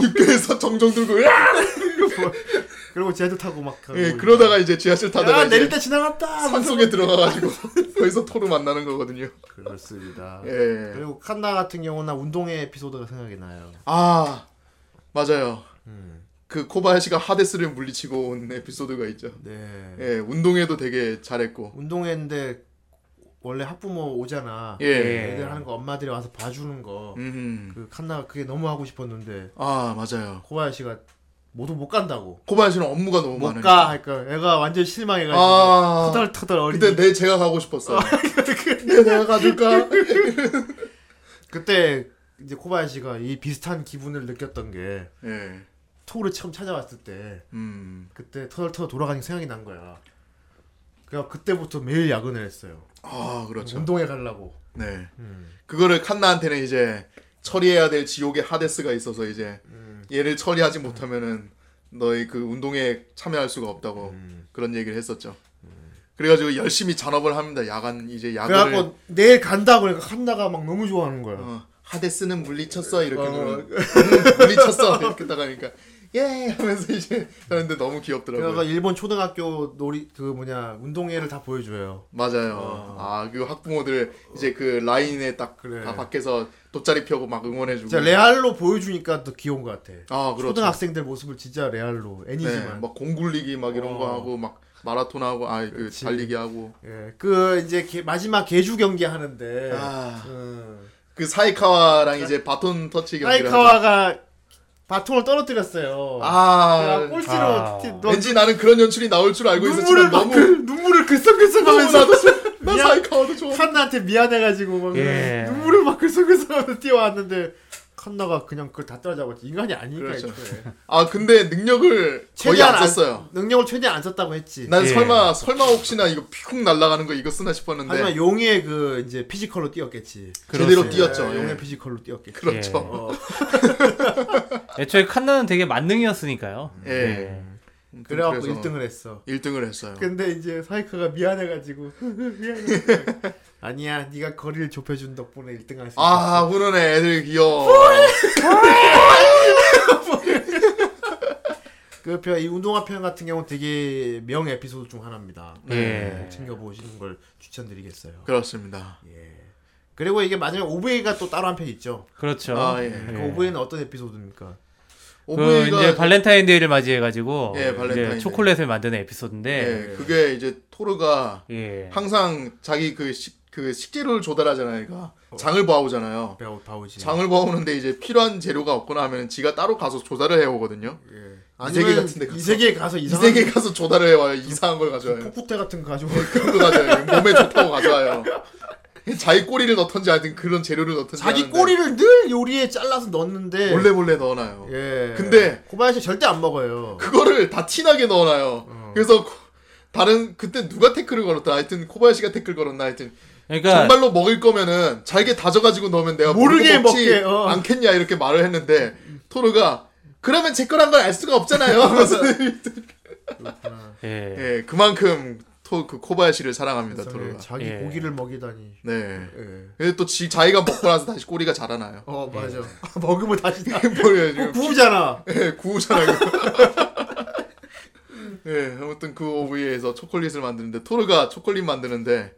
D: 육교에서 정정 들고 야!
A: 그만. 그리고 제도 타고 막. 가고
D: 예, 그러다가 이제 지하철 타다가
A: 야
D: 이제
A: 내릴 때 뭐. 지나갔다.
D: 산속에 들어가가지고 거기서 토르 만나는 거거든요.
A: 그렇습니다.
D: 예.
A: 그리고 칸나 같은 경우나 운동회 에피소드가 생각이 나요.
D: 아 맞아요. 그 코바야시가 하데스를 물리치고 온 에피소드가 있죠.
A: 네.
D: 예, 운동회도 되게 잘했고.
A: 운동회인데 원래 학부모 오잖아.
D: 예.
A: 애들 하는 거 엄마들이 와서 봐주는 거.
D: 음.
A: 그 칸나가 그게 너무 하고 싶었는데
D: 아 맞아요.
A: 코바야시가 모두 못 간다고.
D: 코바야시는 업무가 너무
A: 못
D: 많으니까.
A: 가. 하니까 애가 완전 실망해가지고
D: 아.
A: 터덜터덜 어린.
D: 근데 내 제가 가고 싶었어.
A: 그
D: 내 내가 가줄까?
A: 그때 이제 코바야시가 이 비슷한 기분을 느꼈던 게
D: 예.
A: 토우를 처음 찾아왔을 때
D: 음.
A: 그때 터덜터덜 돌아가는 게 생각이 난 거야. 그래서 그때부터 매일 야근을 했어요.
D: 아 그렇죠.
A: 운동회 가려고.
D: 네.
A: 음.
D: 그거를 칸나한테는 이제 처리해야 될 지옥의 하데스가 있어서 이제
A: 음.
D: 얘를 처리하지 못하면은 너의 그 운동에 참여할 수가 없다고
A: 음.
D: 그런 얘기를 했었죠. 그래가지고 열심히 잔업을 합니다. 야간 이제 야간을
A: 그래갖고 내일 간다 그러니까 칸나가 막 너무 좋아하는 거야.
D: 아, 어, 하데스는 물리쳤어 이렇게
A: 어.
D: 그러면 음, 물리쳤어 이렇게 나가니까 예 하면서 이제 하는데 너무
A: 그래서
D: 귀엽더라고요.
A: 일본 초등학교 놀이 그 뭐냐 운동회를 다
D: 음.
A: 보여줘요.
D: 맞아요. 아 그 학부모들 이제 그 라인에 딱 다
A: 어. 그래.
D: 밖에서 돗자리 펴고 막 응원해주고.
A: 진짜 레알로 보여주니까 더 귀여운 것 같아.
D: 아 그렇죠.
A: 초등학생들 모습을 진짜 레알로
D: 네,
A: 애니지만.
D: 막 공굴리기 막 이런 거
A: 어.
D: 하고 막 마라톤 하고 아그 이
A: 그렇지.
D: 달리기 하고
A: 예, 그 이제 개- 마지막 개주 경기 하는데.
D: 아,
A: 음.
D: 그 사이카와랑 이제 바톤 터치 경기를 하죠.
A: 사이카와가 바통을 떨어뜨렸어요.
D: 아
A: 그래서 꼴찌로
B: 아.
A: 티- 너
D: 왠지 나는 그런 연출이 나올 줄 알고
A: 눈물을
D: 있었지만
A: 막
D: 너무
A: 그, 눈물을
D: 너무
A: 글썽글썽하면서
D: 나도 슬- 나
A: 미안.
D: 사이카와도 좋아
A: 칸나한테 미안해가지고 막
B: 예.
A: 눈물을 막 글썽글썽하면서 뛰어왔는데 칸나가 그냥 그걸 다 따라잡았지 인간이 아니니까
D: 그렇죠.
A: 애초에.
D: 아 근데 능력을 거의
A: 최대한
D: 안 썼어요
A: 능력을 최대한 안 썼다고 했지.
D: 난
B: 예.
D: 설마 설마 혹시나 이거 픽 날아가는 거 이거 쓰나 싶었는데
A: 하지만 용의 그 이제 피지컬로 뛰었겠지.
D: 제대로
B: 그렇습니다.
D: 뛰었죠
A: 예,
D: 예.
A: 용의 피지컬로 뛰었겠지.
D: 그렇죠
A: 어,
B: 예. 애초에 칸나는 되게 만능이었으니까요.
D: 예,
A: 네. 그래갖고 1등을 했어.
D: 1등을 했어요
A: 근데 이제 사이카가 미안해가지고 미안해. 아니야, 네가 거리를 좁혀준 덕분에 1등할 수 있어.
D: 아 훈훈해 애들 귀여워
A: 그 편, 이 운동화 편 같은 경우 되게 명 에피소드 중 하나입니다. 네,
B: 예.
A: 챙겨 보시는 걸 추천드리겠어요.
D: 그렇습니다
A: 예. 그리고 이게 마지막 오브웨이가 또 따로 한 편 있죠.
B: 그렇죠.
D: 아, 예.
A: 그 오브웨이는 어떤 에피소드입니까?
B: 그
D: 오브이가
B: 이제 발렌타인데이를 맞이해가지고
D: 예, 발렌타인데이.
B: 이제 초콜릿을 만드는 에피소드인데
D: 예, 그게 이제 토르가
B: 예.
D: 항상 자기 그, 식, 그 식재료를 조달하잖아요. 그러니까
A: 어.
D: 장을 봐오잖아요.
A: 배우 바우지.
D: 장을 봐오는데 이제 필요한 재료가 없거나 하면 지가 따로 가서 조달을 해오거든요. 이세계 같은데 가서
A: 예. 이세계 가서 이상한 뭐.
D: 이세계 가서 조달을 해와요. 이상한 걸 가져와요.
A: 폭포대 같은 거 가지고
D: 그런 거 가져와요. 몸에 좋다고 가져와요. 자기 꼬리를 넣던지 하여튼 그런 재료를 넣던지
A: 자기
D: 하는데
A: 꼬리를 늘 요리에 잘라서 넣는데
D: 몰래 몰래 넣어놔요.
A: 예
D: 근데
A: 코바야시 절대 안 먹어요.
D: 그거를 다 티나게 넣어놔요. 그래서 코- 다른 그때 누가 태클을 걸었다. 하여튼 코바야시가 태클 걸었나 하여튼
B: 그러니까
D: 정말로 먹을 거면은 잘게 다져가지고 넣으면 내가
A: 모르게
D: 모르고 먹지
A: 먹게, 어.
D: 않겠냐 이렇게 말을 했는데 토르가 그러면 제 거란 걸 알 수가 없잖아요. 하면서
B: 예.
D: 예, 그만큼 토, 그 코바야시를 사랑합니다 토르가.
A: 자기
B: 예.
A: 고기를 먹이다니.
D: 네.
A: 예.
D: 근데 또 지, 자기가 먹고 나서 다시 꼬리가 자라나요.
A: 어 맞아. 먹으면 다시 나.
D: 뭐예요 지금?
A: 구우잖아.
D: 예, 구우잖아요. 예, 아무튼 그 OVA에서 초콜릿을 만드는데 토르가 초콜릿 만드는데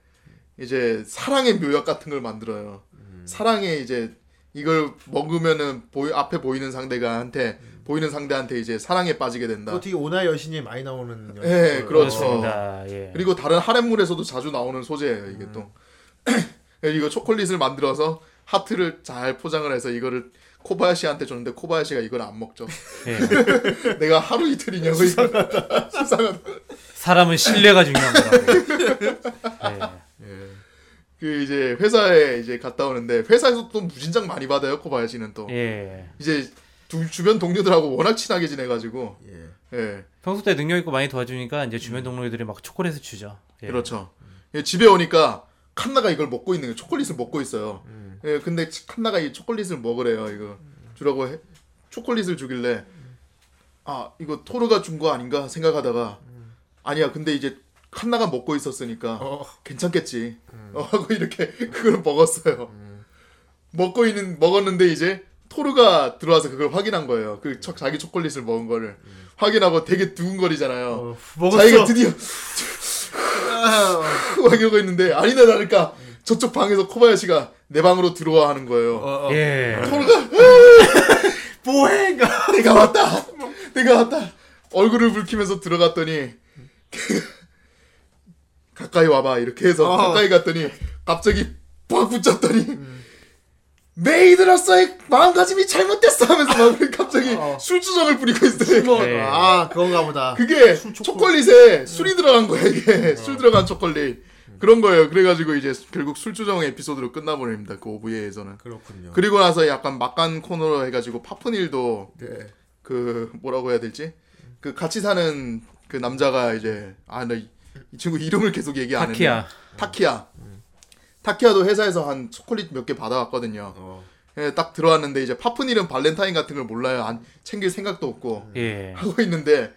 D: 이제 사랑의 묘약 같은 걸 만들어요. 사랑의 이제 이걸 먹으면은 보이, 앞에 보이는 상대가한테 보이는 상대한테 이제 사랑에 빠지게 된다.
A: 어떻게 오나 여신이 많이 나오는.
D: 예,
A: 연출이에요.
D: 그렇죠.
B: 그렇습니다. 예.
D: 그리고 다른 하렘물에서도 자주 나오는 소재예요. 이게 또 이거 초콜릿을 만들어서 하트를 잘 포장을 해서 이거를 코바야시한테 줬는데 코바야시가 이걸 안 먹죠.
B: 예.
D: 내가 하루 이틀이냐고 수상하다. 수상하다.
B: 사람은 신뢰가 중요한 거라고. 예.
D: 그 이제 회사에 이제 갔다 오는데 회사에서 또 무진장 많이 받아요 코바야시는 또
B: 예.
D: 이제 두- 주변 동료들하고 워낙 친하게 지내가지고
A: 예.
D: 예
B: 평소 때 능력 있고 많이 도와주니까 이제 주변 동료들이 막 초콜릿을 주죠. 예.
D: 음. 그렇죠 예, 집에 오니까 칸나가 이걸 먹고 있는 거 초콜릿을 먹고 있어요
B: 음.
D: 예 근데 치- 칸나가 이 초콜릿을 먹으래요 이거 주라고 해, 초콜릿을 주길래 아 이거 토르가 준 거 아닌가 생각하다가
B: 음.
D: 아니야 근데 이제 칸나가 먹고 있었으니까
A: 어.
D: 괜찮겠지
A: 음.
D: 어, 하고 이렇게 그걸 먹었어요. 먹고 있는 먹었는데 이제 토르가 들어와서 그걸 확인한 거예요. 그 초- 자기 초콜릿을 먹은 거를 확인하고 되게 두근거리잖아요.
A: 음. 어,
D: 자기가
A: 먹었어.
D: 드디어
A: 아,
D: 막 이러고 있는데 아니나 다를까 저쪽 방에서 코바야시가 내 방으로 들어와 하는 거예요.
A: 어, 어.
B: 예.
A: 뭐해가.
D: 내가 왔다. 내가 왔다. 얼굴을 붉히면서 들어갔더니 가까이 와봐 이렇게 해서
A: 어.
D: 가까이 갔더니 갑자기 빡 붙잡더니 메이드로서의 마음가짐이 잘못됐어 하면서 막 갑자기
A: 어.
D: 술주정을 부리고 있어요.
B: 네.
A: 아 그건가 보다.
D: 그게
A: 술 초콜-
D: 초콜릿에 술이 들어간 거야 이게 술 들어간 초콜릿 그런 거예요. 그래가지고 이제 결국 술주정 에피소드로 끝나버립니다. 그 OVA에서는.
A: 그렇군요.
D: 그리고 나서 약간 막간 코너로 해가지고 파푼일도
A: 네.
D: 그 뭐라고 해야 될지 그 같이 사는 그 남자가 이제 아 나 이 친구 이름을 계속 얘기 안
B: 타키야.
D: 했네. 타키야. 타키야도 회사에서 한 초콜릿 몇 개 받아왔거든요.
A: 어.
D: 예, 딱 들어왔는데 이제 파푼일은 발렌타인 같은 걸 몰라요. 안 챙길 생각도 없고
B: 예.
D: 하고 있는데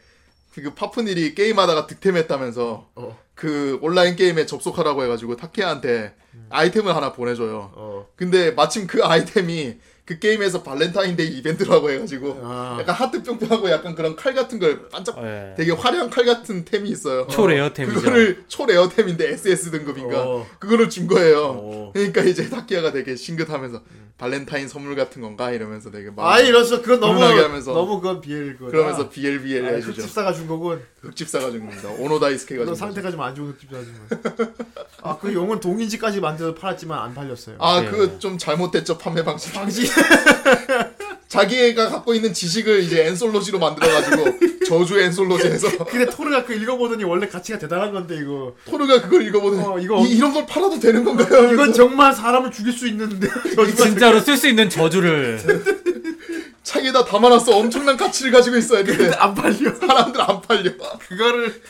D: 그 파푼일이 게임하다가 득템했다면서
A: 어.
D: 그 온라인 게임에 접속하라고 해가지고 타키야한테 아이템을 하나 보내줘요.
A: 어.
D: 근데 마침 그 아이템이 그 게임에서 발렌타인데이 이벤트라고 해가지고
A: 아.
D: 약간 하트 뿅뿅하고 약간 그런 칼 같은 걸 반짝
B: 어. 예.
D: 되게 화려한 칼 같은 템이 있어요.
B: 초레어템이죠.
D: 그거를 초레어템인데 SS 등급인가
A: 어.
D: 그거를 준 거예요.
A: 어.
D: 그러니까 이제 타키야가 되게 싱긋하면서 발렌타인 선물 같은 건가 이러면서 되게 막
A: 아 이러서 그건 너무
D: 훈훈하게 하면서.
A: 너무 그건 비엘 그.
D: 그러면서 BLBL
A: 아,
D: 해주죠.
A: 흑집사가 준 거군.
D: 흑집사가 준 겁니다. 오노다이스케가 준
A: 너
D: 거죠.
A: 상태가 좀 안 좋은 그 흑집사 아줌마. 아그 용은 동인지까지 만들어 팔았지만 안 팔렸어요.
D: 아
B: 네.
D: 그거 좀 잘못됐죠 판매 방식.
A: 당신
D: 자기가 갖고 있는 지식을 이제 엔솔로지로 만들어가지고 저주 엔솔로지에서
A: 근데 토르가 그 읽어보더니 원래 가치가 대단한 건데 이거
D: 토르가 그걸 읽어보더니
A: 어, 이거
D: 이, 런걸 팔아도 되는 건가요?
A: 이건 정말 사람을 죽일 수 있는데
B: 진짜로 쓸 수 있는 저주를.
D: 창에다 담아놨어 엄청난 가치를 가지고 있어야 돼.
A: 안 팔려
D: 사람들 안 팔려.
A: 그거를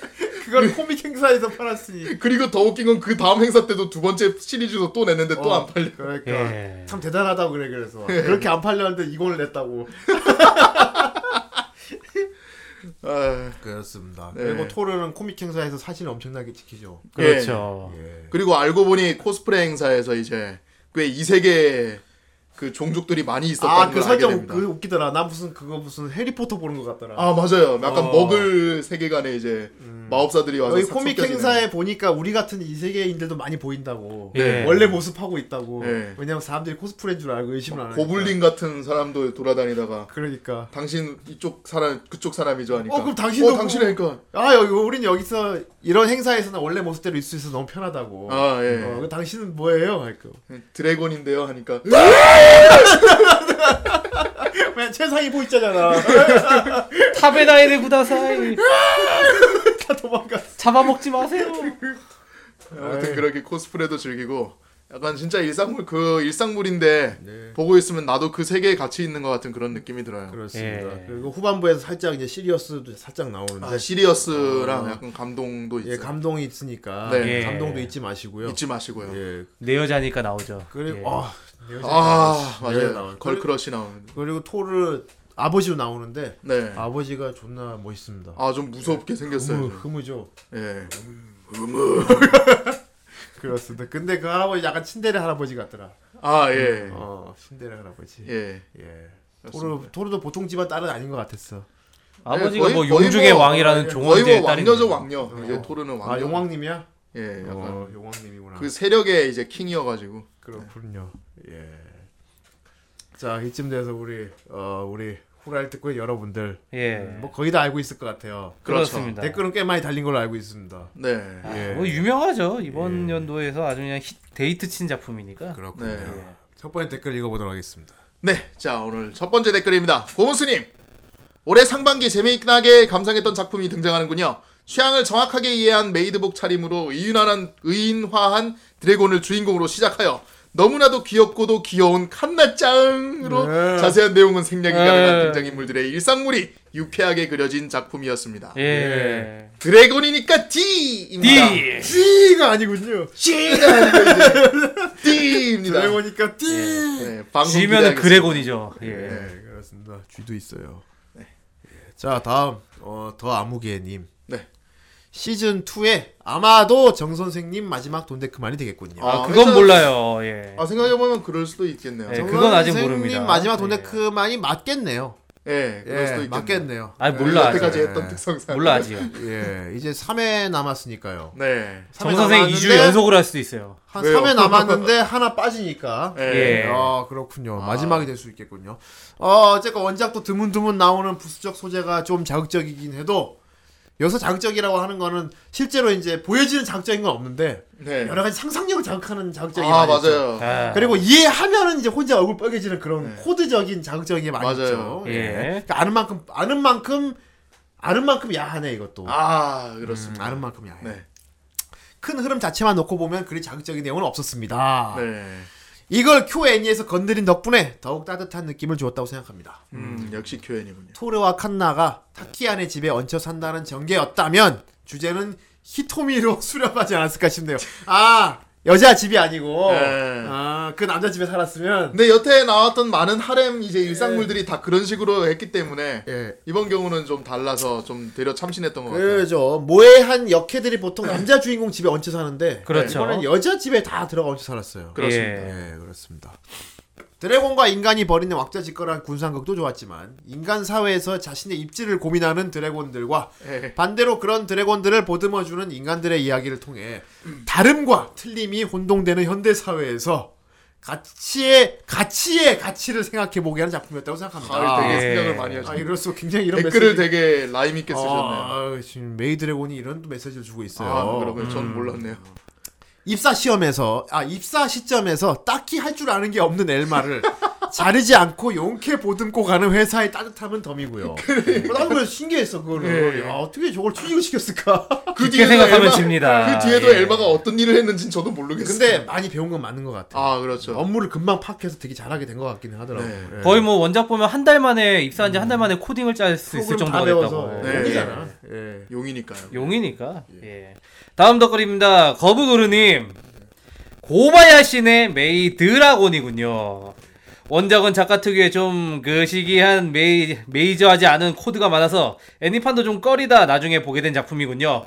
A: 그걸 코믹 행사에서 팔았으니
D: 그리고 더 웃긴 건 그 다음 행사 때도 두 번째 시리즈도 또 냈는데 또
A: 어,
D: 안 팔려.
A: 그러니까
B: 예.
A: 참 대단하다고 그래 그래서 그렇게 안 팔렸는데 이걸 냈다고
D: 아,
A: 그렇습니다
D: 네.
A: 그리고 토르는 코믹 행사에서 사진을 엄청나게 찍히죠
D: 아.
B: 그렇죠.
A: 예.
D: 그리고 알고 보니 코스프레 행사에서 이제 꽤 이 세계 그 종족들이 많이 있었다는
A: 아그
D: 걸 알게
A: 설정
D: 됩니다.
A: 그 웃기더라 나 무슨 그거 무슨 해리포터 보는 것 같더라
D: 아 맞아요. 약간
A: 어. 음.
D: 먹을 세계관에 이제 마법사들이 와서
A: 여기
D: 싹
A: 코믹
D: 섞여지는.
A: 행사에 보니까 우리 같은 이 세계인들도 많이 보인다고.
D: 예.
B: 네.
A: 원래 모습하고 있다고.
D: 네.
A: 왜냐면 사람들이 코스프레인 줄 예. 알고 의심을 안 하니까.
D: 고블린 같은 사람도 돌아다니다가
A: 그러니까.
D: 당신 이쪽 사람 그쪽 사람이죠 하니까
A: 어, 그럼 당신도
D: 어, 당신이니까
A: 아 여기 우린 여기서 이런 행사에서는 원래 모습대로 있을 수 있어서 그 너무 편하다고.
D: 아, 예.
A: 어, 당신은 뭐예요? 그러니까.
D: 드래곤인데요 하니까
A: 왜 최상위 보이자잖아.
B: 타베나에르 구다사이
A: 다 도망갔어.
B: 잡아먹지 마세요.
D: 아무튼 그렇게 코스프레도 즐기고 약간 진짜 일상물 그 일상물인데 보고 있으면 나도 그 세계에 같이 있는 것 같은 그런 느낌이 들어요.
A: 네. 그렇습니다.
B: 예.
A: 그리고 후반부에서 살짝 이제 시리어스도 살짝 나오는데
D: 아, 시리어스랑 약간 감동도 있어요.
A: 예 감동이 있으니까
D: 네.
B: 예.
A: 감동도 잊지 마시고요.
D: 잊지 마시고요.
A: 예
B: 내 여자니까 나오죠.
A: 그리고
B: 예.
D: 어,
A: 아
D: 아
A: 네,
D: 맞아요.
A: 나와요.
D: 걸크러시 나오는.
A: 그리고 토르 아버지도 나오는데
D: 네.
A: 아버지가 존나 멋있습니다.
D: 아 좀 무섭게
A: 흐무,
D: 생겼어요.
A: 흐무죠.
D: 예.
A: 그렇습니다. 근데 그 할아버지 약간 친데레 할아버지 같더라.
D: 아 예.
A: 어 친데레 할아버지. 예.
D: 예.
A: 토르 토르도 보통 집안 딸은 아닌 것 같았어.
B: 아버지가
D: 거의-
B: 뭐
D: 거의
B: 용중의
D: 뭐-
B: 왕이라는
D: 거의
B: 종원제의
D: 뭐
B: 딸이
D: 왕녀죠 왕녀. 이제
A: 어.
D: 토르는 왕녀.
A: 아 용왕님이야?
D: 예. 약간
A: 어 용왕님이구나.
D: 그 세력의 이제 킹이어가지고.
A: 그렇군요. 예. 자 이쯤 돼서 우리 어 우리 후라이 듣고 있는 여러분들
B: 예.
D: 음,
A: 뭐 거의 다 알고 있을 것 같아요.
D: 그렇죠.
B: 그렇습니다.
A: 댓글은 꽤 많이 달린 걸로 알고 있습니다.
D: 네.
B: 아,
A: 예.
B: 뭐 유명하죠. 이번
D: 예.
B: 연도에서 아주 그냥 히, 데이트 친 작품이니까.
A: 그렇군요.
D: 네.
A: 첫 번째 댓글 읽어보도록 하겠습니다.
D: 네, 자 오늘 첫 번째 댓글입니다. 고문수님, 올해 상반기 재미있게 감상했던 작품이 등장하는군요. 취향을 정확하게 이해한 메이드복 차림으로 의인화한, 의인화한 드래곤을 주인공으로 시작하여 너무나도 귀엽고도 귀여운 칸나짱으로
A: 네.
D: 자세한 내용은 생략이
B: 네.
D: 가능한 등장인물들의 일상물이 유쾌하게 그려진 작품이었습니다.
B: 예.
D: 드래곤이니까 D입니다.
B: D.
A: D가 아니군요.
D: D입니다.
A: 드래곤이니까 D.
D: 네, 방송
B: 지면
D: 기대하겠습니다.
B: 그레곤이죠. 예.
A: 네 그렇습니다. 쥐도 있어요.
B: 네.
A: 예, 자 다음 어, 더 아무개님.
D: 네.
A: 시즌 2에 아마도 정 선생님 마지막 돈데크만이 되겠군요.
D: 아,
B: 아, 그건
D: 그래서-
B: 몰라요. 예.
D: 아 생각해보면 그럴 수도 있겠네요.
B: 네,
D: 예,
A: 정
B: 그건 아직
A: 선생님
B: 모릅니다.
A: 마지막
B: 예.
A: 돈데크만이 맞겠네요.
D: 그럴 수도
A: 예,
D: 있겠네요.
A: 맞겠네요.
B: 아니 몰라 아직.
D: 예, 여태까지 했던 특성상
B: 몰라 아직.
A: 예, 이제 3회 남았으니까요.
D: 네.
B: 정 선생 2주 연속으로 할 수도 있어요.
A: 한
D: 왜요?
A: 3회 남았는데 하나 빠지니까.
D: 예.
B: 예.
A: 아 그렇군요. 마지막이 될 수 있겠군요. 어, 어쨌건 원작도 드문드문 나오는 부수적 소재가 좀 자극적이긴 해도 여기서 자극적이라고 하는 거는 실제로 이제 보여지는 자극적인 건 없는데
D: 네.
A: 여러 가지 상상력을 자극하는 자극적인
D: 아
A: 많이 있죠.
D: 맞아요.
B: 아.
A: 그리고 이해하면은 이제 혼자 얼굴 빨개지는 그런 코드적인 자극적인 게 많이
D: 네. 맞아요.
A: 있죠.
B: 예.
A: 그러니까 아는 만큼 아는 만큼 아는 만큼 야하네 이것도.
D: 아
A: 음,
D: 그렇습니다.
A: 아는 만큼 야해.
D: 네.
A: 큰 흐름 자체만 놓고 보면 그리 자극적인 내용은 없었습니다.
D: 네.
A: 이걸 Q&A에서 건드린 덕분에 더욱 따뜻한 느낌을 주었다고 생각합니다.
D: 음 역시 큐엔이군요.
A: 토르와 칸나가 타키안의 집에 얹혀 산다는 전개였다면 주제는 히토미로 수렴하지 않았을까 싶네요. 아 여자 집이 아니고
D: 네. 음.
A: 아그 남자 집에 살았으면
D: 근데 여태 나왔던 많은 하렘 이제 일상물들이 다 그런 식으로 했기 때문에
A: 예.
D: 이번 경우는 좀 달라서 좀 되려 참신했던 것 같아요.
A: 그죠 모해한 역캐들이 보통 남자 주인공 집에 얹혀 사는데
B: 그렇죠.
A: 이번엔 여자 집에 다 들어가 얹혀 살았어요.
D: 예, 네, 그렇습니다.
B: 예.
A: 예, 그렇습니다. 드래곤과 인간이 벌이는 왁자지껄한 군상극도 좋았지만 인간 사회에서 자신의 입지를 고민하는 드래곤들과
D: 예.
A: 반대로 그런 드래곤들을 보듬어주는 인간들의 이야기를 통해 다름과 틀림이 혼동되는 현대 사회에서 가치의 가치의 가치를 생각해 보게 하는 작품이었다고 생각합니다.
D: 아, 되게
B: 예.
D: 생각을 많이
A: 아,
D: 하셨네요.
A: 이럴수록 굉장히 이런
D: 댓글을
A: 메시지...
D: 되게 라임 있게 쓰셨네요.
A: 아, 지금 메이 드래곤이 이런 또 메시지를 주고
D: 아,
A: 있어요.
D: 그렇군요. 전 몰랐네요.
A: 입사 시험에서 아 입사 시점에서 딱히 할 줄 아는 게 없는 엘마를 자르지 않고 용케 보듬고 가는 회사의 따뜻함은 덤이고요. 나도 그래서 신기했어 그거를.
D: 예.
A: 야, 어떻게 저걸 취직을 시켰을까?
D: 그
B: 깊게 생각하면
D: 엘마-
B: 집니다.
D: 그 뒤에도
B: 예.
D: 엘마가 어떤 일을 했는지는 저도 모르겠어요.
A: 근데 많이 배운 건 맞는 것 같아.
D: 아 그렇죠.
A: 업무를 금방 파악해서 되게 잘하게 된 것 같기는 하더라고.
D: 네.
A: 요
B: 거의 뭐 원작 보면 한 달 만에 입사한 지 한
D: 음.
B: 달 만에 코딩을 짤 수 있을 정도가 됐다고.
D: 네.
A: 용이잖아. 예.
D: 용이니까요.
B: 용이니까. 예. 다음 덧글입니다. 거북으르님. 고바야신의 메이 드라곤이군요. 원작은 작가 특유의 좀 그 시기한 메이, 메이저하지 않은 코드가 많아서 애니판도 좀 꺼리다 나중에 보게 된 작품이군요.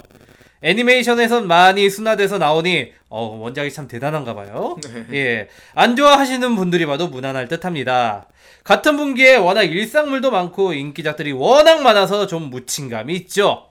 B: 애니메이션에선 많이 순화돼서 나오니 어, 원작이 참 대단한가 봐요. 예. 안 좋아하시는 분들이 봐도 무난할 듯합니다. 같은 분기에 워낙 일상물도 많고 인기작들이 워낙 많아서 좀 묻힌 감이 있죠.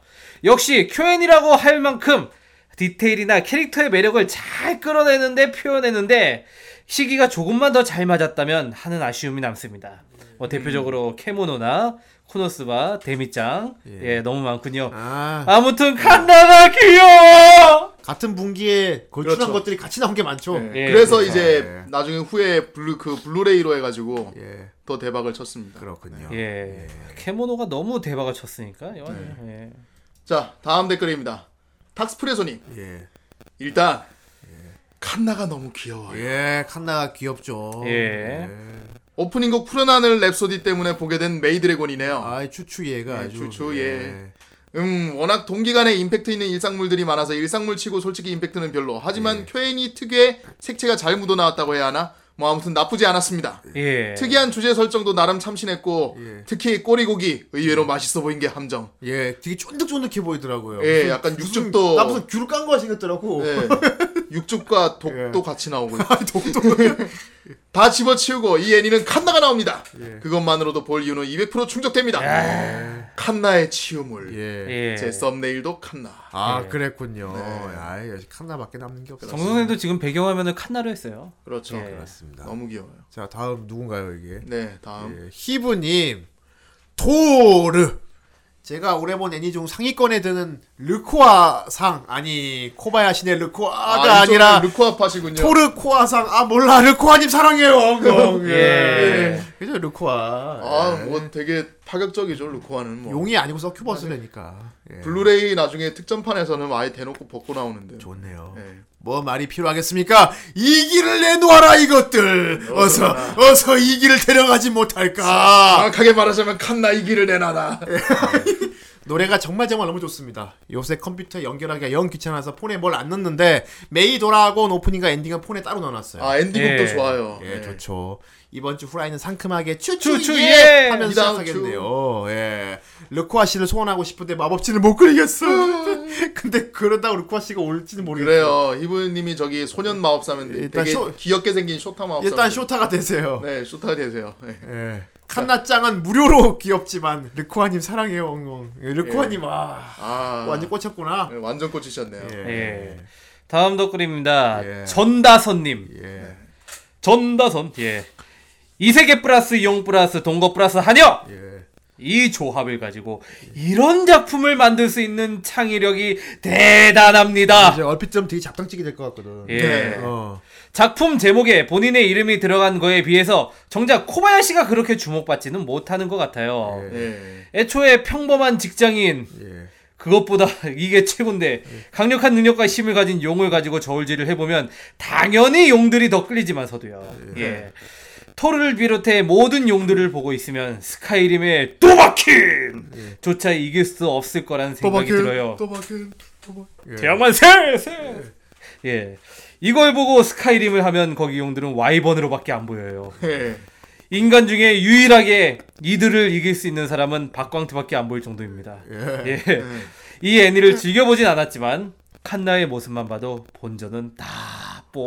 B: 역시 큐엔이라고 할 만큼 디테일이나 캐릭터의 매력을 잘 끌어내는데 표현했는데 시기가 조금만 더 잘 맞았다면 하는 아쉬움이 남습니다. 뭐 대표적으로 케모노나 코노스바 데미짱 예, 너무 많군요.
A: 아
B: 아무튼 칸나가 귀여워.
A: 같은 분기에 걸출한
D: 그렇죠.
A: 것들이 같이 나온 게 많죠.
D: 예.
B: 예,
D: 그래서
A: 그렇죠.
D: 이제
A: 예.
D: 나중에 후에 블루 그 블루레이로 해가지고
A: 예,
D: 더 대박을 쳤습니다.
A: 그렇군요.
B: 예. 캐모노가 너무 대박을 쳤으니까. 요
D: 네.
B: 예.
D: 자 다음 댓글입니다. 탁스프레소님
A: 예.
D: 일단 칸나가 너무 귀여워요.
A: 예, 칸나가 귀엽죠. 네.
B: 예.
D: 오프닝곡 푸른하늘 랩소디 때문에 보게 된 메이드래곤이네요.
A: 아이, 추추 얘가
D: 예,
A: 아주.
D: 추추 예. 음 워낙 동기간에 임팩트 있는 일상물들이 많아서 일상물치고 솔직히 임팩트는 별로. 하지만
A: 예.
D: 쾌인이 특유의 색채가 잘 묻어 나왔다고 해야 하나. 뭐 아무튼 나쁘지 않았습니다.
B: 예.
D: 특이한 주제 설정도 나름 참신했고
A: 네. 예.
D: 특히 꼬리고기 의외로 맛있어 보인 게 함정.
A: 예, 되게 쫀득쫀득해 보이더라고요.
D: 예, 약간 육즙도-
A: 나 무슨 귤 깐 거 생겼더라고.
D: 예. 육즙과 독도
A: 예.
D: 같이 나오고 독도 다 집어치우고 이 애니는 칸나가 나옵니다. 그것만으로도 볼 이유는 200% 충족됩니다. 칸나의 치유물.
A: 예.
B: 예.
D: 제 썸네일도 칸나.
A: 아,
B: 예.
A: 그랬군요.
D: 네.
A: 아이, 아직 칸나밖에 남는 게 없어요.
B: 정선생도 지금 배경화면을 칸나로 했어요.
D: 그렇죠.
B: 예.
A: 그렇습니다.
D: 너무 귀여워요.
A: 자, 다음 누군가요, 이게?
D: 네, 다음.
A: 예, 히브님 토르 제가 올해 본 애니 중 상위권에 드는 르코아상 아니 코바야시네 르코아가 아, 니
D: 이쪽은
A: 라
D: 그 르코아 파시군요.
A: 토르 코아상 아 몰라 르코아님 사랑해요 엉엉
B: 예.
A: 예. 그죠 르코아
D: 아,
A: 예.
D: 뭐 되게 파격적이죠, 르코아는 뭐.
A: 용이 아니고 서큐버스래니까 예.
D: 블루레이 나중에 특전판에서는 아예 대놓고 벗고 나오는데.
A: 좋네요
D: 예.
A: 뭐 말이 필요하겠습니까 이 길을 내놓아라 이것들 어서 어서 이 길을 데려가지 못할까
D: 정확하게 말하자면 칸나 이 길을 내놔라.
A: 노래가 정말 정말 너무 좋습니다. 요새 컴퓨터 연결하기가 영 귀찮아서 폰에 뭘 안 넣는데 메이 돌아하고 오프닝과 엔딩은 폰에 따로 넣어놨어요.
D: 아 엔딩곡도
B: 예.
D: 좋아요.
A: 예,
D: 예.
A: 좋죠. 이번 주 후라이는 상큼하게
B: 추추,
A: 추추예
B: 예!
A: 하면
D: 이다음
A: 시작하겠네요. 예. 르쿠아 씨를 소원하고 싶은데 마법진을 못 그리겠어. 근데 그러다가 르쿠아 씨가 올지는 모르겠어요.
D: 음. 그래요. 히브님이 저기 소년 마법사면 돼.
A: 일단
D: 되게
A: 쇼-
D: 귀엽게 생긴 쇼타 마법사.
A: 일단 쇼타가 되세요.
D: 네, 쇼타 되세요. 네.
A: 예. 칸나짱은 무료로 귀엽지만 르쿠아님 사랑해요. 엉엉. 예, 르쿠아님 아
D: 아
A: 완전 꽂혔구나.
D: 네, 완전 꽂히셨네요.
A: 예.
B: 예. 다음 덧글입니다.
A: 예.
B: 전다선님.
A: 예.
B: 전다선. 예. 이세계 플러스 용 플러스 동거 플러스 한여.
A: 예.
B: 이 조합을 가지고 이런 작품을 만들 수 있는 창의력이 대단합니다.
A: 이제 얼핏 좀 되게 잡탕찌개 될 것 같거든.
B: 아! 예.
D: 네.
A: 어.
B: 작품 제목에 본인의 이름이 들어간 거에 비해서 정작 코바야시가 그렇게 주목받지는 못하는 것 같아요.
A: 예.
D: 네.
B: 애초에 평범한 직장인
A: 예.
B: 그것보다 이게 최고인데 강력한 능력과 힘을 가진 용을 가지고 저울질을 해보면 당연히 용들이 더 끌리지만서도요. 예. 토르를 비롯해 모든 용들을 보고 있으면 스카이림의 또박힌! 조차 이길 수 없을 거라는 생각이 들어요.
D: 또박은 또박.
A: 예.
B: 대양만 세! 세! 예. 이걸 보고 스카이림을 하면 거기 용들은 Y번으로밖에 안 보여요.
D: 예.
B: 인간 중에 유일하게 이들을 이길 수 있는 사람은 박광트밖에 안 보일 정도입니다. 예. 이 애니를 즐겨보진 않았지만 칸나의 모습만 봐도 본전은 다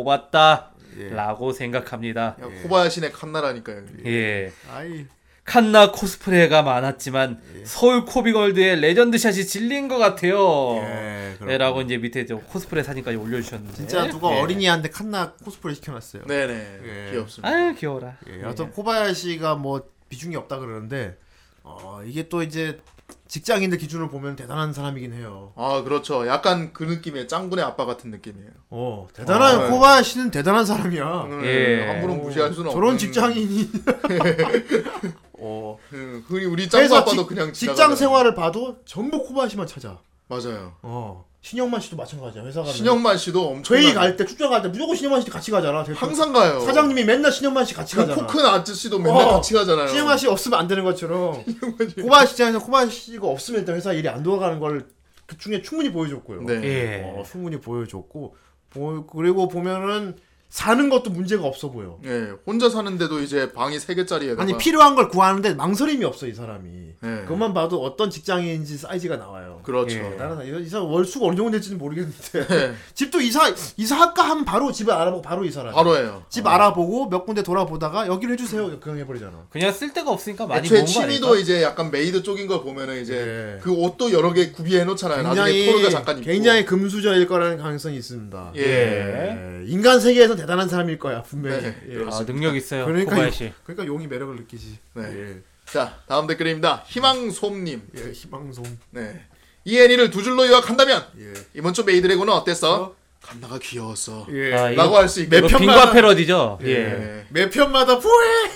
A: 예.
B: 뽑았다라고 생각합니다.
D: 그냥 코바야신의 칸나라니까요.
B: 예.
A: 아이.
B: 칸나 코스프레가 많았지만
A: 예.
B: 서울 코비걸드의 레전드샷이 질린 것 같아요.
A: 예, 그렇군요.
B: 예, 라고 이제 밑에 저 코스프레 사진까지 올려주셨는데
A: 진짜 누가
B: 예.
A: 어린이한테 칸나 코스프레 시켜놨어요.
D: 네네.
A: 예.
D: 귀엽습니다.
B: 아유 귀여워라.
A: 예. 여튼 코바야시가 뭐 비중이 없다 그러는데 어, 이게 또 이제 직장인들 기준으로 보면 대단한 사람이긴 해요.
D: 아 그렇죠. 약간 그 느낌의 짱군의 아빠 같은 느낌이에요.
A: 어, 대단한
D: 아, 예.
A: 코바야시는 대단한 사람이야.
B: 예.
D: 함부로 무시할 수는
A: 저런
D: 없는.
A: 직장인이 어,
D: 음, 흔히 우리 짱구
A: 회사
D: 아빠도
A: 직,
D: 그냥
A: 직장
D: 지나가잖아요.
A: 생활을 봐도 전부 코바야시만 찾아.
D: 맞아요.
A: 어, 신영만 씨도 마찬가지야. 회사 가면
D: 신영만 씨도 엄청
A: 저희 아, 네. 갈 때 출장 갈 때 무조건 신영만 씨 같이 가잖아. 제가
D: 항상 가요.
A: 사장님이 맨날 신영만 씨 같이
D: 그
A: 가잖아.
D: 코큰 아저씨도 맨날
A: 어.
D: 같이 가잖아요.
A: 신영만 씨 없으면 안 되는 것처럼 코바 시장에서 코바 씨가 없으면 일단 회사 일이 안 돌아가는 걸 그중에 충분히 보여줬고요.
D: 네.
B: 예.
A: 어, 충분히 보여줬고 보, 그리고 보면은 사는 것도 문제가 없어 보여.
D: 예, 혼자 사는데도 이제 방이 세 개짜리에다가
A: 아니 필요한 걸 구하는데 망설임이 없어 이 사람이.
D: 네.
A: 그것만 봐도 어떤 직장인지 사이즈가 나와요. 어,
D: 그렇죠.
B: 예.
A: 나는 이- 이 사람 월수가 어느 정도 될지는 모르겠는데
D: 네.
A: 집도 이사 이사할까 하면 바로 집을 알아보고 바로 이사를. 하죠.
D: 바로예요. 어. 음.
A: 집 알아보고 몇 군데 돌아보다가 여기로 해주세요. 그냥 해버리잖아.
B: 그냥 쓸데가 없으니까 많이
D: 애초에
B: 모은 거
D: 취미도
B: 아닐까?
D: 이제 약간 메이드 쪽인 걸 보면은 이제
A: 예.
D: 그 옷도 여러 개 구비해 놓잖아요. 네, 나중에
A: 굉장히
D: 토르가 잠깐 입고.
A: 굉장히 금수저일 거라는 가능성이 있습니다.
D: 예.
A: 예, 인간 세계에서 대단한 사람일 거야 분명히.
D: 네,
A: 예.
B: 아, 능력 있어요.
A: 그러니까
B: 코바야시.
A: 용- 그러니까 용이 매력을 느끼지.
D: 네.
A: 예.
D: 자, 다음 댓글입니다. 희망솜님.
A: 예, 희망송.
D: 네. 이 애니를 두 줄로 요약한다면
A: 예.
D: 이번 주 메이드래곤은 어땠어? 칸나가 귀여웠어.
A: 예.
B: 아,
D: 라고
B: 이거,
D: 할 수 있게
A: 매-
B: 이거
A: 편만-
B: 빙과 패러디죠. 예.
D: 예.
A: 매 편마다 포획.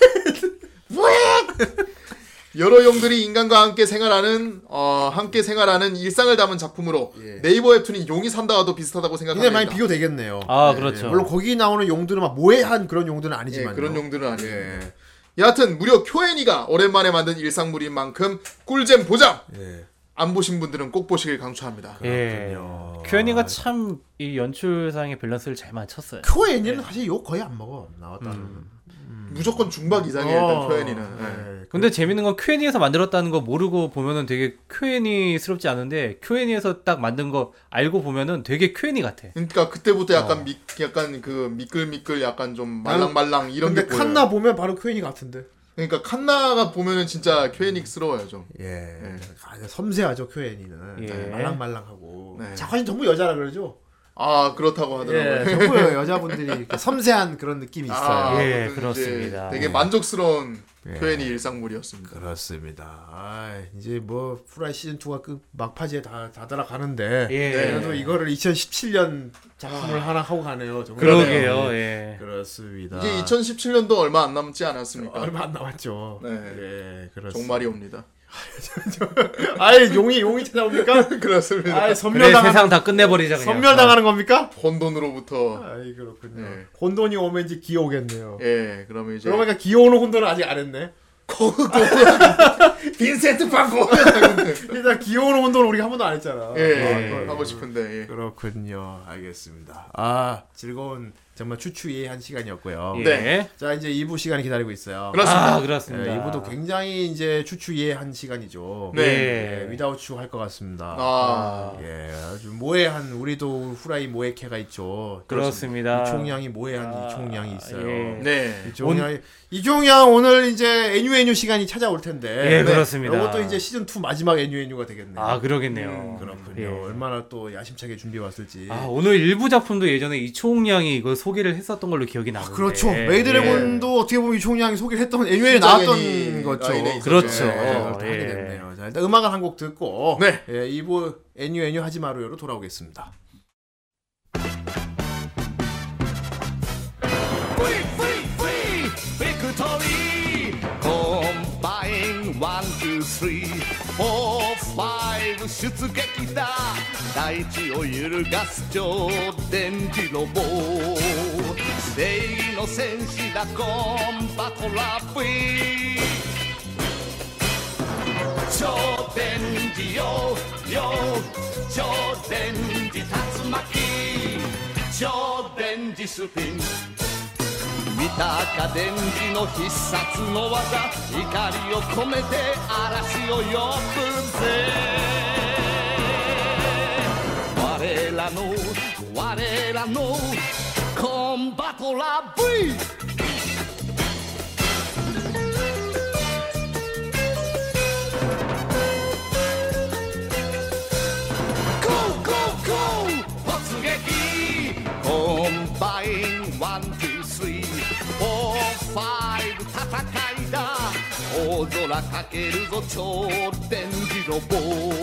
D: 여러 용들이 인간과 함께 생활하는 어 함께 생활하는 일상을 담은 작품으로
A: 예.
D: 네이버 웹툰인 용이 산다와도 비슷하다고
A: 근데 많이
D: 생각합니다.
A: 비교되겠네요.
B: 아
A: 예,
B: 그렇죠.
A: 물론 거기 나오는 용들은 막 모해한 그런 용들은
D: 예,
A: 아니지만 요
D: 그런 용들은 아니에요.
A: 예.
D: 여하튼 무려 쿄엔이가 오랜만에 만든 일상물인 만큼 꿀잼 보장.
A: 예.
D: 안 보신 분들은 꼭 보시길 강추합니다.
B: 예.
D: 아.
B: 큐엔이가 참 이 연출상의 밸런스를 잘 맞췄어요.
D: 그-
A: 큐 애니는
D: 예.
A: 사실 욕 거의 안 먹어 나왔다. 음.
D: 무조건 중박 이상이에요.
B: 어.
D: 일단 쿄엔이는. 예.
B: 근데 재밌는 건 큐엔이에서 만들었다는 거 모르고 보면은 되게 큐엔이스럽지 않은데 큐엔이에서 딱 만든 거 알고 보면은 되게 큐엔이 같아.
D: 그러니까 그때부터 약간
A: 어.
D: 미, 약간 그 미끌미끌 약간 좀 말랑말랑 이런
A: 근데
D: 게 보여요.
A: 칸나 보면 바로 큐 애니 같은데.
D: 그러니까 칸나가 보면은 진짜 쿄엔이스러워요 좀.
A: 예. 아, 섬세하죠 큐 애니는. 네,
B: 예.
A: 말랑말랑하고.
D: 네.
A: 작화는 전부 여자라 그러죠.
D: 아 그렇다고 하더라고요.
A: 예. 전부 여자분들이 이렇게 섬세한 그런 느낌이 있어요. 음.
B: 예,
D: 아무튼 이제
B: 그렇습니다.
D: 되게
B: 예.
D: 만족스러운
A: 예.
D: 표현이 일상물이었습니다.
A: 그렇습니다. 아, 이제 뭐 프라이 시즌 2가 그 막바지에 다 다다라가는데
B: 예.
A: 그래도 이거를 2017년 작품을
D: 아.
A: 하나 하고 가네요. 정말.
B: 그러게요.
A: 네.
B: 예.
A: 그렇습니다.
D: 이제 2017년도 얼마 안 남지 않았습니까?
A: 아. 얼마 안 남았죠.
D: 네.
A: 예, 그렇습니다.
D: 정말이 옵니다.
A: 아예 용이 용이 찾아옵니까?
D: 그렇습니다.
A: 아예
B: 그래
A: 선멸당하는
B: 세상 다 끝내버리자 그냥.
A: 선멸당하는 겁니까?
D: 혼돈으로부터
A: 아이 그렇군요.
D: 네.
A: 혼돈이 오면 이제 기어오겠네요.
D: 예 그러면 이제
A: 그러고 보니까 기어오는 혼돈은 아직 안 했네.
D: 빈센트 방고
A: 일단 기어오는 혼돈은 우리가 한 번도 안 했잖아.
D: 예,
A: 아,
D: 예
A: 그걸-
D: 하고 싶은데 예.
A: 그렇군요. 알겠습니다. 아 즐거운 정말 추추이의 한 시간이었고요.
B: 예.
D: 네.
A: 자 이제 2부 시간이 기다리고 있어요.
D: 그렇습니다.
B: 아 그렇습니다.
A: 예, 2부도 굉장히 이제 추추이의 한 시간이죠.
D: 네.
A: 예, 위다우추 할 것 같습니다.
D: 아,
A: 예, 아주 모해한 우리도 후라이 모해캐가 있죠.
B: 그렇습니다.
A: 이총양이 모해한
B: 아,
A: 이총양이 있어요.
B: 예.
D: 네.
A: 이종양 이종양 오늘 이제 애뉴 애뉴 시간이 찾아올 텐데. 네.
B: 예, 그렇습니다.
A: 이것도 이제 시즌 2 마지막 애뉴 애뉴가 되겠네요. 음,
B: 아 그러겠네요.
A: 그렇군요. 예.
B: 예.
A: 얼마나 또 야심차게 준비해 왔을지.
B: 아 오늘 일부 작품도 예전에 이초홍 양이 이거 소개를 했었던 걸로 기억이 나는데. 예.
A: 그렇죠. 메이드래곤도 어떻게 보면 이총양이 소개를 했던 애뉴 애뉴
D: 시장이
A: 나왔던 거죠.
D: 라인에 있었죠.
B: 그렇죠.
A: 예,
D: 예.
A: 그걸 또 하게
B: 예.
A: 됐네요. 자, 일단 음악을 한 곡 듣고
D: 네.
A: 예, 2부 애뉴 애뉴 하지 마루요로 돌아오겠습니다.
G: Victory! Combine one, two, three, four, five 出撃だ大地を揺るがす超電磁ロボ正義の戦士だコンバトラブイ超電磁よよ超電磁竜巻超電磁スピン見たか電磁の必殺の技怒りを込めて嵐を呼ぶぜ我らの我らのコンバトラ V ゴーゴーゴー突撃コンバインワンツースリーフォーファイブ戦いだ大空かけるぞ超電磁ロボ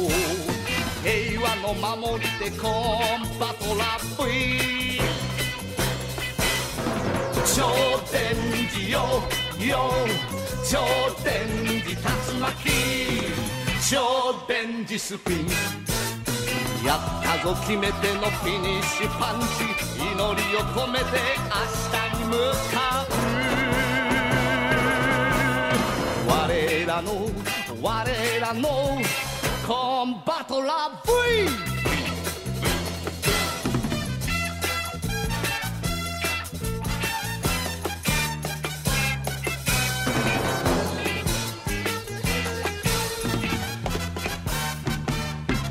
G: 平和の守りでコンバトラブイ超電磁よよ超電磁竜巻超電磁スピンやったぞ決めてのフィニッシュパンチ祈りを込めて明日に向かう我らの我らのコンバトラ V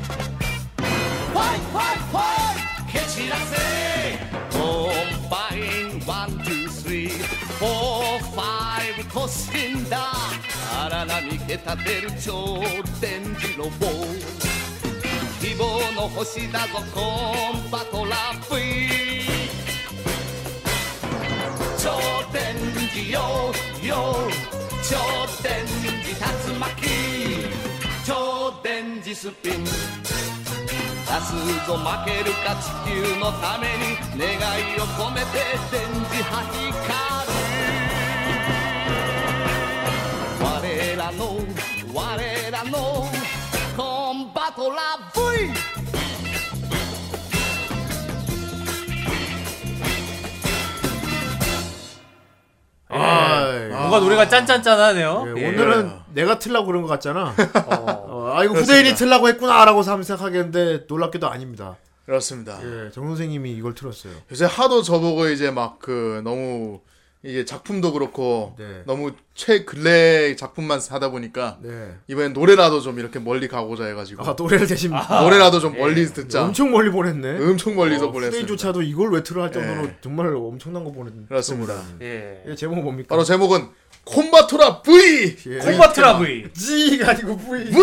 G: ファイファイファイ蹴散らせコンバインワンツースリーフォーファイブ突進だ荒波けたてる超電磁ロボ希望の星だぞコンバトラ V 超電磁よよ超電磁竜巻超電磁スピンすぞ負けるか地球のために願いを込めて電磁波光る我らの我らのコンバトラ V
A: 아이.
B: 예. 뭔가 노래가 짠짠짠하네요.
A: 예,
B: 예.
A: 오늘은 내가 틀라고 그런 것 같잖아. 어, 아 이거 후대인이 틀라고 했구나라고 사람 생각하겠는데 놀랍게도 아닙니다.
D: 그렇습니다.
A: 예, 정 선생님이 이걸 틀었어요.
D: 요새 하도 저보고 이제 막 그 너무 이게 작품도 그렇고
A: 네.
D: 너무 최근래 작품만 하다 보니까
A: 네.
D: 이번엔 노래라도 좀 이렇게 멀리 가고자 해가지고
A: 아 노래를 대신
D: 노래라도 좀 멀리 듣자. 엄청,
A: 엄청 멀리 보냈네.
D: 멀리서
A: 어,
D: 보냈습니다.
A: 후대인조차도 이걸 왜 틀어 할 정도로
D: 예.
A: 정말 엄청난 거 보냈.
D: 그렇습니다.
B: 예.
A: 예, 제목 뭡니까?
D: 바로 제목은 콤바토라 V.
A: 예.
B: 콤바트라 V.
A: G가 아니고 V.
D: V.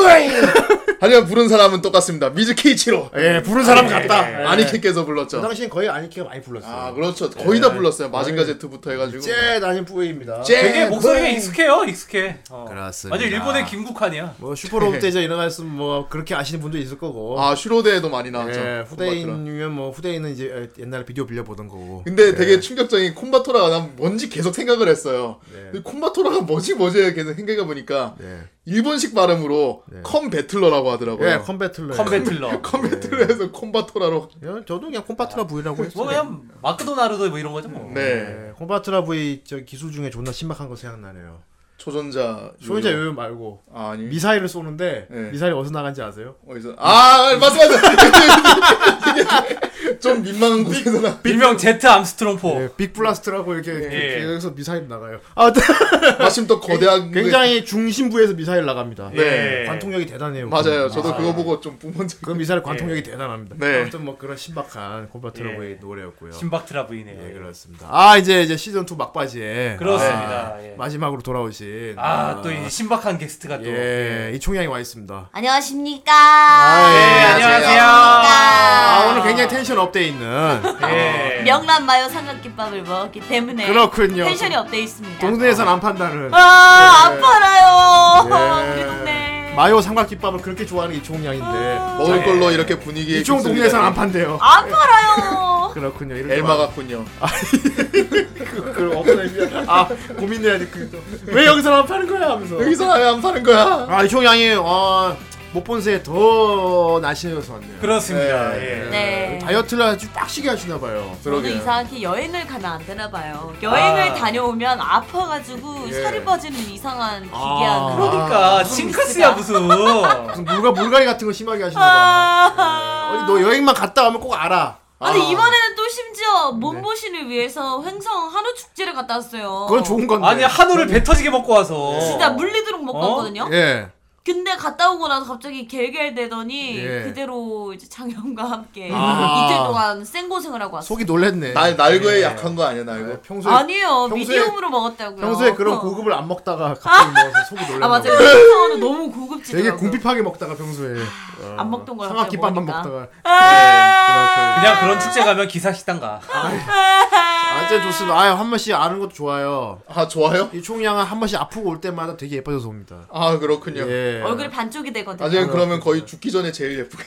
D: 하지만 부른 사람은 똑같습니다. 미즈 케이치로
A: 예, 부른 사람 같다.
D: 아니케께서 불렀죠.
A: 그 당시엔 거의 아니케가 많이 불렀어요.
D: 아 그렇죠. 거의
A: 네.
D: 다 불렀어요. 마징가 제트부터 해가지고.
A: 제 아닌 뿌이입니다. 뭐-
B: 되게
D: 제
B: 목소리가 익숙해요. 익숙해. 어.
A: 네, 그렇습니다.
B: 완전 일본의 김국환이야.
A: 뭐
D: 예.
A: 슈퍼로봇 대전 이런 말씀 뭐 그렇게 아시는 분도 있을 거고.
D: 아 슈로데에도 많이 나왔죠.
A: 예,
D: 콤바토라.
A: 후대인이면 뭐 후대인은 이제 옛날에 비디오 빌려 보던 거고.
D: 근데 되게 충격적인 콤바토라가 난 뭔지 계속 생각을 했어요.
A: 예.
D: 근데 콤바토라가 뭐지 뭐지 계속 생각해 보니까
A: 네.
D: 일본식 발음으로 컴 배틀러라고 하더라고요.
A: 예, 컴배틀러.
B: 컴배틀러.
D: 컴 배틀러에서 콤바토라로.
A: 예, 저도 그냥 콤바트라 V라고 했어요.
B: 뭐 그냥 마크도나르도 뭐 이런 거죠 뭐.
D: 네.
A: 예, 콤바트라 V 저 기술 중에 존나 신박한 거 생각나네요.
D: 초전자.
A: 소유자
D: 요요.
A: 요요 말고
D: 아, 아니.
A: 미사일을 쏘는데
D: 예.
A: 미사일이 어디서 나간지 아세요?
D: 어디서? 아 맞아 맞아. 이게 좀 민망한 곳에서 나.
B: 일명 제트 암스트롱포.
A: 예, 빅블라스트라고 이렇게 이렇게
B: 어. 예.
A: 여기서 미사일 나가요. 아, 네.
D: 마침 또 거대한. 게-
A: 굉장히 중심부에서 미사일 나갑니다.
D: 네.
B: 예.
A: 관통력이 대단해요.
D: 맞아요. 저도 그거
A: 네.
D: 보고 좀 뿜먼지.
A: 그 미사일 관통력이 대단합니다.
D: 네.
A: 아무튼 뭐 그런 신박한 콤바트라
B: 예.
A: V의 노래였고요.
B: 심박트라 V네요.
A: 예, 그렇습니다. 아, 이제 이제 시즌 2 막바지에
B: 그렇습니다.
A: 아,
B: 예.
A: 마지막으로 돌아오신
B: 아, 또 이 신박한 게스트가 또.
A: 예, 이총양이 와 있습니다.
H: 안녕하십니까.
B: 예,
D: 안녕하세요.
B: 안녕하세요.
A: 아,
H: 안녕하십니까.
A: 오늘 굉장히 텐션 업돼 있는
B: 예.
H: 명란 마요 삼각김밥을 먹었기 때문에
A: 네. 그렇군요.
H: 텐션이 업돼 있습니다.
A: 동네에선 안 판다는
H: 아, 안 팔아요.
A: 예.
H: 어, 우리 동네.
A: 네.
H: 어.
A: 마요 삼각김밥을 그렇게 좋아하는 이총양인데
D: 먹을 걸로 이렇게 분위기.
A: 이총 동네에선 안 판대요.
H: 안 팔아요.
A: 그렇군요. 이렇게
D: 엘마 같군요.
A: 막- 그 어떤 의미야? 아, 고민해야 돼. 그왜 여기서 안 파는 거야 하면서.
D: 여기서 왜안 파는 거야?
A: 아, 이총양이 어, 못본 새에 더 날씬해져서 왔네요.
B: 그렇습니다.
D: 예.
B: 예.
H: 네.
A: 다이어트를 아주 빡시게 하시나 봐요.
H: 저는
D: 그러게요.
H: 이상하게 여행을 가면 안 되나 봐요. 여행을
B: 아.
H: 다녀오면 아파가지고 살이 빠지는 이상한
A: 예. 아.
H: 기괴한. 그런-
B: 그러니까 징크스야 무슨.
A: 무슨 물가 물갈이 같은 거 심하게 하시나 봐.
H: 아.
A: 어디 너 여행만 갔다 오면 꼭 알아. 네.
H: 아니
D: 아.
H: 이번에는 또 심지어 몸보신을 위해서 횡성 한우 축제를 갔다 왔어요.
A: 그건 좋은 건데.
B: 아니 한우를 배 터지게 먹고 와서.
H: 진짜 물리도록 먹고
B: 네. 어?
H: 왔거든요.
A: 예.
H: 근데 갔다 오고 나서 갑자기 결결되더니
A: 예.
H: 그대로 이제 장염과 함께
A: 아.
H: 이틀 동안 생고생을 하고 왔어요.
A: 속이 놀랬네.
D: 날 날거에 약한 거 아니야
B: 네.
D: 날거?
A: 평소에
H: 아니요
A: 평소에-
H: 미디움으로 먹었다고요.
A: 평소에 그런
H: 어.
A: 고급을 안 먹다가 갑자기 먹어서 속이 놀랐네.
H: 아 맞아요. 횡성한우 너무 고급지더라고요. 아,
A: 되게 궁핍하게 먹다가 평소에 어.
H: 안 먹던 거랑
A: 삼각김밥만
H: 먹으니까.
A: 먹다가 네,
H: 아~
B: 그냥 그런 축제 가면 기사 식당 가.
A: 아제 좋습니다. 아유 한 번씩 아는 것도 좋아요.
D: 아 좋아요?
A: 이 총량은 한 번씩 아프고 올 때마다 되게 예뻐져서 옵니다.
D: 아 그렇군요.
A: 예.
H: 얼굴이 반쪽이 되거든요.
A: 아,
D: 나중에
A: 네.
D: 그러면 거의 죽기 전에 제일 예쁘게.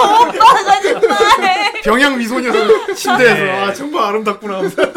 H: 오빠가 아, 네, 정말
A: 병양 미소녀 침대에서
H: 네.
A: 아 정말 아름답구나. 하면서.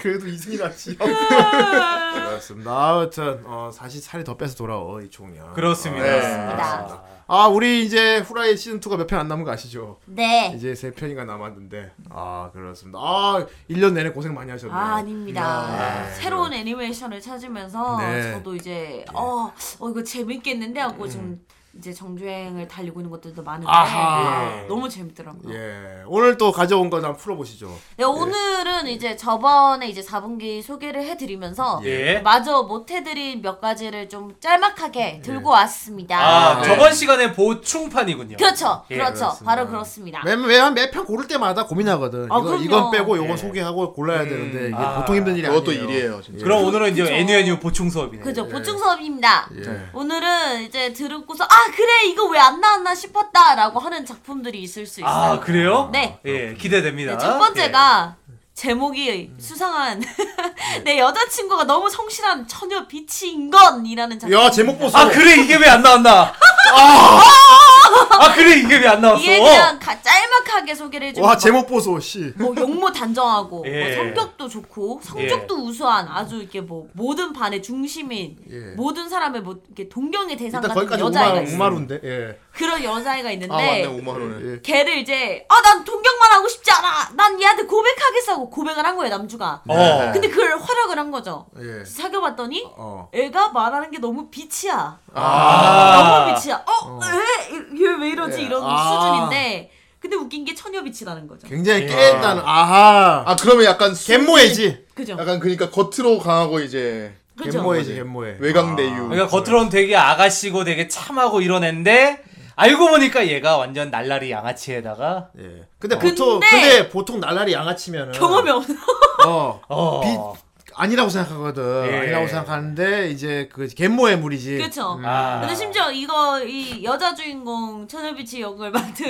A: 그래도 이승이 낫지.
H: 아.
A: 그렇습니다. 아무튼 어, 사실 살이 더 빼서 돌아오 이 총량.
B: 그렇습니다.
D: 네.
H: 나.
A: 아 우리 이제 후라이 시즌 2가 몇 편 안 남은 거 아시죠?
H: 네.
A: 이제 세 편인가 남았는데 아 그렇습니다. 아 1년 내내 고생 많이 하셨네요.
H: 아, 아닙니다.
A: 네.
H: 새로운 애니메이션을 찾으면서
A: 네. 음.
H: 저도 이제 어, 어 이거 재밌겠는데 하고 지금 이제 정주행을 달리고 있는 것들도 많은데
A: 아하.
H: 네, 너무 재밌더라고요.
A: 예 오늘 또 가져온 거 한번 풀어보시죠.
H: 네, 오늘은 이제 저번에 이제 4분기 소개를 해드리면서
B: 예.
H: 마저 못해드린 몇 가지를 좀
A: 예.
H: 짤막하게 들고 왔습니다.
B: 아,
D: 네.
B: 저번 시간에 보충판이군요.
H: 그렇죠,
B: 예,
H: 그렇죠, 바로 그렇습니다.
A: 네. 매매한매편 고를 때마다 고민하거든.
H: 아,
A: 이건,
H: 그럼요. 음.
A: 이건 빼고 이건
B: 예.
A: 소개하고 골라야 되는데 이게
B: 아,
A: 보통 힘든 일이 아니에요. 예.
D: 그것도 일이에요 진짜.
B: 그럼 오늘은 이제
H: 그죠.
B: 애니애니 보충 수업이네.
H: 그죠, 보충 수업입니다.
B: 네.
A: 예.
H: 오늘은 이제 들고서 아 그래 이거 왜 안 나왔나 싶었다라고 하는 작품들이 있을 수 있어요.
B: 아, 그래요?
H: 네.
B: 예, 음. 예. 기대됩니다.
H: 네, 첫 번째가 제목이 수상한 내 여자친구가 너무 성실한 처녀 비치인 건이라는 작품.
A: 야 제목 보소.
B: 아 그래 이게 왜 안 나왔나? 아, 아 그래 이게 왜 안 나왔어?
H: 이게 그냥 가, 짤막하게 소개를 해주고
A: 와 제목 보소 씨.
H: 뭐 용모 단정하고 뭐
B: 예.
H: 성격도 좋고 성적도 우수한 아주 이렇게 뭐 모든 반의 중심인 모든 사람의 뭐 이렇게 동경의 대상
A: 예. 일단
H: 같은
A: 거기까지 오마
H: 여자애가 있어
A: 오마루인데. 예.
H: 그런 여자애가 있는데
D: 아 맞네 5만 원에.
A: 예.
H: 걔를 이제 아 난 동경만 하고 싶지 않아 난 얘한테 고백하겠어 하고 고백을 한 거예요 남주가
A: 네.
B: 어.
H: 근데 그걸 허락을 한 거죠
D: 예.
H: 사귀어봤더니
D: 어.
H: 애가 말하는 게 너무 빛이야
B: 아.
H: 너무 빛이야 어, 어얘왜 이러지 이런
A: 어. 아.
H: 수준인데 근데 웃긴 게 처녀 빛이라는 거죠
A: 굉장히 깨다는 아하.
D: 아 그러면 약간 수-
A: 갯모해지.
H: 그죠
D: 약간 그러니까 겉으로 강하고 이제
H: 그죠
A: 갯모해지 갯모해.
D: 외강 내유.
B: 그러니까 겉으로는 되게 아가씨고 되게 참하고 이런 애인데 알고 보니까 얘가 완전 날라리 양아치에다가
A: 예. 근데
H: 근데-
A: 보통 근데 보통 날라리 양아치면은
H: 경험이 없는
A: 어.
B: 어.
A: 비 아니라고 생각하거든.
B: 예.
A: 아니라고 생각하는데 이제 그 갯모의 물이지.
H: 그렇죠.
B: 아.
H: 근데 심지어 이거 이 여자 주인공 천여비치 역을 맡은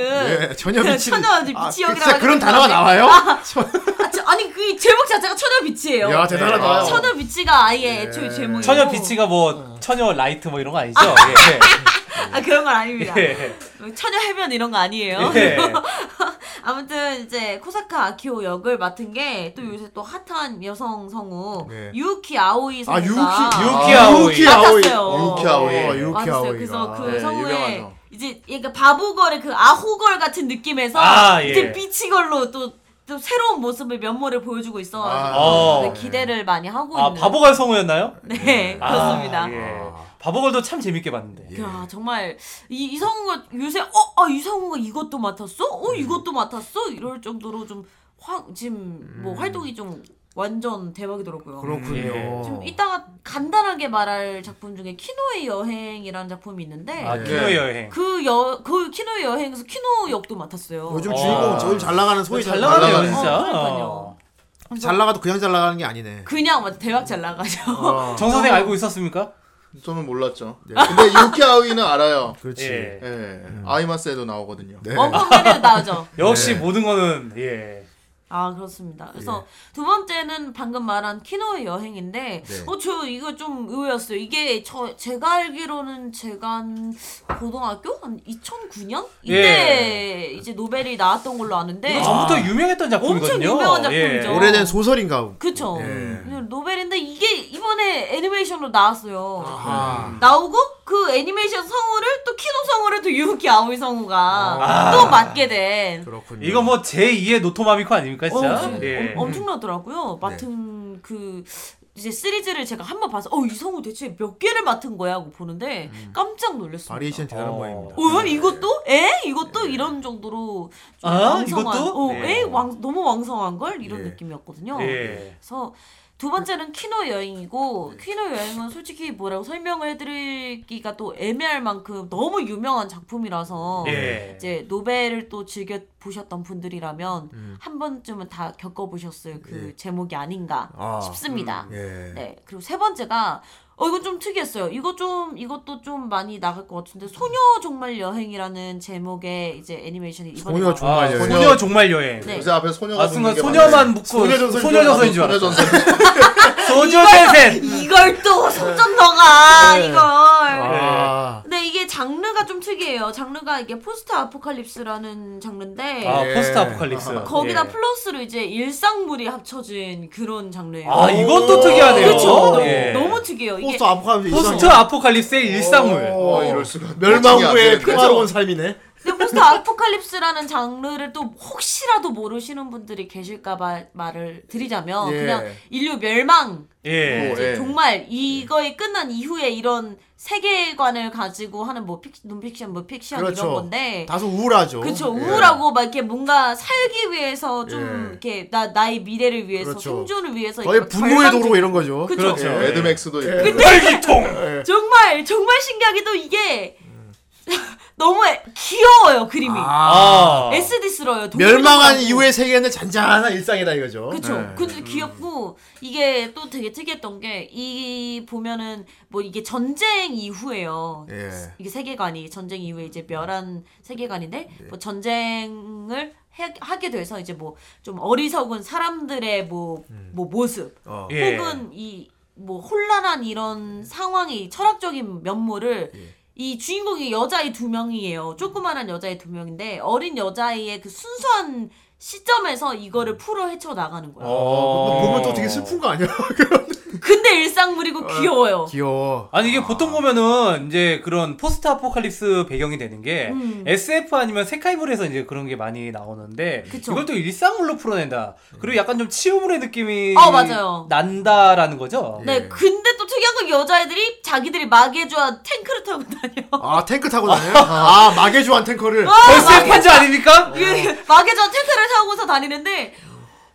A: 예, 전혀 미치.
H: 천여 비치
A: 아,
H: 역이라고
A: 진짜 그런
H: 하기도
A: 단어가
H: 하는데.
A: 나와요?
H: 아, 저- 아니 그 제목 자체가 천여비치예요.
A: 야
H: 어.
A: 대단하다. 어,
H: 천여비치가 아예 애초에 제목이고
B: 처녀 비치가 뭐 처녀 라이트 뭐 이런 거 아니죠? 예.
H: 아 그런 건 아닙니다. 뭐
B: 예.
H: 천여 해변 이런 거 아니에요.
B: 예.
H: 아무튼 이제 코사카 아키오 역을 맡은 게 또 요새 또 핫한 여성 성우
A: 네.
H: 유키 아오이
A: 아
H: 성우가
A: 유키
B: 유키 아오이. 예.
A: 유키 아오이
H: 맞았어요.
D: 유키 아오이.
A: 어, 유키
H: 맞았어요.
A: 아오이.
H: 그래서 그
D: 네, 유명한
H: 성우의
D: 성.
H: 이제 약간 바보걸의 그 아호걸 같은 느낌에서
B: 아, 예.
H: 이제 비치걸로 또, 또 새로운 모습을 면모를 보여주고 있어.
D: 아,
B: 어.
H: 네, 기대를 많이 하고
B: 아
H: 있는.
B: 바보걸 성우였나요?
H: 네, 그렇습니다.
B: 아, 예. 바보걸도 참 재밌게 봤는데.
H: 야 정말 이 이성우가 요새 어아 이성우가 이것도 맡았어? 어 이것도 맡았어? 이럴 정도로 좀 확 지금 뭐 활동이 좀 완전 대박이더라고요.
A: 그렇군요.
H: 지금 이따가 간단하게 말할 작품 중에 키노의 여행이라는 작품이 있는데
B: 아 키노
D: 예.
B: 여행.
H: 그 여 그 키노의 여행에서 키노 역도 맡았어요.
A: 요즘
B: 어.
A: 주인공 제일 잘 나가는 소위
B: 잘 나가네요
D: 나가네.
B: 아, 진짜.
H: 어, 그러니까요.
A: 잘 나가도 그냥 잘 나가는 게 아니네.
H: 그냥 막 대박 잘 나가죠.
B: 정 선생 알고 있었습니까?
D: 저는 몰랐죠.
A: 네.
D: 근데 유키 아오이는 알아요.
A: 그렇지.
B: 예.
D: 예. 아이마스에도 나오거든요.
A: 네.
H: 원펀맨에도 나오죠.
B: 역시 모든 거는 예.
H: 아 그렇습니다. 그래서 두 번째는 방금 말한 키노의 여행인데,
B: 네.
H: 어 저 이거 좀 의외였어요. 이게 저 제가 알기로는 제가 한 고등학교 한 2009년 이때 이제 노벨이 나왔던 걸로 아는데
B: 예. 이거 전부터 유명했던 작품이거든요.
H: 엄청 유명한 작품이죠.
B: 예.
A: 오래된 소설인가 보고.
H: 그쵸.
A: 예.
H: 노벨인데 이게 이번에 애니메이션으로 나왔어요.
A: 아.
H: 나오고 그 애니메이션 성우를 또 키노 성우를 또 유키 아오이 성우가 또 맡게 된
A: 그렇군요.
B: 이거 뭐 제2의 노토마미코 아닙니까 진짜?
H: 어, 그-
B: 예.
H: 엄-
A: 네.
H: 엄청나더라고요. 맡은 그 이제 시리즈를 제가 한 번 봐서 어이 성우 대체 몇 개를 맡은 거야 하고 보는데
A: 음.
H: 깜짝 놀랐습니다.
A: 바리에이션 네. 대단한
B: 어.
A: 모양입니다.
H: 어, 이것도? 에? 이것도? 이런 정도로 좀
B: 아,
H: 왕성한
B: 이것도?
H: 어,
B: 네.
H: 에? 왕, 너무 왕성한 걸? 이런
A: 네.
H: 느낌이었거든요.
B: 예.
H: 그래서 두 번째는 키노 여행이고 키노 여행은 솔직히 뭐라고 설명을 해드리기가 또 애매할 만큼 너무 유명한 작품이라서
B: 예.
H: 이제 노벨을 또 즐겨 보셨던 분들이라면
A: 음.
H: 한 번쯤은 다 겪어보셨을 그 제목이 아닌가
A: 예. 아,
H: 싶습니다.
A: 예.
H: 네 그리고 세 번째가 어 이건 좀 특이했어요. 이거 좀 이것도 좀 많이 나갈 것 같은데 소녀 정말 여행이라는 제목의 이제 애니메이션이 이번에
A: 소녀
H: 나왔어요.
A: 종말
B: 아,
A: 여행.
B: 소녀, 정말 여행.
H: 네.
D: 요새 앞에 소녀가
B: 아
D: 붙는
B: 순간
D: 게
B: 소녀만 묶고
A: 소녀전선인
B: 소녀전선인 줄
D: 많아요.
B: 알았어.
D: 소녀전선.
H: 아,
B: 소녀전선.
H: 이걸 또 속전너가
A: 예.
H: 이걸.
A: 아.
H: 근데 이게 장르가 좀 특이해요. 장르가 이게 포스트 아포칼립스라는 장르인데
B: 아
A: 예.
B: 포스트 아포칼립스.
H: 거기다
B: 예.
H: 플러스로 이제 일상물이 합쳐진 그런 장르예요.
B: 아 이것도 특이하네요.
H: 그렇죠. 너무,
B: 예.
H: 너무 특이해요. 이게
A: 포스트 아포칼립스.
B: 포스트 아포칼립스의 일상물.
D: 어, 이럴 수가.
A: 멸망 후에
D: 그렇죠.
A: 평화로운 삶이네.
H: 근데 포스트 아포칼립스라는 장르를 또 혹시라도 모르시는 분들이 계실까봐 말을 드리자면
A: 예.
H: 그냥 인류 멸망
B: 예.
D: 뭐,
H: 이제
D: 예.
H: 정말 이거에 끝난 이후에 이런 세계관을 가지고 하는 뭐 픽, 논픽션, 뭐 픽션
A: 그렇죠.
H: 이런 건데
A: 다소 우울하죠.
H: 그렇죠
A: 예.
H: 우울하고 막 이렇게 뭔가 살기 위해서 좀
A: 예.
H: 이렇게 나 나의 미래를 위해서
A: 그렇죠.
H: 생존을 위해서
A: 거의
H: 이렇게
A: 분노의
H: 절망적-
A: 도로 이런 거죠.
H: 그쵸.
B: 그렇죠.
D: 예,
B: 예.
D: 매드맥스도 있고.
H: 근데 정말 정말 신기하게도 이게 너무 애- 귀여워요 그림이.
B: 아.
H: SD스러워요.
A: 멸망한 이후의 세계는 잔잔한 일상이다 이거죠.
H: 그쵸.
A: 네.
H: 근데 귀엽고, 이게 또 되게 특이했던 게, 이 보면은, 뭐 이게 전쟁 이후에요.
A: 예.
H: 이게 세계관이, 전쟁 이후에 이제 멸한 세계관인데,
A: 네.
H: 뭐 전쟁을 해- 하게 돼서 이제 뭐 좀 어리석은 사람들의 뭐,
A: 음.
H: 뭐 모습,
A: 어.
B: 예.
H: 혹은 이 뭐 혼란한 이런 상황이 철학적인 면모를
A: 예.
H: 이 주인공이 여자애 두 명이에요. 조그만한 여자애 두 명인데 어린 여자애의 그 순수한 시점에서 이거를 풀어 헤쳐 나가는 거야.
A: 음. 어, 보면 또 되게 슬픈 거 아니야?
H: 근데 일상물이고 귀여워요.
A: 아, 귀여워.
B: 아니 이게 보통 보면은 이제 그런 포스트 아포칼립스 배경이 되는 게
H: 음.
B: SF 아니면 세카이블에서 이제 그런 게 많이 나오는데
H: 그쵸.
B: 이걸 또 일상물로 풀어낸다. 그리고 약간 좀 치유물의 느낌이
H: 어, 맞아요.
B: 난다라는 거죠.
A: 예.
H: 네, 근데 또 특이한 건 여자애들이 자기들이 마개조와 탱크를 타고 다녀.
A: 아 탱크 타고
H: 어.
A: 다녀요? 아 마개주한 탱커를.
B: SF 판지 아닙니까?
H: 그 마개조와 탱크를 타고서 다니는데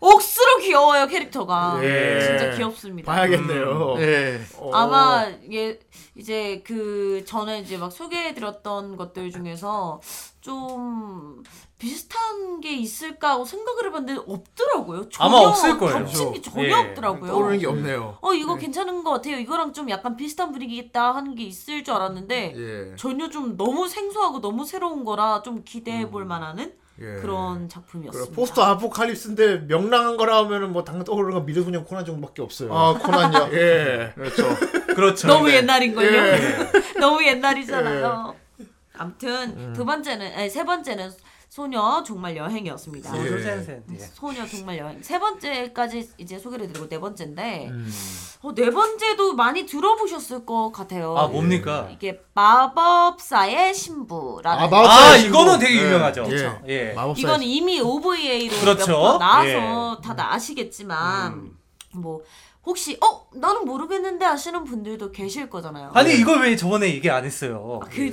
H: 억수로 귀여워요 캐릭터가.
A: 예.
H: 진짜 귀엽습니다.
A: 봐야겠네요.
D: 예.
A: 어.
H: 아마 예 이제 그 전에 이제 막 소개해드렸던 것들 중에서 좀 비슷한 게 있을까 하고 생각을 해봤는데 없더라고요. 전혀
B: 아마 없을 거예요.
H: 겹친 게 전혀
B: 예.
H: 없더라고요.
A: 떠오르는 게 없네요.
H: 어 이거 괜찮은 것 같아요. 이거랑 좀 약간 비슷한 분위기겠다 하는 게 있을 줄 알았는데
A: 예.
H: 전혀 좀 너무 생소하고 너무 새로운 거라 좀 기대해 볼 만한
A: 예.
H: 그런
A: 그래,
H: 작품이었습니다.
A: 포스트 아포칼립스인데 명랑한 거라 하면은 뭐 당연 떠오르는 건 미르소년 코난 정도밖에 없어요.
D: 아 코난요.
A: 예.
D: 그렇죠.
B: 그렇죠.
H: 네. 너무 옛날인 걸요.
B: 예.
H: 너무 옛날이잖아요. 아무튼
B: 음.
H: 두 번째는 아니, 세 번째는 소녀 정말 여행이었습니다.
B: 어, 솔찬센. 예.
H: 소녀 정말 여행 세 번째까지 이제 소개를 드리고 네 번째인데
B: 음.
H: 어, 네 번째도 많이 들어보셨을 것 같아요.
B: 아 뭡니까?
H: 이게 마법사의 신부라는
A: 아, 마법-
B: 아
A: 그렇죠.
B: 이거는 되게
A: 예.
B: 유명하죠.
A: 그렇죠.
B: 예.
A: 마법사.
H: 이건 이미 OVA로
B: 그렇죠. 예. 음.
H: 몇 번 나와서 다들 아시겠지만 뭐 혹시 어 나는 모르겠는데 아시는 분들도 계실 거잖아요.
B: 아니 이걸 왜 저번에 얘기 안 했어요?
H: 그-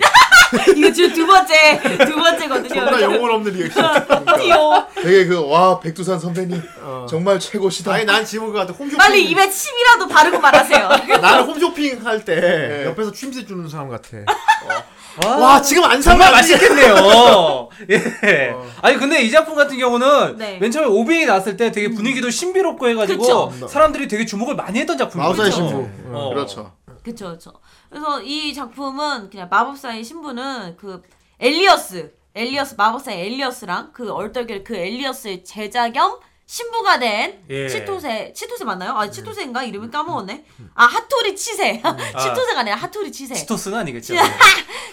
H: 이거 지금 두 번째 두 번째거든요. 그러니까
A: 정말 영혼 없는 리액션.
H: 귀여워.
D: 그러니까 되게 그 와 백두산 선배님 정말 최고시다.
A: 아니 난 지금 그 같아 홈쇼핑.
H: 빨리 입에 침이라도 바르고 말하세요.
A: 나는 홈쇼핑 할 때
D: 예.
A: 옆에서 취임새 주는 사람 같아.
B: 네. 어. 와,
A: 와 지금 안 사면
B: 정말
A: 안 돼.
B: 맛있겠네요. 예. 아니 근데 이 작품 같은 경우는
H: 네.
B: 맨 처음에 오빈이 나왔을 때 되게 분위기도 신비롭고 해가지고 사람들이 되게 주목을 많이 했던 작품이에요.
A: 마우사의
B: 그렇죠?
A: 신부.
B: 어.
D: 그렇죠.
H: 그렇죠, 그렇죠. 그래서 이 작품은 그냥 마법사의 신부는 그 엘리어스, 엘리어스 마법사의 엘리어스랑 그 얼떨결 그 엘리어스의 제자 겸 신부가 된
B: 예.
H: 치토세, 치토세 맞나요? 아 치토세인가 이름을 까먹었네. 아 하토리 치세, 치토세가 아니라 하토리 치세,
B: 치토스는 아니겠죠.
H: 네.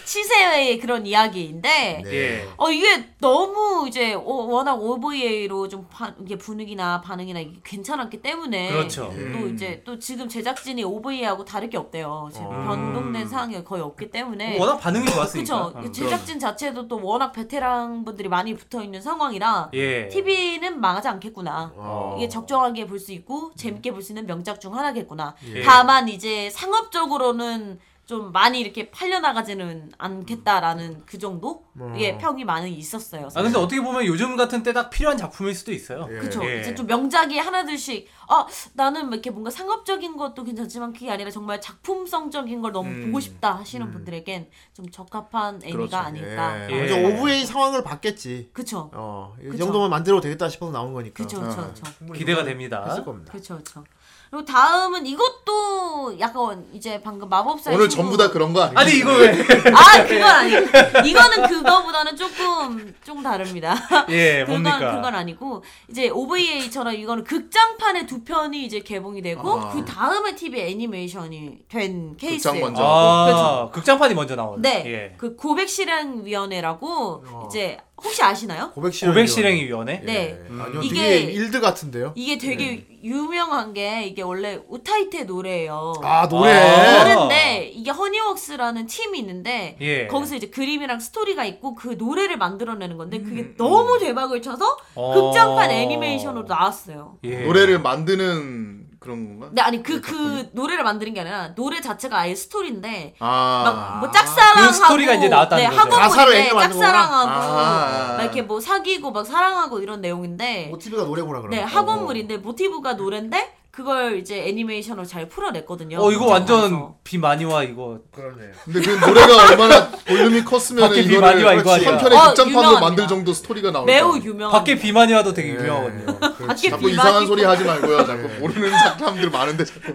H: 치세의 그런 이야기인데.
A: 음. 네.
B: 예.
H: 어 이게 너무 이제 오- 워낙 OVA로 좀 반- 이게 분위기나 반응이나 이게 괜찮았기 때문에
B: 그렇죠.
H: 또 이제 또 지금 제작진이 OVA하고 다를 게 없대요. 지금 변동된 사항이 거의 없기 때문에
B: 음. 워낙 반응이 좋았으니까.
H: 네.
B: 음,
H: 그렇죠. 제작진 자체도 또 워낙 베테랑 분들이 많이 붙어 있는 상황이라
B: 예.
H: TV는 망하지 않겠구나. 이게 적정하게 볼 수 있고 재밌게 볼 수 있는 명작 중 하나겠구나.
B: 예.
H: 다만 이제 상업적으로는 좀 많이 이렇게 팔려나가지는 않겠다라는 그 정도? 예, 평이 많이 있었어요.
B: 아 근데 어떻게 보면 요즘 같은 때 딱 필요한 작품일 수도 있어요.
H: 그쵸.
B: 예.
H: 이제 좀 명작이 하나둘씩, 아, 나는 이렇게 뭔가 상업적인 것도 괜찮지만 그게 아니라 정말 작품성적인 걸 너무 보고 싶다 하시는 분들에겐 좀 적합한 애니가 아닐까.
A: 예.
B: 예.
A: 이제 오브웨이 상황을 봤겠지.
H: 그쵸.
A: 어, 이
H: 그쵸.
A: 정도만 만들어도 되겠다 싶어서 나온 거니까. 아.
H: 그쵸, 그쵸, 그쵸.
A: 충분히
B: 기대가
A: 그건
B: 됩니다.
A: 했을 겁니다.
H: 그렇죠, 그쵸, 그쵸. 그리고 다음은 이것도 약간 이제 방금 마법사의
D: 오늘
H: 신부-
D: 전부 다 그런 거 아니에요?
B: 아니 이거 왜?
H: 아 그건 아니에요. 이거는 그거보다는 조금 좀 다릅니다.
B: 예,
H: 그건
B: 뭡니까?
H: 그건 아니고 이제 OVA처럼 이거는 극장판에 두 편이 이제 개봉이 되고 그 다음에 TV 애니메이션이 된 케이스.
D: 아. 극장 먼저.
B: 아,
H: 그렇죠.
B: 극장판이 먼저 나오는.
H: 네,
B: 예.
H: 그 고백 실행 위원회라고
D: 어.
H: 이제 혹시 아시나요?
A: 고백 실행.
B: 고백 실행위 위원회.
H: 네.
A: 아니요,
H: 이게-
A: 되게 일드 같은데요.
H: 이게 되게
D: 네.
H: 유명한 게 이게 원래 우타이테 노래예요.
A: 아 노래.
B: 아.
H: 노래인데 이게 허니웍스라는 팀이 있는데
B: 예.
H: 거기서 이제 그림이랑 스토리가 있고 그 노래를 만들어내는 건데 그게 너무 대박을 쳐서
B: 음, 어.
H: 극장판 애니메이션으로 나왔어요.
B: 예.
D: 노래를 만드는 그런 건가?
H: 근데 아니 그 그 노래를 만드는 게 아니라 노래 자체가 아예 스토리인데
D: 아.
H: 막뭐 짝사랑하고
B: 그 스토리가 이제 나왔다는
H: 네,
B: 거죠.
A: 가사로
H: 학원인데
A: 애니를 만든 거구나.
H: 짝사랑하고
D: 아.
H: 막 이렇게 뭐 사귀고 막 사랑하고 이런 내용인데
A: 모티브가 노래구나 그럼.
H: 네 학원물인데 모티브가 노래인데 그걸 이제 애니메이션으로 잘 풀어냈거든요.
B: 어 이거
H: 영화에서.
B: 완전 비 많이 와 이거.
A: 그러네요.
D: 근데 그 노래가 얼마나 볼륨이 컸으면
B: 밖에 비 많이 와,
D: 이거를
B: 이거 아니야.
D: 한 편의
H: 어,
D: 극장판으로
H: 유명합니다.
D: 만들 정도 스토리가 나오니까
H: 매우 유명한
B: 어, 밖에 비 많이 와도 되게 유명하거든요.
H: 밖에
D: 그 자꾸
H: 비
D: 이상한
H: 아, 많이
D: 소리
H: 오고.
D: 하지 말고요. 자꾸 모르는 사람들 많은데 자꾸.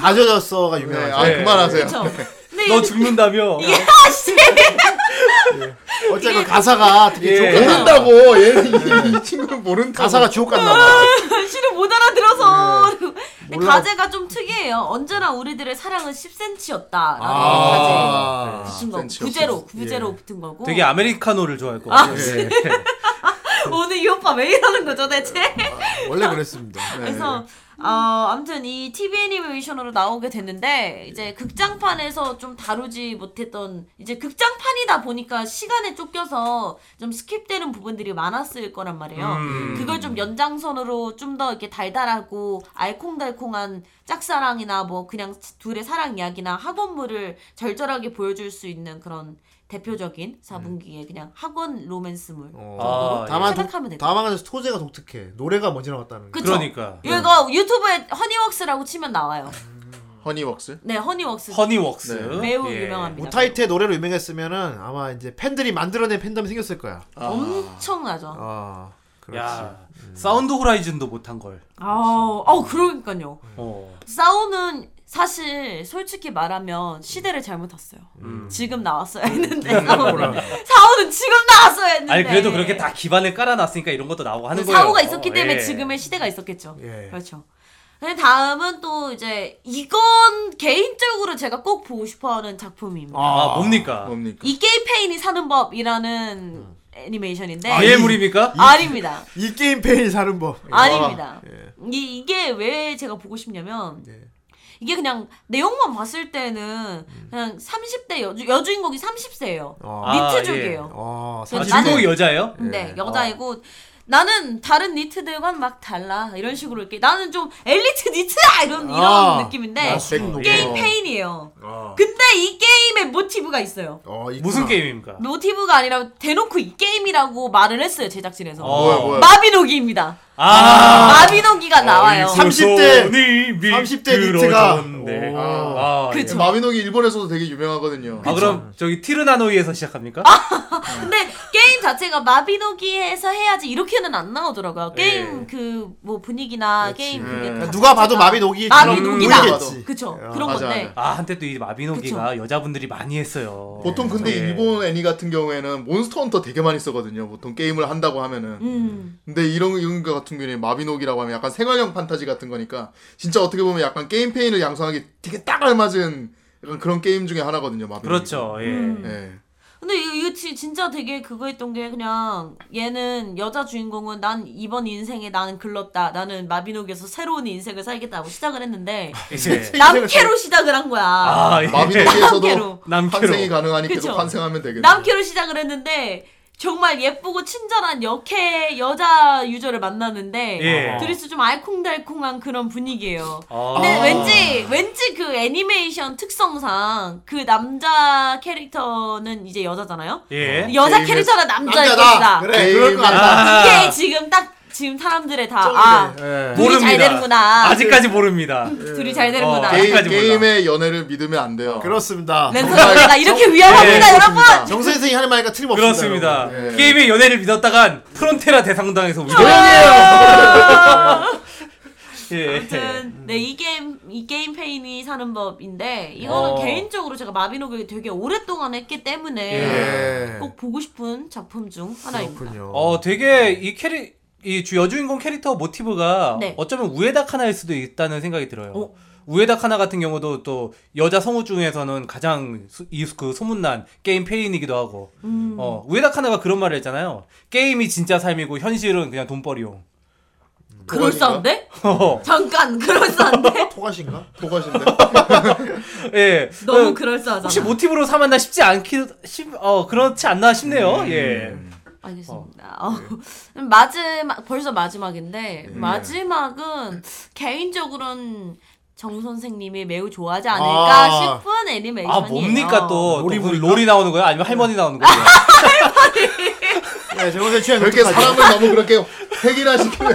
A: 다 젖었어가
D: 네,
A: 유명하죠.
D: 아 그만하세요.
H: 그쵸. 근데
B: 너
H: 이-
B: 죽는다며.
H: 예.
A: 어쨌든 가사가 되게
B: 예.
A: 지옥 같다.
D: 모른다고 얘, 이 친구는 모른다.
A: 네. 가사가 지옥 같나 봐.
H: 실은 못 알아들어서.
D: 네.
H: 근데 가제가 좀 특이해요. 언제나 우리들의 사랑은 10cm였다. 라는
B: 아.
H: 가제 붙은
D: 10cm
H: 거고.
D: 였어. 예.
H: 부제로, 부제로 붙은 거고.
B: 되게 아메리카노를 좋아할 것 같아요. 예.
H: 오늘 이 오빠 왜 이러는 거죠, 대체?
A: 원래
B: 네.
A: 그랬습니다. 네.
H: 그래서 어, 아무튼 이 TV 애니메이션으로 나오게 됐는데
B: 네.
H: 이제 극장판에서 좀 다루지 못했던 이제 극장판이다 보니까 시간에 쫓겨서 좀 스킵되는 부분들이 많았을 거란 말이에요.
B: 음.
H: 그걸 좀 연장선으로 좀 더 이렇게 달달하고 알콩달콩한 짝사랑이나 뭐 그냥 둘의 사랑 이야기나 학원물을 절절하게 보여줄 수 있는 그런 대표적인 4분기의 그냥 학원 로맨스물 정도로
B: 네. 아, 예.
A: 어, 다만
H: 생각하면
A: 독,
H: 돼요.
A: 다만 그래서 토제가 독특해. 노래가 먼저 나왔다는 거.
H: 그쵸?
B: 그러니까.
H: 이거 유튜브에 허니웍스라고 치면 나와요.
D: 허니웍스.
H: 네, 허니웍스.
B: 허니웍스.
D: 네.
H: 매우
B: 예.
H: 유명합니다.
A: 뭐 우타이트의 노래로 유명했으면은 아마 이제 팬들이 만들어낸 팬덤이 생겼을 거야.
H: 아. 엄청나죠.
A: 아, 그렇지.
B: 야, 음. 사운드 호라이즌도 못한 걸.
H: 아우, 어, 그러니까요.
B: 어.
H: 싸우는 사실 솔직히 말하면 시대를 잘못 탔어요.
B: 음.
A: 음.
H: 지금 나왔어야 했는데
A: 뭐라.
H: 싸우는 싸우는 지금 나왔어야 했는데.
B: 아니 그래도 그렇게 다 기반을 깔아놨으니까 이런 것도 나오고 하는 거예요.
H: 네. 그 사고가 있었기 때문에
B: 예.
H: 지금의 시대가 있었겠죠.
A: 예.
H: 그렇죠. 근데 다음은 또 이제 이건 개인적으로 제가 꼭 보고 싶어하는 작품입니다.
B: 아, 뭡니까?
D: 뭡니까?
H: 이게이 페인이 사는 법이라는 애니메이션인데
B: 아예 물입니까?
H: 아닙니다.
A: 이 게임 페인 사는 법.
H: 아닙니다.
A: 예.
H: 이, 이게 왜 제가 보고 싶냐면
A: 예.
H: 이게 그냥 내용만 봤을 때는 그냥 30대 여주, 여주인공이 30세예요.
A: 아,
H: 니트족이에요.
A: 아,
B: 아,
A: 사실
H: 나는-
B: 주인공이 여자예요?
H: 근데 여자이고 나는 다른 니트들과는 막 달라 이런 식으로 이렇게 나는 좀 엘리트 니트야 이런 이런
A: 아,
H: 느낌인데
A: 맞습니다.
H: 게임
D: 어.
H: 페인이에요.
A: 아.
H: 근데 이 게임의 모티브가 있어요.
A: 어, 있구나.
D: 아.
B: 무슨
H: 네.
B: 게임입니까?
H: 모티브가 아니라 대놓고 이 게임이라고 말을 했어요 제작진에서.
B: 어.
D: 뭐야 뭐야.
H: 마비노기입니다.
B: 아.
H: 마비노기가 나와요.
A: 30대
B: 손이
A: 30대 니트가.
B: 미끄러졌네.
A: 오.
B: 아, 예.
H: 그쵸.
D: 마비노기 일본에서도 되게 유명하거든요.
B: 아 그럼
H: 그렇죠.
B: 저기 티르나노이에서 시작합니까?
H: 아, 근데 게임 자체가 마비노기에서 해야지 이렇게는 안 나오더라고요. 게임
B: 예.
H: 그 뭐 분위기나 게임 그게
A: 그러니까
H: 다
A: 누가 봐도
H: 자체가
A: 마비노기
H: 마비노기다.
A: 보이겠지.
H: 그쵸
A: 어,
H: 그런
D: 맞아,
H: 건데
D: 맞아.
B: 아 한때 또 이 마비노기가 여자분들이 많이 했어요.
D: 보통 근데
B: 예.
D: 일본 애니 같은 경우에는 몬스터 헌터 되게 많이 쓰거든요. 보통 게임을 한다고 하면은.
H: 음.
D: 근데 이런 이런 거 같은 경우는 마비노기라고 하면 약간 생활형 판타지 같은 거니까 진짜 어떻게 보면 약간 게임 페인을 양성하기 되게 딱 알맞은 약간 그런 게임 중에 하나거든요. 마비노기.
B: 그렇죠. 예.
H: 음.
D: 예.
H: 근데 이거, 이거 지- 진짜 되게 그거 했던 게 그냥 얘는 여자 주인공은 난 이번 인생에 나는 글렀다 나는 마비노기에서 새로운 인생을 살겠다고 시작을 했는데
B: 예.
H: 남캐로 시작을 한 거야
B: 아, 예.
D: 마비노기에서도
H: 남캐로.
B: 남캐로.
D: 환생이 가능하니
H: 그쵸.
D: 계속 환생하면 되겠네.
H: 남캐로 시작을 했는데 정말 예쁘고 친절한 여캐 여자 유저를 만나는데
B: 예.
H: 둘이서 좀 알콩달콩한 그런 분위기예요.
B: 아.
H: 근데 왠지 왠지 그 애니메이션 특성상 그 남자 캐릭터는 이제 여자잖아요.
B: 예.
H: 여자
D: 게임의-
H: 캐릭터는 남자일
A: 남자다.
H: 것이다.
A: 그래, 그럴 것 같다.
B: 아.
H: 이게 지금 딱 지금 사람들의 다아
A: 예.
H: 둘이 잘 되는구나.
B: 아직까지 모르입니다.
H: 둘이 잘 되는구나.
B: 어,
D: 게임,
B: 아직까지 몰라.
D: 게임의 연애를 믿으면 안 돼요.
A: 아, 그렇습니다.
H: 랜선 연애가 이렇게 위험합니다,
D: 예,
H: 여러분.
D: 그렇습니다.
A: 정 선생이 하는 말이니까 틀림없습니다.
B: 그렇습니다.
A: 여러분.
D: 예.
B: 게임의 연애를 믿었다간 프론테라 대상당에서
H: 아,
B: 우리 예.
H: 아무튼 네, 이 게임 이 게임 페인이 사는 법인데 이거는
B: 어.
H: 개인적으로 제가 마비노기를 되게 오랫동안 했기 때문에
A: 예.
H: 꼭 보고 싶은 작품 중 하나입니다.
A: 네. 그렇군요.
B: 어 되게 이 캐리 이주 여주인공 캐릭터 모티브가
H: 네.
B: 어쩌면 우에다카나일 수도 있다는 생각이 들어요. 우에다카나 같은 경우도 또 여자 성우 중에서는 가장 수- 이- 그 소문난 게임 페인이기도 하고.
H: 음.
B: 어 우에다카나가 그런 말을 했잖아요. 게임이 진짜 삶이고 현실은 그냥 돈벌이용. 어,
H: 그럴싸한데? 잠깐
A: 어.
H: 그럴싸한데?
A: 토가신가? 네,
D: 토가신데.
B: 예. 그-
H: 너무 그럴싸하잖아.
B: 혹시 모티브로 삼았나 싶지 않기 싶어 그렇지 않나 싶네요.
A: 음.
B: 예.
H: 알겠습니다. 어. 마지막 벌써 마지막인데 마지막은 개인적으로는 정 선생님이 매우 좋아하지 않을까
A: 아.
H: 싶은 애니메이션이에요.
B: 아 뭡니까 또
A: 놀이
B: 롤이
A: 보니까?
B: 롤이 나오는 거야? 아니면 할머니 나오는 거야?
A: 예, 정 선생 취향
D: 그렇게
A: 독특하죠.
D: 사람을 너무 그렇게 획일화시키면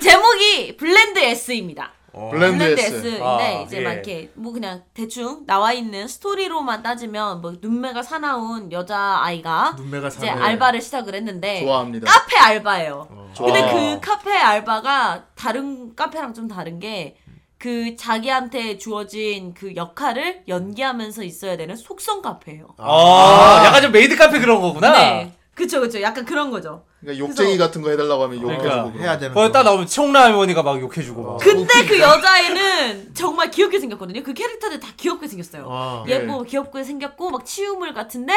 H: 제목이 블랜드 S입니다.
D: 블렌드 S.
H: 블렌드S인데
A: 아,
H: 이제
A: 예.
H: 막 이렇게 뭐 그냥 대충 나와 있는 스토리로만 따지면 뭐 눈매가 사나운 여자 아이가
A: 눈매가
H: 이제
A: 사나운. 어.
H: 알바를 시작을 했는데
D: 좋아합니다.
H: 카페 알바예요. 근데
D: 좋아.
H: 그 카페 알바가 다른 카페랑 좀 다른 게 그 자기한테 주어진 그 역할을 연기하면서 있어야 되는 속성 카페예요.
B: 아, 약간 좀 메이드 카페 그런 거구나.
A: 아.
H: 네. 그쵸 그쵸 약간 그런 거죠.
D: 그러니까 욕쟁이 같은 거 해달라고 하면 욕해주고
B: 그러니까
D: 그런
A: 해야 되는
B: 거기 딱
A: 거.
B: 나오면 청라 할머니가 막
A: 어,
B: 욕해주고. 막.
H: 근데 그 여자애는 정말 귀엽게 생겼거든요. 그 캐릭터들 다 귀엽게 생겼어요.
A: 아,
H: 예쁘고 귀엽게 생겼고 막 치유물 같은데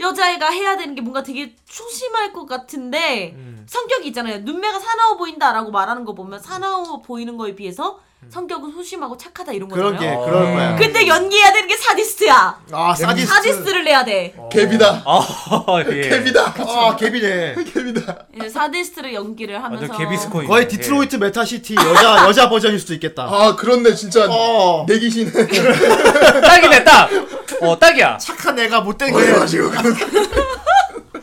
H: 여자애가 해야 되는 게 뭔가 되게 초심할 것 같은데
A: 음.
H: 성격이 있잖아요. 눈매가 사나워 보인다라고 말하는 거 보면 사나워 보이는 거에 비해서 성격은 소심하고 착하다 이런
A: 음. 그런
H: 거잖아요.
A: 게 그런 거야.
H: 근데 연기해야 되는 게 사디스트야.
A: 아 사디스트. 어.
H: 사디스트를 내야 돼.
D: 갭이다.
B: 아,
D: 그
B: 예.
D: 갭이다. 어,
A: 아 갭이네.
D: 갭이다.
H: 이제 예, 사디스트를 연기를
B: 완전
H: 하면서
B: 아, 개비스코인.
A: 거의 디트로이트 메타시티 여자 여자 버전일 수도 있겠다.
D: 아 그렇네 진짜
A: 어.
D: 내기시네.
B: 예. 딱이네 딱. 어 딱이야.
A: 착한 애가 못된 게
D: 그래가지고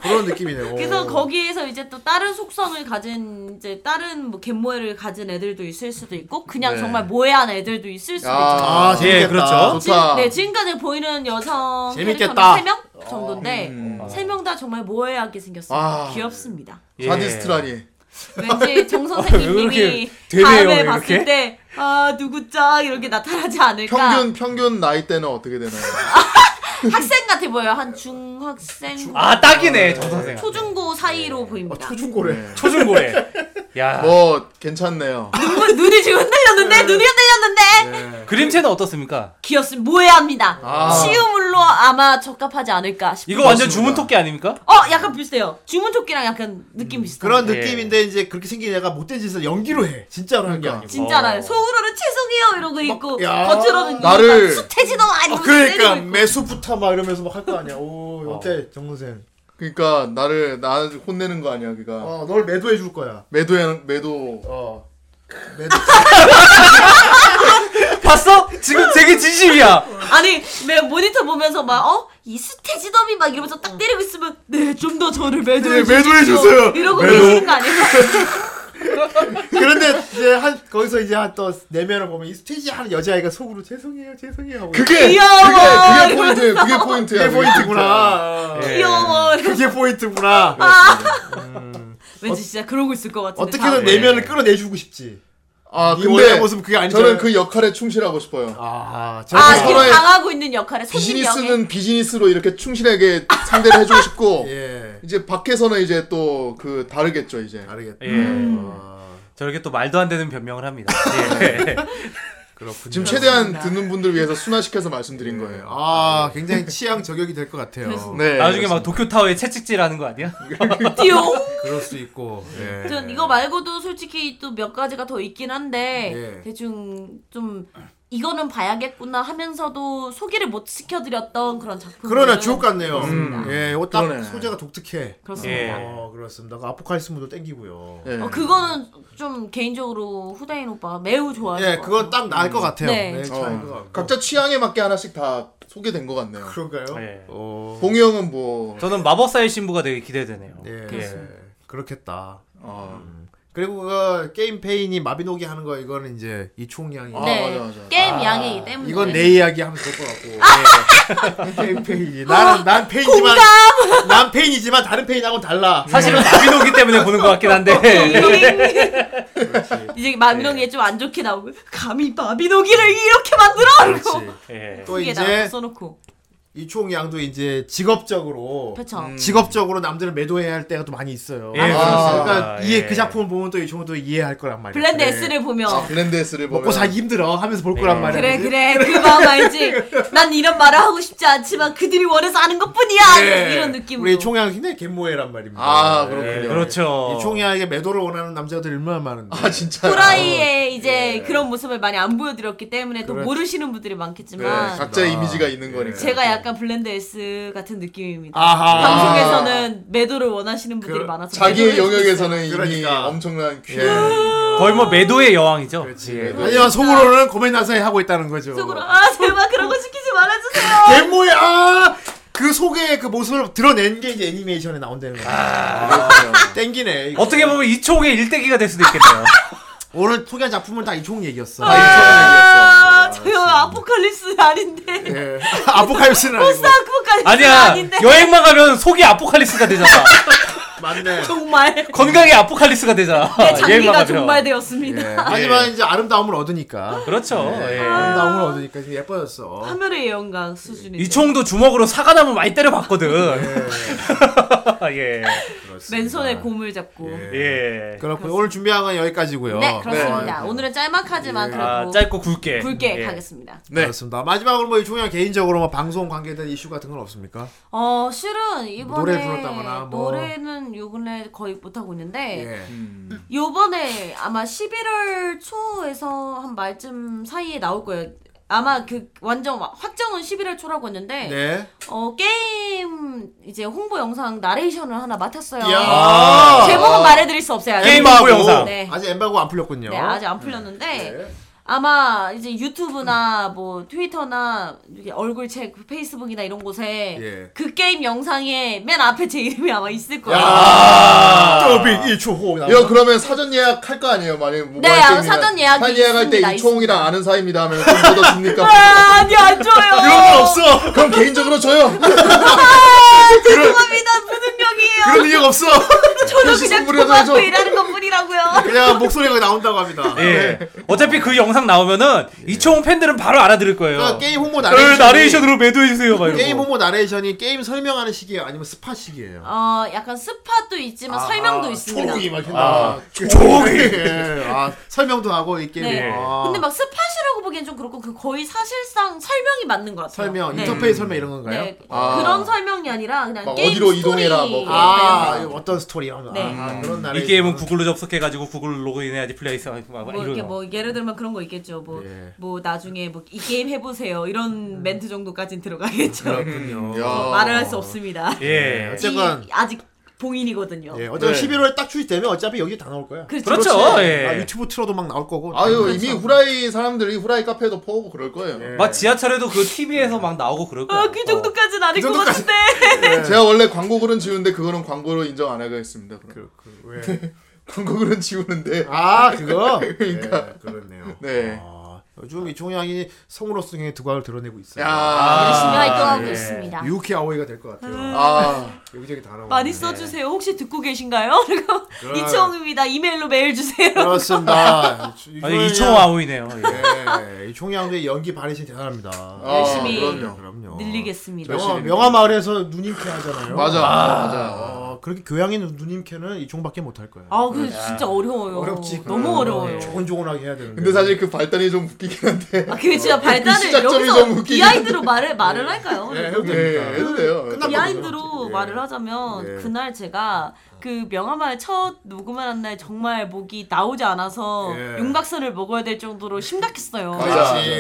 A: 그런 느낌이네. 오.
H: 그래서 거기에서 이제 또 다른 속성을 가진 이제 다른 뭐 갯모애를 가진 애들도 있을 수도 있고 그냥
D: 네.
H: 정말 모해한 애들도 있을 수도 있고
A: 아 재밌겠다.
B: 예, 그렇죠.
H: 지,
D: 좋다.
H: 네, 지금까지 보이는 여성
A: 재밌겠다.
H: 캐릭터는 3명 정도인데 세 3명 다 정말 모해하게 생겼어요.
D: 아.
H: 귀엽습니다.
B: 예.
D: 사디스트라니.
H: 왠지 정
B: 왜
H: 선생님이
B: 그렇게 되네요,
H: 다음에
B: 이렇게?
H: 봤을 때 아, 누구 짱 이렇게 나타나지 않을까?
D: 평균 평균 나이 대는 어떻게 되나요?
H: 학생 같아 보여요. 한 중학생
B: 아 딱이네 저 선생.
H: 초중고 사이로 보입니다.
A: 어, 초중고래.
B: 예. 초중고래. 야.
D: 뭐 괜찮네요.
H: 눈- 눈이 지금 흔들렸는데 눈이 흔들렸는데
B: 그림체는 어떻습니까?
H: 귀엽습니다. 모해합니다.
D: 아.
H: 치유물로 아마 적합하지 않을까 싶어요.
B: 이거 완전 주문 토끼 아닙니까?
H: 어, 약간 비슷해요. 주문토끼랑 약간 느낌 비슷해요.
A: 그런
B: 예.
A: 느낌인데 이제 그렇게 생긴 애가 못된 짓을 연기로 해. 진짜로 하는 게 아니고.
H: 진짜라요. 속으로는 죄송해요 이러고 있고
A: 어. 야.
H: 겉으로는
D: 나를-
H: 나를 수태지도 아니고
A: 아, 그러니까
H: 때리고 있고.
A: 매수부터 막 이러면서 막 할 거 아니야. 오 어때 정선생?
D: 그러니까 나를 나 혼내는 거 아니야 그가
A: 어널 매도해 줄 거야.
D: 매도야 매도
A: 어. 매도.
B: 봤어? 지금 되게 진심이야.
H: 아니 내 모니터 보면서 막어이 수태지더미 막 이러면서 딱 때리고 있으면 네 좀 더 저를 매도해
A: 어. 네, 매도해
H: 주십시오.
A: 주세요.
H: 이러고
A: 매도.
H: 계시는 거 아니에요?
A: 그런데 이제 한 거기서 이제 한 또 내면을 보면 이 스테이지 하는 여자아이가 속으로 죄송해요 죄송해요 하고.
D: 그게
H: 귀여워.
D: 그게 그게 포인트예요. 그게 포인트야.
A: 그게 포인트구나.
B: 예.
H: 귀여워.
A: 그게
D: 아,
A: 포인트구나.
H: 왠지 진짜 그러고 있을 것 같은데.
A: 어, 어떻게든
H: 다음에.
D: 예.
A: 내면을 끌어내주고 싶지.
D: 아
A: 이네 원래
D: 근데
A: 모습 그게 아니잖아.
D: 저는 그 역할에 충실하고 싶어요.
A: 아,
H: 아
A: 저는-
H: 지금
D: 서로의
H: 당하고 있는 역할에 손님이
D: 비즈니스는 비즈니스로 이렇게 충실하게 상대를 해주고 싶고
A: 예.
D: 이제 밖에서는 이제 또 그 다르겠죠 이제.
A: 알겠다. 아,
B: 예. 저렇게 또 말도 안 되는 변명을 합니다.
A: 네,
B: 예.
A: 그렇군요.
D: 지금
H: 네.
D: 최대한 듣는 분들 위해서 순화시켜서 말씀드린 거예요.
A: 아, 굉장히 취향 저격이 될 것 같아요.
D: 네.
B: 나중에 막
D: 그렇습니다.
B: 도쿄 타워에 채찍질하는 거 아니야?
H: 띠용.
A: 그럴 수 있고. 예.
H: 전 이거 말고도 솔직히 또 몇 가지가 더 있긴 한데
A: 예.
H: 대충 좀 이거는 봐야겠구나 하면서도 소개를 못 시켜드렸던 그런 작품.
A: 그러나 주옥 같네요.
D: 음.
A: 예, 이거 딱
D: 그러네.
A: 소재가 독특해.
H: 그렇습니다.
B: 예.
A: 어, 그렇습니다. 그 아포칼리스무도 땡기고요.
D: 네.
H: 어, 그거는 좀 개인적으로 후대인 오빠가 매우 좋아해요.
A: 예, 그건 딱 나을 것 같아요.
H: 네.
A: 네, 차이인 것
D: 어,
A: 같고.
D: 각자 취향에 맞게 하나씩 다 소개된 것 같네요.
A: 그런가요?
B: 예.
A: 어.
D: 봉이 형은 뭐
B: 저는 마법사의 신부가 되게 기대되네요.
A: 예.
B: 예.
A: 그렇겠다.
D: 어.
A: 그리고 그 게임 페인이 마비노기 하는 거 이거는 이제 이총 양이
D: 아,
H: 네.
D: 맞아, 맞아.
H: 게임 양이기 때문에.
A: 이건 내 이야기 하면 될 것 같고. 예. 게임 페인이
H: 아,
A: 나는 난 페인이지만 난 페인이지만 다른 페인하고는 달라.
D: 음,
B: 사실은 나비노기 때문에 보는 것 같긴
A: 네.
B: 한데.
H: 네. 이제 마비노기에 좀 안 좋게 나오고 감히 마비노기를 이렇게 만들어!
A: 그렇지.
H: 그렇지.
B: 예.
A: 또
H: 이게 나
A: 이제
H: 써놓고.
A: 이총 양도 이제 직업적으로
H: 그쵸.
D: 음.
A: 직업적으로 남들을 매도해야 할 때가 또 많이 있어요. 아,
B: 예,
D: 그렇습니다.
A: 그러니까 이해
B: 예.
A: 그 작품을 보면 또 이총은 또 이해할 거란 말이야.
H: 블렌드
A: 그래.
H: S를 보면
D: 아, 블렌드 S를 보면
A: 먹고 살기 힘들어 하면서 볼 거란
D: 네.
B: 예.
A: 말이야.
H: 그래 그래 그 마음 알지 난 이런 말을 하고 싶지 않지만 그들이 원해서 하는 것뿐이야
A: 예.
H: 네. 이런 느낌으로
A: 우리 총양 굉장히 갯모해란 말입니다.
D: 아,
A: 예.
D: 그렇군요.
B: 예, 그렇죠.
A: 이 총양에게 매도를 원하는 남자들 얼마나 많은데.
D: 아 진짜. 어.
H: 후라이에 이제
D: 예.
H: 그런 모습을 많이 안 보여드렸기 때문에 또
A: 그렇지.
H: 모르시는 분들이
D: 네,
H: 많겠지만
D: 각자 네. 의 이미지가 있는 거니까.
H: 제가 약간 블렌드 S 같은 느낌입니다
A: 아하.
H: 방송에서는 매도를 원하시는 분들이
A: 그-
H: 많아서
D: 자기의
H: 매도를 해주고
D: 영역에서는 이미
A: 그러니까.
D: 엄청난 귀.
B: 거의 뭐 매도의 여왕이죠. 예.
D: 네.
A: 그렇지. 예, 하지만 속으로는 고멘나사에 하고 있다는 거죠.
H: 있어요. 속으로 아 제발 그런 거 시키지 말아주세요
A: 갯모의 아그 속의 그 모습을 드러낸 게 이제 애니메이션에 나온다는 거야. 아, 땡기네. 이거.
B: 어떻게 보면 이총의 일대기가 될 수도 있겠네요.
A: 오늘 소개한 작품은 다 이총 얘기였어.
D: 아, 이천원
H: 아,
D: 얘기였어.
H: 저요 아포칼립스 아닌데.
A: 예. 아포칼립스는 아니고.
H: 네. 아포칼립스
B: 아니야
H: 아닌데.
B: 여행만 가면 속이 아포칼립스가 되잖아
A: 맞네.
H: 정말
B: 건강이 아포칼립스가 되잖아
H: 내
B: 여행만
H: 장기가
B: 가면.
H: 정말 되었습니다.
D: 예.
A: 하지만 이제 아름다움을 얻으니까.
B: 그렇죠 예.
H: 네.
A: 아름다움을 얻으니까 지금 예뻐졌어.
H: 하늘의 영광 수준이.
B: 이총도 주먹으로 사과나무 많이
H: 네.
B: 때려봤거든 예.
H: 맨손에
A: 아.
H: 고물 잡고.
B: 예.
A: 네, 그렇군요. 오늘 준비한 건 여기까지고요.
H: 네, 그렇습니다. 오늘은
A: 예.
H: 짤막하지만
B: 아,
H: 그래도
B: 짧고 굵게.
H: 굵게
B: 예.
H: 가겠습니다.
A: 네. 그렇습니다. 마지막으로 뭐 이종현 개인적으로 뭐 방송 관계된 이슈 같은 건 없습니까?
H: 어, 실은 이번에
A: 노래 불렀다거나 뭐.
H: 노래는 요 근래 거의 못 하고 있는데
A: 예.
H: 요번에 아마 11월 초에서 한 말쯤 사이에 나올 거예요. 아마 그 완전 와- 확정은 11월 초라고 했는데
A: 네.
H: 어 게임 이제 홍보 영상 나레이션을 하나 맡았어요.
A: 이야.
H: 제목은 말해드릴 수 없어요.
B: 게임
H: 아직.
B: 홍보 영상.
H: 네.
A: 아직 엠바고 안 풀렸군요. 네.
H: 네, 아직 안 풀렸는데 아마 이제 유튜브나 뭐 트위터나 이렇게 얼굴 책 페이스북이나 이런 곳에
A: 예.
H: 그 게임 영상에 맨 앞에 제 이름이 아마 있을 거예요.
D: 아.
A: 더빙 이초호.
D: 야 그러면 사전 예약 할 거 아니에요? 만약 뭐
H: 네,
D: 할 때면.
H: 사전 예약이
D: 사전 예약할 때
H: 있습니다,
D: 이총이랑 아는 사이입니다 하면 좀 묻어줍니까?
H: 아, 아니 안
A: 이런 건
H: 줘요.
A: 없어.
D: 그럼 개인적으로 줘요.
H: 아, 죄송합니다 무능력이에요.
A: 그런 이유가 없어.
H: 저도
D: 시선
H: 그냥
D: 부려서
H: 토마토
D: 좀-
H: 일하는 것뿐이라고요.
A: 그냥 목소리가 나온다고 합니다.
B: 예.
A: 네.
B: 어차피 그 영상 나오면은 이총 팬들은 바로 알아들을 거예요.
A: 그러니까 예. 게임 홍보
B: 에,
A: 나레이션이
B: 나레이션으로 매도해주세요. 막 이러고.
A: 게임 홍보 나레이션이 게임 설명하는 시기예요, 아니면 스팟 시기예요.
H: 어 약간 스팟도 있지만 아, 설명도 있습니다.
A: 아, 초록이 막 했나.
B: 아,
A: 초록이. 예. 아, 설명도 하고 이 게임.
H: 네.
A: 아,
H: 근데 막 스팟이라고 보기엔 좀 그렇고 그 거의 사실상 설명이 맞는 것 같아요.
A: 설명,
H: 네.
A: 인터페이스 설명 이런 건가요?
H: 네.
D: 아.
H: 그런 설명이 아니라 그냥
D: 막
H: 게임
D: 어디로
H: 스토리
D: 이동해라, 뭐 그런
A: 아,
H: 네.
A: 이거 어떤 스토리 하면
H: 네.
A: 아, 그런 나레이션.
B: 이 게임은 구글로 접속해가지고 구글 로그인해야지 플레이스. 막
H: 뭐
B: 이러고.
H: 이렇게 뭐 예를 들면 그런 거 있겠죠. 뭐 뭐
A: 예.
H: 나중에 뭐 이 게임 해보세요 이런 멘트 정도까진 들어가겠죠.
A: 그렇군요.
D: 야.
H: 말을 할 수 없습니다.
A: 네.
B: 예.
A: 어쨌건
H: 이- 아직 봉인이거든요.
A: 예, 어쨌든
D: 네.
A: 11월에 딱 출시되면 어차피 여기 다 나올 거야.
H: 그렇죠.
B: 그렇죠. 예.
A: 아, 유튜브 틀어도 막 나올 거고.
D: 아유 이미 후라이 사람들이 후라이 카페도 퍼오고 그럴 거예요.
B: 막 지하철에도 그 TV에서 막 나오고 그럴 거야. 어.
H: 아, 그 정도까진 아닐 것
A: 정도까지-
H: 같은데.
D: 제가 원래 광고 글은 지우는데 그거는 광고로 인정 안 하겠습니다. 그럼.
A: 그, 그, 왜?
D: 광고 글은 지우는데
A: 아, 그거? 그러니까. 그렇네요.
D: 네.
A: 아, 요즘 이종양이 성으로서 굉장히 두각을 드러내고 있어요.
D: 야.
A: 아.
H: 열심히 활동하고
B: 예.
H: 있습니다.
A: 유키 네. 아오이가 될 것 같아요.
D: 아.
A: 여기저기 다 나오고.
H: 음. 많이 써주세요. 혹시 듣고 계신가요? 그리고 이청입니다. 이메일로 메일 주세요.
A: 그렇습니다.
B: 아니 이총 아오이네요. 예.
A: 이 총양의 연기 발휘시 대단합니다.
D: 아,
H: 열심히
D: 그럼요.
A: 그럼요.
H: 늘리겠습니다.
A: 명화, 명화 마을에서 누님캐 하잖아요.
D: 맞아. 맞아.
A: 어, 그렇게 교양 있는 누님캐는 이총밖에 못할 거야.
H: 아, 그 진짜 어려워요.
A: 어렵지.
H: 너무 어려워요.
A: 조곤조곤하게 해야 되는데.
D: 근데 사실 그 발단이 좀 웃기긴 한데.
H: 아, 그 진짜 발단을
D: 시작점이 좀
H: 여기서
D: 웃기긴
H: 이 아이드로 말을 말을 할까요?
A: 예, 해도
D: 네,
A: 됩니다.
D: 해도 돼요.
A: 끝났거든요.
H: 이 아이드로
A: 예.
H: 말을 하자면
A: 예.
H: 그날 제가 그 명함을 첫 녹음을 한 날 정말 목이 나오지 않아서
A: 예.
H: 용각선을 먹어야 될 정도로 심각했어요.
D: 맞아. 네.
A: 그렇지.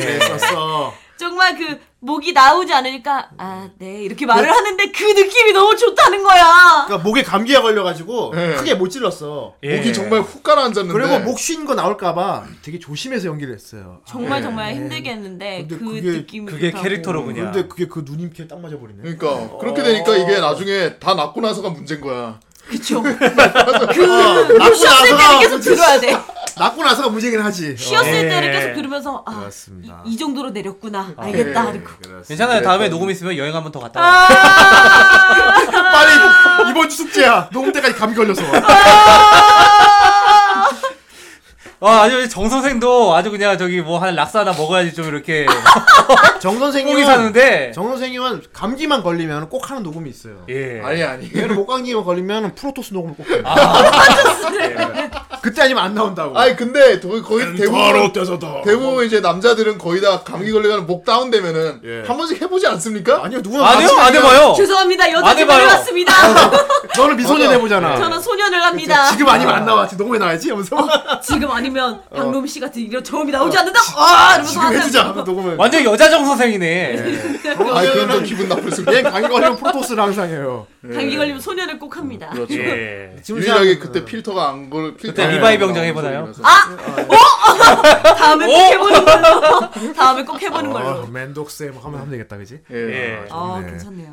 A: 예. 그랬었어.
H: 정말 그 목이 나오지 않으니까 아 네 이렇게 말을 하는데 그 느낌이 너무 좋다는 거야.
A: 그러니까 목에 감기가 걸려가지고 크게 못 찔렀어.
B: 예.
D: 목이 정말 훅 가라앉았는데.
A: 그리고 목 쉰 거 나올까봐 되게 조심해서 연기를 했어요. 아,
H: 정말
D: 예.
H: 정말 힘들게 했는데
A: 근데
H: 그
A: 그게-
H: 느낌이
B: 예. 그게
H: 좋다고.
B: 캐릭터로 그냥.
A: 근데 그게 그 누님캐 딱 맞아버리네.
D: 그러니까 그렇게 되니까 이게 나중에 다 낫고 나서가 문제인 거야. 아,
H: 그쵸.
A: 어, 낳고
H: 쉬었을 때는
A: 나서가
H: 계속 들어야 돼.
A: 낳고 나서가 문제긴 하지.
H: 쉬었을
B: 예.
H: 때를 계속 들으면서 아 이,
A: 네. 그렇습니다. 아, 네.
H: 이 정도로 내렸구나 알겠다 예, 그리고
B: 괜찮아요. 다음에 녹음 있으면 여행 한번 더 갔다. 와.
H: 아
A: 빨리 이번 주 숙제야. 녹음 때까지 감기 걸려서.
B: 아, 아주 정 선생도 아주 그냥 저기 뭐 한 락사 하나 먹어야지 좀 이렇게
A: 정
B: 뽕이
A: 선생님은
B: 사는데.
A: 정 선생님은 감기만 걸리면 꼭 하는 녹음이 있어요.
B: 예.
D: 아니 아니.
A: 얘는 목 감기만 걸리면 프로토스 녹음을 꼭 해요.
H: 아.
A: 예. 그때 아니면 안 나온다고.
D: 아니 근데 도- 거의 대부분
A: 떼서다.
D: 대부분 이제 남자들은 거의 다 감기 걸리면 목 다운되면은
A: 예.
D: 한 번씩 해보지 않습니까?
A: 아니요 누구나
B: 아니요,
A: 같이
B: 안
A: 그냥
B: 해봐요.
H: 죄송합니다
B: 안
H: 여자
B: 해봐요.
H: 집에 왔습니다
A: 너는 미소년
D: 맞아.
A: 해보잖아.
H: 저는 소년을 합니다
A: 어. 지금 아니면 안 나와. 지금 녹음에 나야지. 하면서
H: 지금 아니면 박놈 씨 같은 이런 저음이 나오지 않는다 아 이러면서
A: 어. 지금 해주자. 하면 녹음을.
B: 완전 여자 정 선생이네.
D: 아니 그럼 좀 기분 나쁠 수가.
A: 얘 감기 걸리면 프로토스를 항상 해요.
H: 감기 걸리면 소년을 꼭 합니다
A: 음,
D: 그렇죠.
B: 예.
A: 지금
D: 유일하게
A: 생각하면은.
D: 그때 필터가 안 걸. 필터
B: 그때 리바이 병장 해보나요?
H: 아! 어? 다음에 꼭 해보는 걸로. 다음에 꼭 해보는
A: 어,
D: 아,
H: 걸로.
A: 맨독쌤 하면 하면 되겠다, 그지?
B: 예.
H: 아,
A: 좋네.
H: 괜찮네요.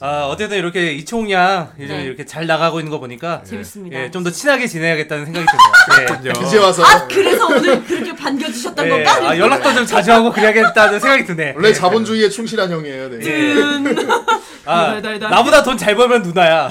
B: 아, 어쨌든 이렇게 이총양 요즘
H: 네.
B: 이렇게 잘 나가고 있는 거 보니까
H: 재밌습니다.
B: 예, 좀 더 친하게 지내야겠다는 생각이 드네요. 예.
D: 이제 와서
H: 아, 그래서 오늘 그렇게 반겨주셨던
A: 네.
B: 예.
H: 건가?
B: 아, 연락도 좀 자주 하고 그래야겠다는 생각이 드네.
D: 원래 자본주의에 충실한 형이에요. 네.
B: 아,
H: 달달달.
B: 나보다 돈 잘 벌면 누나야.
H: 아.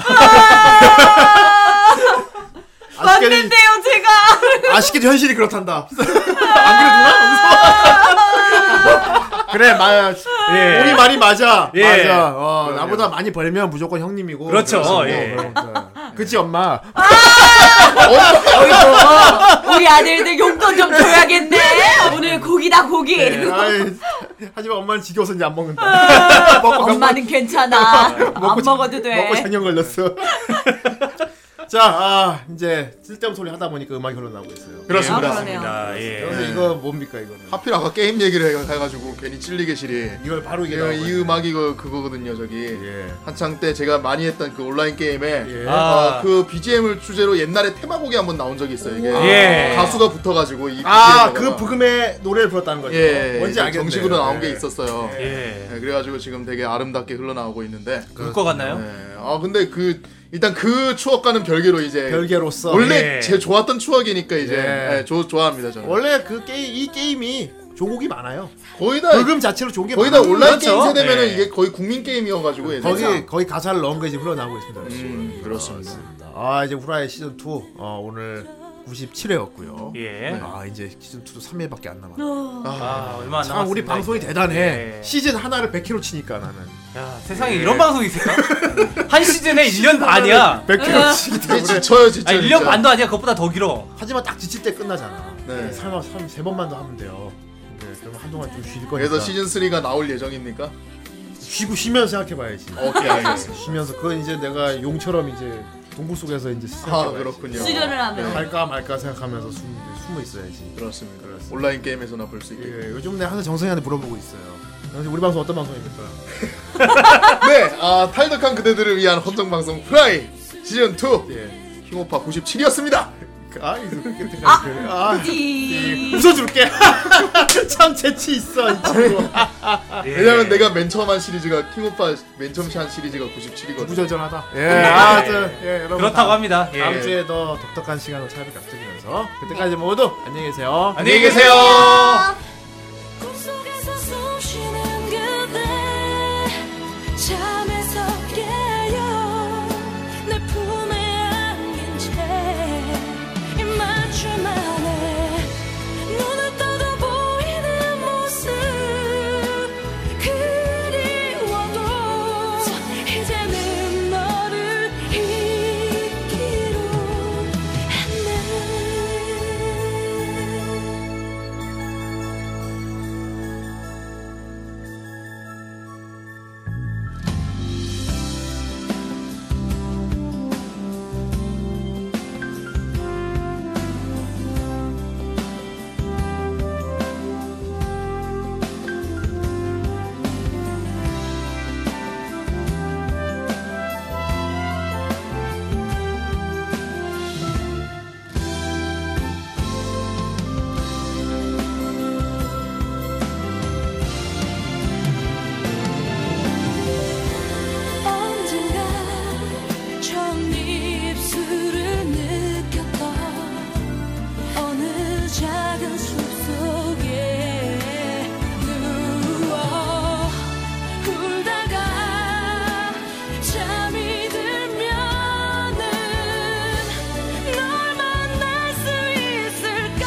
A: 아쉽게도,
H: 맞는데요, 제가.
A: 아쉽게도 현실이 그렇단다. 안 그래, 누나? 무서워. 그래, 마,
B: 예.
A: 우리 말이 맞아.
B: 예.
A: 맞아. 어, 나보다 많이 벌면 무조건 형님이고.
B: 그렇죠.
A: 그래서 뭐
B: 예.
A: 그런 거죠. 그치, 엄마.
H: 아!
A: 어?
D: 어, 뭐,
H: 우리 아들들 용돈 좀 줘야겠네. 오늘 고기다, 고기.
A: 네. 예. 아이, 하지만 엄마는 지겨워서 이제 안
H: 아!
A: 먹는다. 먹고 간
H: 엄마는 괜찮아. 안 먹어도 돼.
A: 먹고 작년 걸렸어. 자, 아, 이제 쓸데없는 소리 하다 보니까 음악이 흘러나오고 있어요.
H: 아,
D: 그렇습니다.
H: 그러네요.
B: 아, 예.
A: 그래서 이거 뭡니까 이거는?
D: 하필 아까 게임 얘기를 해- 해가지고 괜히 찔리게 시리.
A: 이걸 바로 이게
D: 이, 이
A: 나오거든요.
D: 음악이 그, 그거거든요 저기
A: 예.
D: 한창 때 제가 많이 했던 그 온라인 게임에
A: 예.
D: 아,
B: 아.
D: 그 BGM을 주제로 옛날에 테마곡이 한번 나온 적이 있어요 이게
B: 예.
D: 가수가 붙어가지고 이 BGM
A: 아,
D: 에다가.
A: 그 부금의 노래를 불렀다는 거죠.
D: 예,
A: 뭔지
D: 그
A: 알겠네요.
D: 정식으로 나온
A: 예.
D: 게 있었어요
B: 예.
D: 예, 그래가지고 지금 되게 아름답게 흘러나오고 있는데
B: 울것 같나요?
D: 예. 아 근데 그 일단 그 추억과는 별개로 이제
A: 별개로서
D: 원래
B: 예.
D: 제 좋았던 추억이니까 이제
A: 예.
D: 예, 조- 좋아합니다 저는
A: 원래 그 게임 이 게임이 조곡이 많아요.
D: 거의 다
A: 불금 자체로 조곡이
D: 거의 다
A: 많아요.
D: 온라인
B: 그렇죠.
D: 게임 세대면은
B: 예.
D: 이게 거의 국민 게임이어가지고 예전에.
A: 거기 거기 가사를 넣은 게 이제 흘러나오고 있습니다.
D: 음, 그렇습니다
A: 아 이제 후라이 시즌 2 어, 오늘 97회였고요.
B: 예.
A: 아 이제 시즌 2도 3회밖에 안 남았어.
B: 아, 얼마 안
A: 참
B: 남았습니다.
A: 우리 방송이 대단해.
B: 예.
A: 시즌 하나를 100kg 치니까 나는.
B: 야, 세상에 이런 방송이 있어요? 한 시즌에 1년 반이야.
D: 예.
A: 100kg 치기
D: 이제
A: 때문에.
D: 지쳐요 진짜
B: 아니, 1년
D: 진짜.
B: 반도 아니야. 그것보다 더 길어.
A: 하지만 딱 지칠 때 끝나잖아.
D: 네.
A: 설마 설마 세 번만 더 하면 돼요. 네, 그럼 한동안 좀 쉴 거니까.
D: 그래서 시즌 3가 나올 예정입니까? 예.
A: 쉬고 쉬면서 생각해봐야지.
D: 오케이 알겠습니다.
A: 쉬면서 그건 이제 내가 용처럼 이제 동굴 속에서 이제
D: 아
A: 생각해봐야지.
D: 그렇군요.
H: 수련을 하면.
A: 할까 말까 생각하면서 숨, 숨어 있어야지.
D: 그렇습니다.
A: 그렇습니다.
D: 온라인 게임에서나 볼 수 있게.
A: 예, 요즘 내가 항상 정성이한테 물어보고 있어요. 당신 우리 방송 어떤 방송입니까?
D: 네, 아, 탈덕한 그대들을 위한 헌정 방송 프라이 시즌 2
A: 예.
D: 킹오파 97이었습니다.
A: 아 이거 그렇게 생각해. 아.
H: 띠.
A: 웃어줄게. 참 재치 있어 이 친구.
D: 왜냐면 내가 맨 처음 한 시리즈가 킹오파 맨 처음 한 시리즈가 97이거든.
A: 무절절하다. 예, 아, 저, 예, 여러분.
B: 네. 그렇다고 합니다. 예.
A: 다음 주에 더 독특한 시간으로 차를 앞두면서 그때까지 모두 안녕히 계세요.
B: 안녕히 계세요.
F: 꿈속에서 숨쉬는 그대 잠에서 깨요 내 품에 안긴 채 입맞춤 안에 눈을 떠다 보이는 모습 그리워도 이제는 너를 잊기로 했네 언젠가 처음 네 입술을 느꼈던 어느 작은 숲속에 누워 울다가 잠이 들면은 널 만날 수 있을까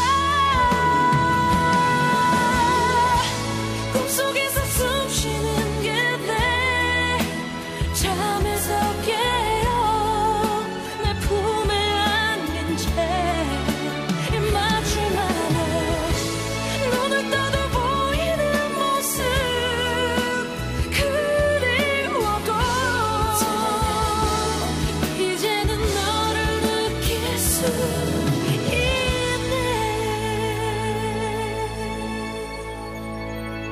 F: 꿈속에서 숨쉬는 그대 잠에서 깨요 내 품에 안긴 채 입맞춤 안에 눈을 떠도 보이는 모습 그리워도 이제는 너를 느낄 수 있네